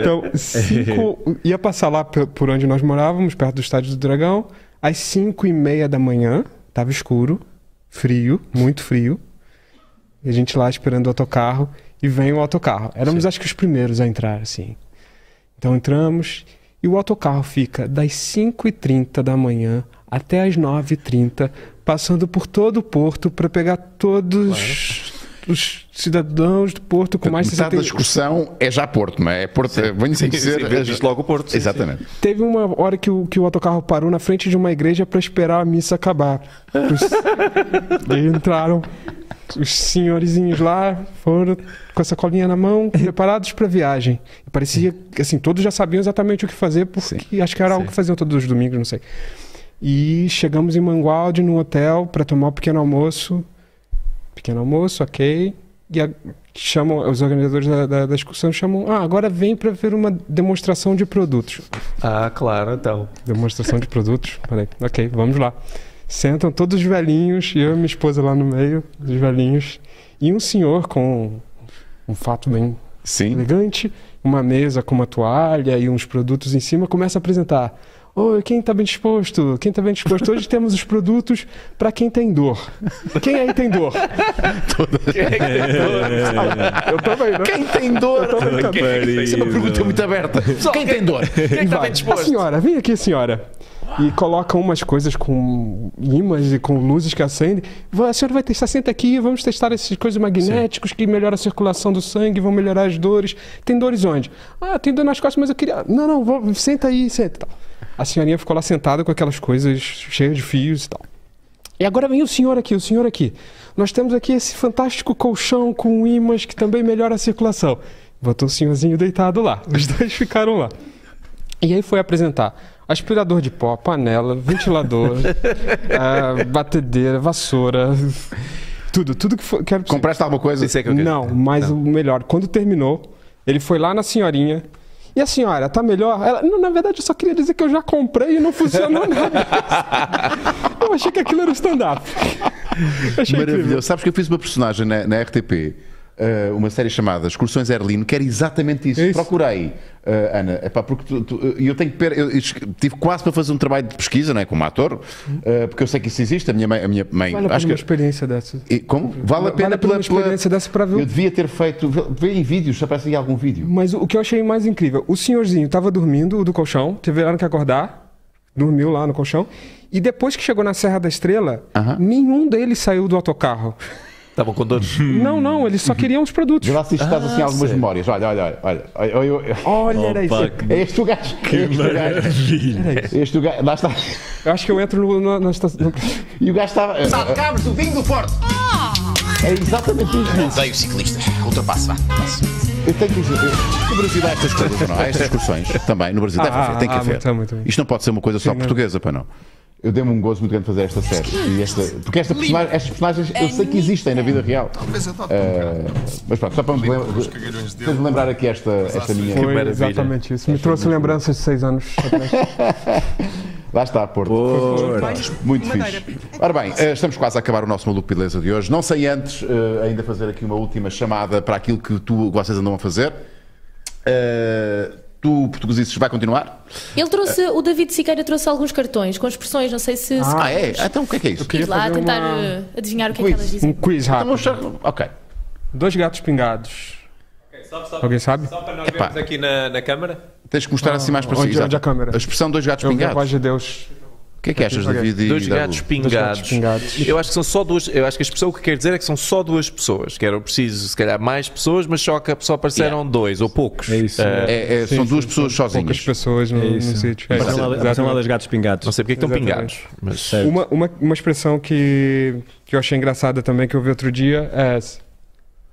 Speaker 5: então, cinco, ia passar lá pe- por onde nós morávamos, perto do Estádio do Dragão, às 5 e meia da manhã, tava escuro, frio, muito frio. E a gente lá esperando o autocarro, e vem o autocarro. Éramos acho que os primeiros a entrar, assim. Então entramos, e o autocarro fica das 5h30 da manhã até às 9h30, passando por todo o porto para pegar todos os cidadãos do porto com Então, mais de
Speaker 3: Metade da
Speaker 5: 60
Speaker 3: excursão é já Porto, não é? É Porto, é- venho conhecer.
Speaker 2: sim, viste logo o Porto, sim,
Speaker 3: Exatamente.
Speaker 5: Teve uma hora que o, que o autocarro parou na frente de uma igreja para esperar a missa acabar. Os- E entraram os senhorizinhos lá, foram com a sacolinha na mão, preparados para a viagem. E parecia que assim, todos já sabiam exatamente o que fazer, porque acho que era algo que faziam todos os domingos, não sei. E chegamos em Mangualde, num hotel, para tomar o pequeno almoço. Pequeno almoço, ok. E a- chamam, os organizadores da, da, da excursão chamam, ah, agora vem para ver uma demonstração de produtos.
Speaker 2: Ah, claro, então.
Speaker 5: Demonstração de produtos. Peraí. Ok, vamos lá. Sentam todos os velhinhos, e eu e minha esposa lá no meio, dos velhinhos. E um senhor com um fato bem
Speaker 3: Sim.
Speaker 5: elegante, uma mesa com uma toalha e uns produtos em cima, começa a apresentar. Oi, quem está bem disposto? Quem está bem disposto? Hoje temos os produtos para quem tem dor. Quem aí tem dor?
Speaker 6: É,
Speaker 5: Eu também, né?
Speaker 3: Quem tem dor? Isso é uma
Speaker 6: Querido.
Speaker 3: pergunta muito aberta. Quem tem dor?
Speaker 5: E vai. A senhora, vem aqui, senhora. E colocam umas coisas com ímãs e com luzes que acendem. Vai, A senhora vai testar, senta aqui, vamos testar esses coisas magnéticos que melhoram a circulação do sangue, vão melhorar as dores. Tem dores onde? Ah, tem dor nas costas, mas eu queria. Não, não, vou- senta aí, senta. A senhorinha ficou lá sentada com aquelas coisas cheias de fios e tal. E agora vem o senhor aqui, o senhor aqui. Nós temos aqui esse fantástico colchão com ímãs que também melhora a circulação. Botou o senhorzinho deitado lá. <laughs> Os dois ficaram lá. E aí foi apresentar aspirador de pó, panela, ventilador, ah, batedeira, vassoura, tudo, tudo que for, quero
Speaker 3: Compraste alguma coisa?
Speaker 2: Isso é que eu quero.
Speaker 5: Não, mas o melhor, quando terminou, ele foi lá na senhorinha. E a senhora, tá melhor? Ela, não, na verdade, eu só queria dizer que <laughs> eu já comprei e não funcionou nada. eu achei que aquilo era um stand-up.
Speaker 3: Maravilhoso. Sabes que eu fiz uma personagem na, na RTP, eh, uma série chamada Excursões Erlino, que era exatamente isso.
Speaker 5: É isso.
Speaker 3: Procurei, eh, Ana, epá, porque tu- tu- eu tenho que per- eu es- tive quase para fazer um trabalho de pesquisa, não é, como ator, eh, porque eu sei que isso existe. A minha mãe, a minha mãe
Speaker 5: Vale a
Speaker 3: assim.
Speaker 5: pena
Speaker 3: acho
Speaker 5: uma
Speaker 3: que
Speaker 5: experiência dessa.
Speaker 3: e como? Vale a pena
Speaker 5: pela
Speaker 3: pela, pela-
Speaker 5: experiência dessa para ver o
Speaker 3: Eu devia ter feito. vê- Vê em vídeos, se aparece aí algum vídeo.
Speaker 5: Mas o que eu achei mais incrível, o senhorzinho tava dormindo, o do colchão, teve hora que acordar, dormiu lá no colchão, e depois que chegou na Serra da Estrela,
Speaker 3: Aham.
Speaker 5: nenhum deles saiu do autocarro.
Speaker 2: Estavam com <laughs> dores.
Speaker 5: Não, não, eles só queriam os produtos.
Speaker 3: Vê lá se isto estás assim algumas
Speaker 2: sério?
Speaker 3: memórias. Olha, olha, olha. olha, olha, olha, olha.
Speaker 5: Olha, era isso.
Speaker 6: Opa,
Speaker 3: É este o gajo. Que este o gajo.
Speaker 6: maravilha.
Speaker 3: Este o gajo. Lá está.
Speaker 5: Eu acho que eu entro no, na, na estação.
Speaker 3: E o gajo estava. Salve cabros do vinho do Porto. É exatamente isso.
Speaker 9: Odeio ciclistas. Ultrapasso, vá.
Speaker 3: Eu tenho que dizer. eu- No Brasil há estas coisas, não? Há estas <laughs> excursões também. No Brasil deve
Speaker 5: Ah,
Speaker 3: haver, tem que
Speaker 5: ah,
Speaker 3: haver.
Speaker 5: muito, muito, muito.
Speaker 3: Isto não pode ser uma coisa só portuguesa, para não. Eu dei-me um gozo muito grande fazer esta série. E esta, porque esta personagem, estas personagens eu sei que existem na vida real.
Speaker 9: Talvez adote.
Speaker 3: Eh, mas pronto, só para me lembrar, de lembrar aqui esta, esta minha.
Speaker 5: Foi
Speaker 2: maravilha.
Speaker 5: exatamente isso. Me trouxe lembranças de seis
Speaker 3: <laughs>
Speaker 5: anos atrás.
Speaker 3: Um Lá está, Porto. Muito fixe. Ora bem, eh, estamos quase a acabar o nosso Maluco Beleza de hoje. Não sem antes eh, ainda fazer aqui uma última chamada para aquilo que tu, vocês andam a fazer. Eh, tu, portuguesices, vai continuar?
Speaker 8: Ele
Speaker 3: Eh,
Speaker 8: trouxe, o David Siqueira trouxe alguns cartões com expressões, não sei se.
Speaker 3: Ah, é? Então o que é que é isso?
Speaker 8: se ir lá
Speaker 5: fazer
Speaker 8: tentar
Speaker 5: uma-
Speaker 8: eh, adivinhar o que é que
Speaker 3: Quiz.
Speaker 8: elas
Speaker 5: Um
Speaker 8: dizem.
Speaker 5: quiz
Speaker 3: Então não
Speaker 5: rápido.
Speaker 3: chega- Ok.
Speaker 5: Dois gatos pingados. Alguém sabe?
Speaker 7: Só para nós
Speaker 3: Epá.
Speaker 7: vermos aqui na, na câmara.
Speaker 3: Tens que mostrar assim mais para
Speaker 5: onde-
Speaker 3: si, exato.
Speaker 5: onde a câmera?
Speaker 3: A expressão dois gatos
Speaker 5: Eu vi a
Speaker 3: pingados.
Speaker 5: voz de Deus.
Speaker 3: O que é que achas, David? e
Speaker 2: Dois
Speaker 3: Daru?
Speaker 2: gatos pingados.
Speaker 5: pingados.
Speaker 2: Eu acho que são só duas. Eu acho que a expressão que quer dizer é que são só duas pessoas. Que era preciso, se calhar, mais pessoas, mas só, que só apareceram dois ou poucos.
Speaker 6: É isso.
Speaker 2: Ah,
Speaker 3: É- é- são duas pessoas
Speaker 5: Poucas
Speaker 3: sozinhas.
Speaker 5: pessoas no, no sítio. É,
Speaker 6: São lá- São lá
Speaker 5: exatamente.
Speaker 6: dois gatos
Speaker 2: não
Speaker 6: pingados.
Speaker 2: sei porque é que estão
Speaker 5: Exatamente.
Speaker 2: pingados. Mas
Speaker 6: Certo.
Speaker 5: Uma, uma, uma expressão que, que eu achei engraçada também, que eu vi outro dia, é essa.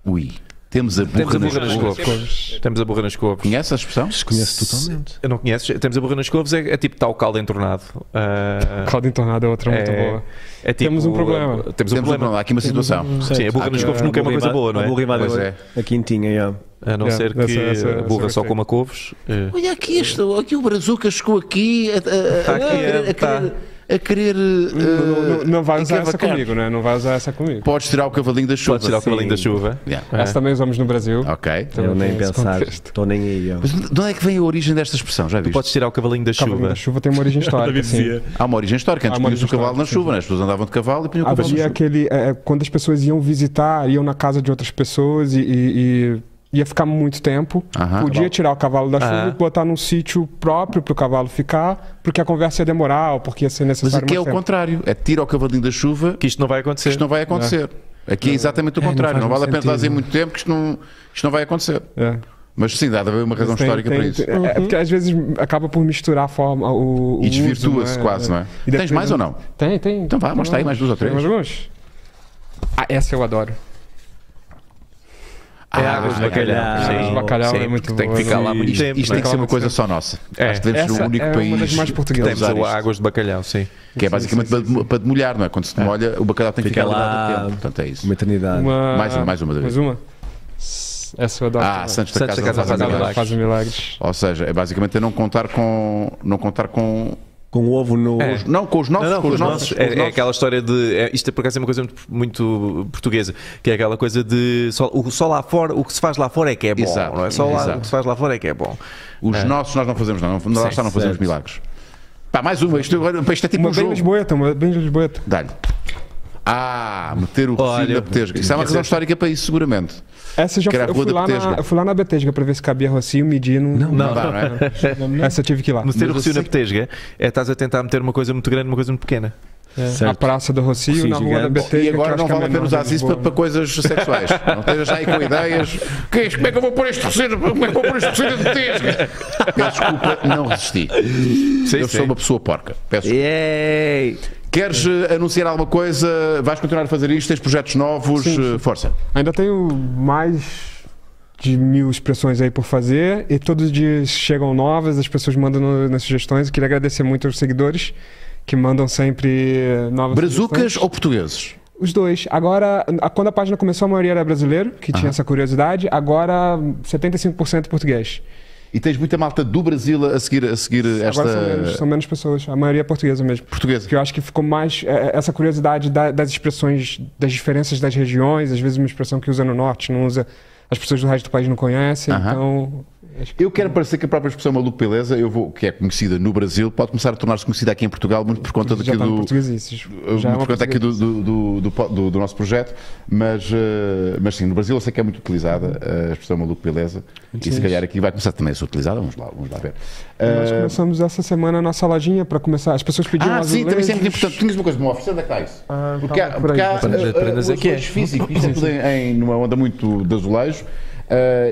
Speaker 3: Ui, temos a
Speaker 2: temos
Speaker 3: burra
Speaker 2: a burra nas
Speaker 3: nas covas.
Speaker 2: couves. Temos a burra nas couves.
Speaker 3: Conhece a expressão?
Speaker 6: Conheço totalmente.
Speaker 2: Eu não conheces? Temos a burra nas couves, é, é tipo tal caldo entornado. Ah,
Speaker 5: Caldo entornado é outra muito
Speaker 2: é-
Speaker 5: boa.
Speaker 2: é tipo-
Speaker 5: Temos um problema.
Speaker 2: Temos um
Speaker 3: Temos um
Speaker 2: problema.
Speaker 3: problema, há aqui uma situação.
Speaker 2: Sim, a burra
Speaker 6: Há
Speaker 2: nos
Speaker 6: que-
Speaker 2: couves nunca é uma
Speaker 6: burra
Speaker 2: coisa
Speaker 6: invade-
Speaker 2: boa, não é?
Speaker 6: A burra invade
Speaker 3: Pois
Speaker 6: a quintinha, yeah.
Speaker 2: A não
Speaker 5: Yeah,
Speaker 2: ser que
Speaker 5: essa- essa-
Speaker 2: a
Speaker 5: essa é
Speaker 2: burra só
Speaker 5: gostei.
Speaker 2: coma couves. eh,
Speaker 3: Olha aqui este, aqui o Brazuca chegou aqui a, a- a-
Speaker 2: Tá aqui,
Speaker 3: a querer- a
Speaker 2: tá.
Speaker 3: querer. A querer eh,
Speaker 5: Não, não- não vai usar
Speaker 3: encavar
Speaker 5: essa
Speaker 3: carne.
Speaker 5: comigo, né? Não vai usar essa comigo.
Speaker 3: Podes tirar o cavalinho da chuva.
Speaker 2: Pode tirar o cavalinho da chuva.
Speaker 3: Yeah.
Speaker 5: Essa também usamos no Brasil.
Speaker 3: É.
Speaker 5: Então,
Speaker 3: Ok.
Speaker 6: Eu nem
Speaker 5: Esse
Speaker 6: pensar.
Speaker 5: contexto.
Speaker 6: Estou nem aí. eu.
Speaker 3: Mas de onde é que vem a origem desta expressão? Já viste?
Speaker 2: Podes tirar o cavalinho da
Speaker 5: Cavalinho
Speaker 2: chuva.
Speaker 5: da chuva tem
Speaker 3: <laughs>
Speaker 5: uma origem histórica. assim.
Speaker 3: Há uma origem histórica.
Speaker 5: Há
Speaker 3: Antes
Speaker 5: uma
Speaker 3: punha-se o
Speaker 5: origem
Speaker 3: cavalo na
Speaker 5: histórica, Ah,
Speaker 3: chuva, né? as pessoas andavam de cavalo e punham o cavalo na
Speaker 5: Havia
Speaker 3: chuva.
Speaker 5: aquele. é, quando as pessoas iam visitar, iam na casa de outras pessoas e, e- e ia ficar muito tempo,
Speaker 3: Aham. É.
Speaker 5: podia tirar o cavalo da chuva
Speaker 2: Aham.
Speaker 5: e botar num sítio próprio para o cavalo ficar, porque a conversa ia demorar ou porque ia ser
Speaker 3: Mas
Speaker 5: necessário.
Speaker 3: aqui é o
Speaker 5: mais tempo.
Speaker 3: contrário. É tira o cavalinho da chuva
Speaker 2: Que isto não vai acontecer.
Speaker 3: que isto não vai acontecer. Aqui é exatamente o
Speaker 6: não
Speaker 3: contrário.
Speaker 6: faz
Speaker 3: Não, vale a pena
Speaker 6: sentido.
Speaker 3: fazer muito tempo que isto não, isto não vai acontecer.
Speaker 5: É.
Speaker 3: Mas sim, dá de haver uma razão
Speaker 5: Tem-
Speaker 3: histórica
Speaker 5: tem-
Speaker 3: para isso.
Speaker 5: tem- é, é porque às vezes acaba por misturar a forma. O, o
Speaker 3: uhum. E desvirtua-se
Speaker 5: uso, né?
Speaker 3: quase, não é?
Speaker 5: E
Speaker 3: Tens
Speaker 5: depois-
Speaker 3: mais ou não?
Speaker 5: Tem, tem.
Speaker 3: Então vá, mostra aí mais duas ou três.
Speaker 5: Tem mais alguns? Ah, essa eu adoro.
Speaker 2: É águas de
Speaker 3: Ah,
Speaker 2: bacalhau.
Speaker 6: águas de
Speaker 2: Sim,
Speaker 5: bacalhau
Speaker 2: sim,
Speaker 5: é muito
Speaker 2: porque Tem que
Speaker 5: boa,
Speaker 2: ficar lá
Speaker 6: sim.
Speaker 2: muito
Speaker 3: Isto,
Speaker 2: tempo.
Speaker 3: isto tem que ser
Speaker 5: Não,
Speaker 3: uma coisa
Speaker 5: sim.
Speaker 3: só nossa. Acho que devemos ser
Speaker 5: essa
Speaker 3: o único
Speaker 5: é
Speaker 3: país.
Speaker 5: uma das mais
Speaker 3: a
Speaker 5: portuguesas.
Speaker 2: Temos
Speaker 3: usar
Speaker 2: o
Speaker 3: isto.
Speaker 2: águas de bacalhau, sim.
Speaker 3: Que é basicamente para, de- para demolhar, não é? Quando se demolha, o bacalhau tem que
Speaker 6: Fica
Speaker 3: ficar lá.
Speaker 6: lá
Speaker 3: Tempo. Portanto, é isso.
Speaker 6: uma eternidade.
Speaker 5: Uma...
Speaker 3: Mais uma- mais uma da
Speaker 5: Mais
Speaker 3: vez.
Speaker 5: uma? Essa eu adoro.
Speaker 3: Ah,
Speaker 5: também.
Speaker 3: Santos da
Speaker 2: Santos
Speaker 3: Casa,
Speaker 2: da Casa
Speaker 3: faz
Speaker 2: faz
Speaker 3: milagres.
Speaker 2: milagres.
Speaker 5: Faz milagres.
Speaker 3: Ou seja, é basicamente é não contar com. Não contar com.
Speaker 6: Com o ovo no.
Speaker 2: É.
Speaker 3: Não, com os nossos, com os nossos. com os
Speaker 2: É, é
Speaker 3: nossos.
Speaker 2: aquela história de. é- isto é por acaso é uma coisa muito, muito portuguesa, que é aquela coisa de só, o, só lá fora, o que se faz lá fora é que é bom.
Speaker 3: Exato,
Speaker 2: não é? Só lá,
Speaker 3: exato.
Speaker 2: o que se faz lá fora é que é bom.
Speaker 3: Os nossos nós não fazemos, não. Nós já não fazemos
Speaker 6: certo.
Speaker 3: milagres. Pá, mais uma. Isto, agora- isto é tipo
Speaker 5: Uma
Speaker 3: um
Speaker 5: bem
Speaker 3: jogo.
Speaker 5: Lisboeta, uma bem Lisboeta.
Speaker 3: Dá-lhe. Ah, meter o recinto
Speaker 2: Olha,
Speaker 3: na petesga. Isso é uma
Speaker 2: quer
Speaker 3: razão
Speaker 2: dizer-
Speaker 3: histórica para isso, seguramente.
Speaker 5: Essa eu já
Speaker 3: Que era a
Speaker 5: fui- eu
Speaker 3: Rua
Speaker 5: fui,
Speaker 3: da
Speaker 5: lá
Speaker 3: Betesga.
Speaker 5: na, eu fui lá na Betesga pra ver se cabia rocinho, medi não.
Speaker 3: Não dá, não é?
Speaker 5: <laughs> Essa eu tive que ir lá.
Speaker 2: Meter o recio na
Speaker 3: Ah, sei-
Speaker 2: petesga é estás a tentar meter uma coisa muito grande numa coisa muito pequena.
Speaker 5: A praça do Rocio,
Speaker 6: Rocio
Speaker 5: na rua da
Speaker 6: gigante.
Speaker 5: Betesga.
Speaker 3: E
Speaker 5: que eu
Speaker 3: agora
Speaker 5: acho
Speaker 3: não
Speaker 5: que é a
Speaker 3: vale a pena
Speaker 5: menor
Speaker 3: usar
Speaker 5: de
Speaker 3: isso para,
Speaker 5: Lisboa.
Speaker 3: para coisas <laughs> sexuais. Não estejas já aí com ideias. Que é isto? como é que eu vou pôr este receio? Como é que eu vou pôr este receio de tesga? Peço desculpa, não resisti. eu sou uma pessoa porca. Peço desculpa.
Speaker 2: Yay!
Speaker 3: Queres eh, anunciar alguma coisa? Vais continuar a fazer isto? Tens projetos novos? Eh, Força.
Speaker 5: Ainda tenho mais de mil expressões aí por fazer e todos os dias chegam novas, as pessoas mandam no- nas sugestões. Eu queria agradecer muito aos seguidores que mandam sempre eh, novas
Speaker 3: Brazucas
Speaker 5: sugestões.
Speaker 3: ou portugueses?
Speaker 5: Os dois. Agora, a- quando a página começou, a maioria era brasileiro, que tinha essa curiosidade. Agora, 75% português.
Speaker 3: E tens muita malta do Brasil a seguir, a seguir esta.
Speaker 5: Agora são menos, são menos pessoas, a maioria é portuguesa mesmo.
Speaker 3: Portuguesa.
Speaker 5: Porque eu acho que ficou mais é, essa curiosidade da- das expressões, das diferenças das regiões, às vezes uma expressão que usa no norte, não usa, as pessoas do resto do país não conhecem,
Speaker 3: Aham.
Speaker 5: então
Speaker 3: Eu quero parecer que a própria expressão maluco beleza, eu vou, que é conhecida no Brasil, pode começar a tornar-se conhecida aqui em Portugal, muito por conta
Speaker 5: já
Speaker 3: daqui
Speaker 5: está no
Speaker 3: do.
Speaker 5: português isso.
Speaker 3: Uh,
Speaker 5: Já é uma
Speaker 3: Muito conta aqui do, do, do, do po- do- do nosso projeto, mas, uh, mas sim, no Brasil eu sei que é muito utilizada uh, a expressão maluco beleza e se calhar aqui vai começar também a ser utilizada, vamos lá, vamos lá ver.
Speaker 5: Nós
Speaker 3: Uh,
Speaker 5: começamos essa semana a nossa lojinha para começar. As pessoas pediam
Speaker 3: ah, sim,
Speaker 5: azulejos.
Speaker 3: também isso é muito importante. Tinhas uma coisa para me oferecer, onde é que está isso?
Speaker 5: Ah,
Speaker 3: porque há,
Speaker 5: tá por
Speaker 3: porque
Speaker 5: aí.
Speaker 3: há
Speaker 5: Para
Speaker 7: nos- para nos
Speaker 3: uh,
Speaker 7: é que é.
Speaker 3: azulejos físicos, isto é tudo em, em- numa onda muito de azulejos, uh,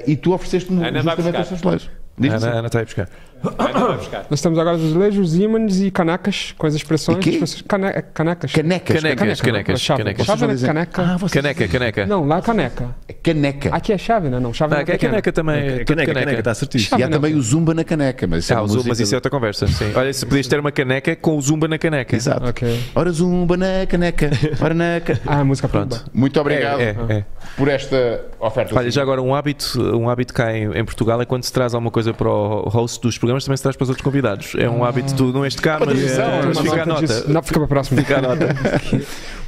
Speaker 3: e tu ofereceste-me
Speaker 7: Ana vai
Speaker 3: justamente
Speaker 7: buscar.
Speaker 3: estes azulejos. Diz-me
Speaker 2: Ana,
Speaker 3: assim.
Speaker 2: Ana está aí buscar.
Speaker 7: Ah, não vai buscar.
Speaker 5: Nós temos agora azulejos, ímãs e canecas com as expressões.
Speaker 3: E quê?
Speaker 5: As pessoas- cane- canecas.
Speaker 3: Canecas,
Speaker 2: Canecas.
Speaker 3: canecas.
Speaker 5: né?
Speaker 2: canecas,
Speaker 5: Chave,
Speaker 2: canecas.
Speaker 5: chave
Speaker 3: Vocês
Speaker 5: né?
Speaker 3: dizem-
Speaker 5: caneca.
Speaker 3: Ah, vocês-
Speaker 2: Caneca, caneca.
Speaker 5: Não, lá é caneca.
Speaker 3: assim, Caneca.
Speaker 5: Aqui é chave, né? Não, chave
Speaker 2: Não,
Speaker 5: não,
Speaker 2: é caneca também. é
Speaker 6: Caneca,
Speaker 2: tudo
Speaker 6: caneca,
Speaker 2: caneca.
Speaker 6: caneca, está certíssimo.
Speaker 3: E há
Speaker 5: Chave,
Speaker 3: também o Zumba na caneca, mas isso
Speaker 2: Ah,
Speaker 3: é tá uma
Speaker 2: o Zumba,
Speaker 3: música
Speaker 2: mas isso é outra conversa. Sim. Olha, se podias ter uma caneca com o Zumba na caneca.
Speaker 3: Exato.
Speaker 5: Ok.
Speaker 3: Ora zumba na caneca. Ora na ca...
Speaker 2: <laughs>
Speaker 5: Ah, a música pronto.
Speaker 3: Muito
Speaker 2: É,
Speaker 3: obrigado
Speaker 2: é, é.
Speaker 3: por esta oferta.
Speaker 2: Olha, já agora um hábito, um hábito cá em, em Portugal é quando se traz alguma coisa para o host dos programas, também se traz para os outros convidados. É um hábito, tu não este cá, mas,
Speaker 3: televisão,
Speaker 2: mas
Speaker 3: uma
Speaker 2: É, fica a
Speaker 5: Nota
Speaker 2: nota.
Speaker 5: disso. Não, fica para a próxima.
Speaker 2: Fica a nota.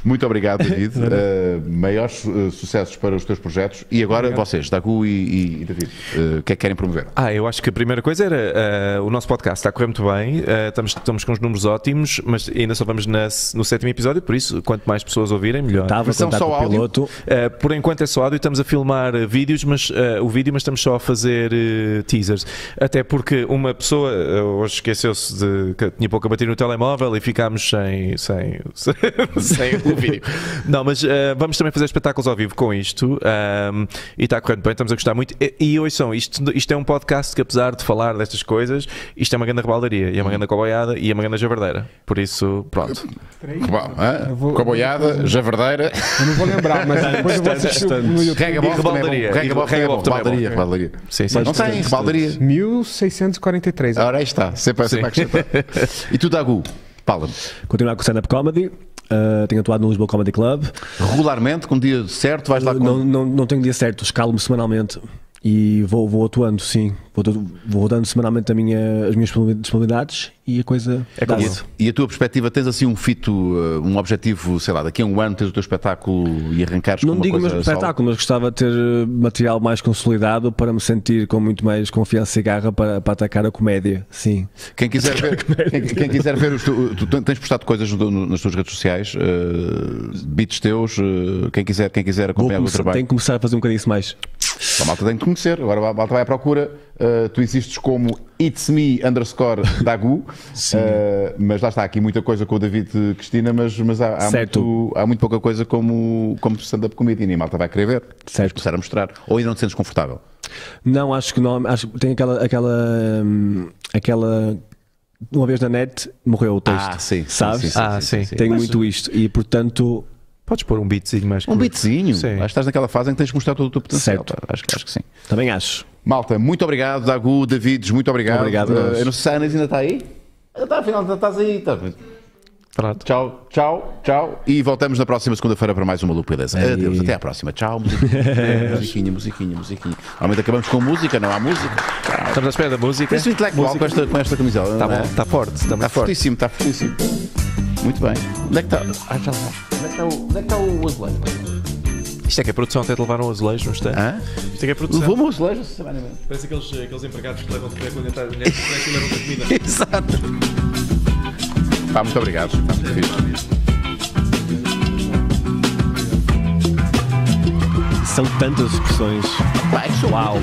Speaker 3: Muito obrigado, David. Uh, maiores uh, sucessos para os teus projetos. E agora vocês, Dagu e, e David, uh, o que é que querem promover?
Speaker 2: Ah, eu acho que a primeira coisa era ah, o nosso podcast está a correr muito bem, ah, estamos, estamos com os números ótimos, mas ainda só vamos na- no sétimo episódio, por isso, quanto mais pessoas ouvirem, melhor.
Speaker 6: Estava a
Speaker 3: Versão
Speaker 6: contar
Speaker 3: só
Speaker 6: com o
Speaker 3: áudio?
Speaker 6: piloto.
Speaker 2: Uh, por enquanto é só áudio, estamos a filmar uh, vídeos, mas uh, o vídeo, mas estamos só a fazer uh, teasers. Até porque uma pessoa uh, hoje esqueceu-se de que tinha pouco a bater no telemóvel e ficámos sem, sem, <laughs> sem o vídeo. Não, mas uh, vamos também fazer espetáculos ao vivo com isto um, e está correndo bem, estamos a gostar muito. E, e ouçam, isto, isto é um podcast que, apesar de falar destas coisas, isto é uma grande rebaldaria, e é uma grande coboiada e é uma grande javardeira. Por isso, pronto.
Speaker 3: Uhum. Bom, hã?
Speaker 5: vou-
Speaker 3: Coboiada, Javardeira,
Speaker 5: Eu não vou
Speaker 2: <laughs>
Speaker 5: lembrar, mas depois eu vou assistir no YouTube.
Speaker 3: Regabof também é
Speaker 2: rebaldaria.
Speaker 3: bom. Regabof também é bom.
Speaker 2: Regabof também é bom.
Speaker 3: Rebaldaria, rebaldaria.
Speaker 2: Sim, sim.
Speaker 3: Mas não tem, rebaldaria.
Speaker 5: 1643.
Speaker 3: Ora, aí está, sempre, assim, sempre a acrescentar. E tu, Dagu, fala-me.
Speaker 6: Continuar com o stand-up comedy. Uh, tenho atuado no Lisboa Comedy Club.
Speaker 3: Regularmente, com um dia certo, vais lá
Speaker 6: Uh,
Speaker 3: com.
Speaker 6: não, não, não tenho dia certo, escalo-me semanalmente e vou, vou atuando, sim. Vou, vou dando semanalmente a minha, as minhas disponibilidades e a coisa é
Speaker 2: como
Speaker 6: dá-se.
Speaker 2: isso.
Speaker 3: E a tua perspectiva, tens assim um fito, uh, um objetivo, sei lá, daqui a um ano tens o teu espetáculo e arrancares
Speaker 6: Não
Speaker 3: com uma
Speaker 6: digo o
Speaker 3: coisa é
Speaker 6: meu
Speaker 3: solo?
Speaker 6: espetáculo, mas gostava de ter uh, material mais consolidado para me sentir com muito mais confiança e garra para, para atacar a comédia, sim.
Speaker 3: Quem quiser ver, quem, quem quiser ver os tu, tu tens postado coisas no- no- nas tuas redes sociais, uh, beats teus, uh, quem quiser, quem quiser
Speaker 6: Vou
Speaker 3: acompanhar o teu
Speaker 6: começar- tenho
Speaker 3: trabalho.
Speaker 6: que começar a fazer um bocadinho isso mais.
Speaker 3: A malta tem de conhecer, agora a malta vai à procura. Uh, tu existes como It's Me underscore Dagu,
Speaker 6: <laughs> Sim.
Speaker 3: Uh, mas lá está aqui muita coisa com o David eh, Cristina, mas, mas há, há
Speaker 6: Certo.
Speaker 3: muito, há muito pouca coisa como, como stand-up comedian e a malta vai querer ver.
Speaker 6: Certo.
Speaker 3: Começar a mostrar. Ou ainda não te sentes confortável.
Speaker 6: Não, acho que não. Acho que tem aquela. aquela, hum, aquela uma vez na net morreu o texto.
Speaker 3: Ah, sim, sim, sim,
Speaker 6: Sabes?
Speaker 3: sim,
Speaker 2: Ah, sim.
Speaker 6: Tenho muito isto e portanto.
Speaker 2: Podes pôr um beatzinho mais
Speaker 3: Um
Speaker 2: curto.
Speaker 3: beatzinho.
Speaker 2: Sim.
Speaker 3: Acho que estás naquela fase em que tens de mostrar todo o teu potencial.
Speaker 6: Certo.
Speaker 3: pá. Acho, que- acho que sim.
Speaker 6: Também acho.
Speaker 3: Malta, muito obrigado. Dagu, Davides, muito obrigado.
Speaker 6: Obrigado,
Speaker 3: Eh,
Speaker 6: nós.
Speaker 3: eu não sei se a Ana ainda está aí. Ah, Tá, afinal, ainda estás aí. tá.
Speaker 2: Pronto.
Speaker 3: Tchau, tchau, tchau. E voltamos na próxima segunda-feira para mais uma Maluco Beleza. Adeus, até à próxima. Tchau, musiquinha, musiquinha, musiquinha, musiquinha. Normalmente acabamos com música, não há música.
Speaker 2: Estamos à espera da música.
Speaker 3: Tens um intelectual com esta, com esta camisola.
Speaker 2: Está
Speaker 3: não é?
Speaker 2: É. Tá bom, está forte. Está
Speaker 3: Está
Speaker 2: muito Né? Tá forte.
Speaker 3: fortíssimo, está fortíssimo. Muito bem. Onde é que está? Ah, já lá está. Onde é que está o- Onde é que está o azulejo?
Speaker 2: Isto é que é produção, até te levaram azulejo no instante.
Speaker 3: Hã?
Speaker 2: Isto é que é produção.
Speaker 3: Levou-me o azulejo esta semana mesmo.
Speaker 2: Parece aqueles, eh, aqueles empregados que levam de quando entrar na net, que levam de comida.
Speaker 3: Exato. Pá, muito obrigado. Pá, muito fixe.
Speaker 6: São tantas expressões.
Speaker 3: Pá, isso é
Speaker 6: Uau!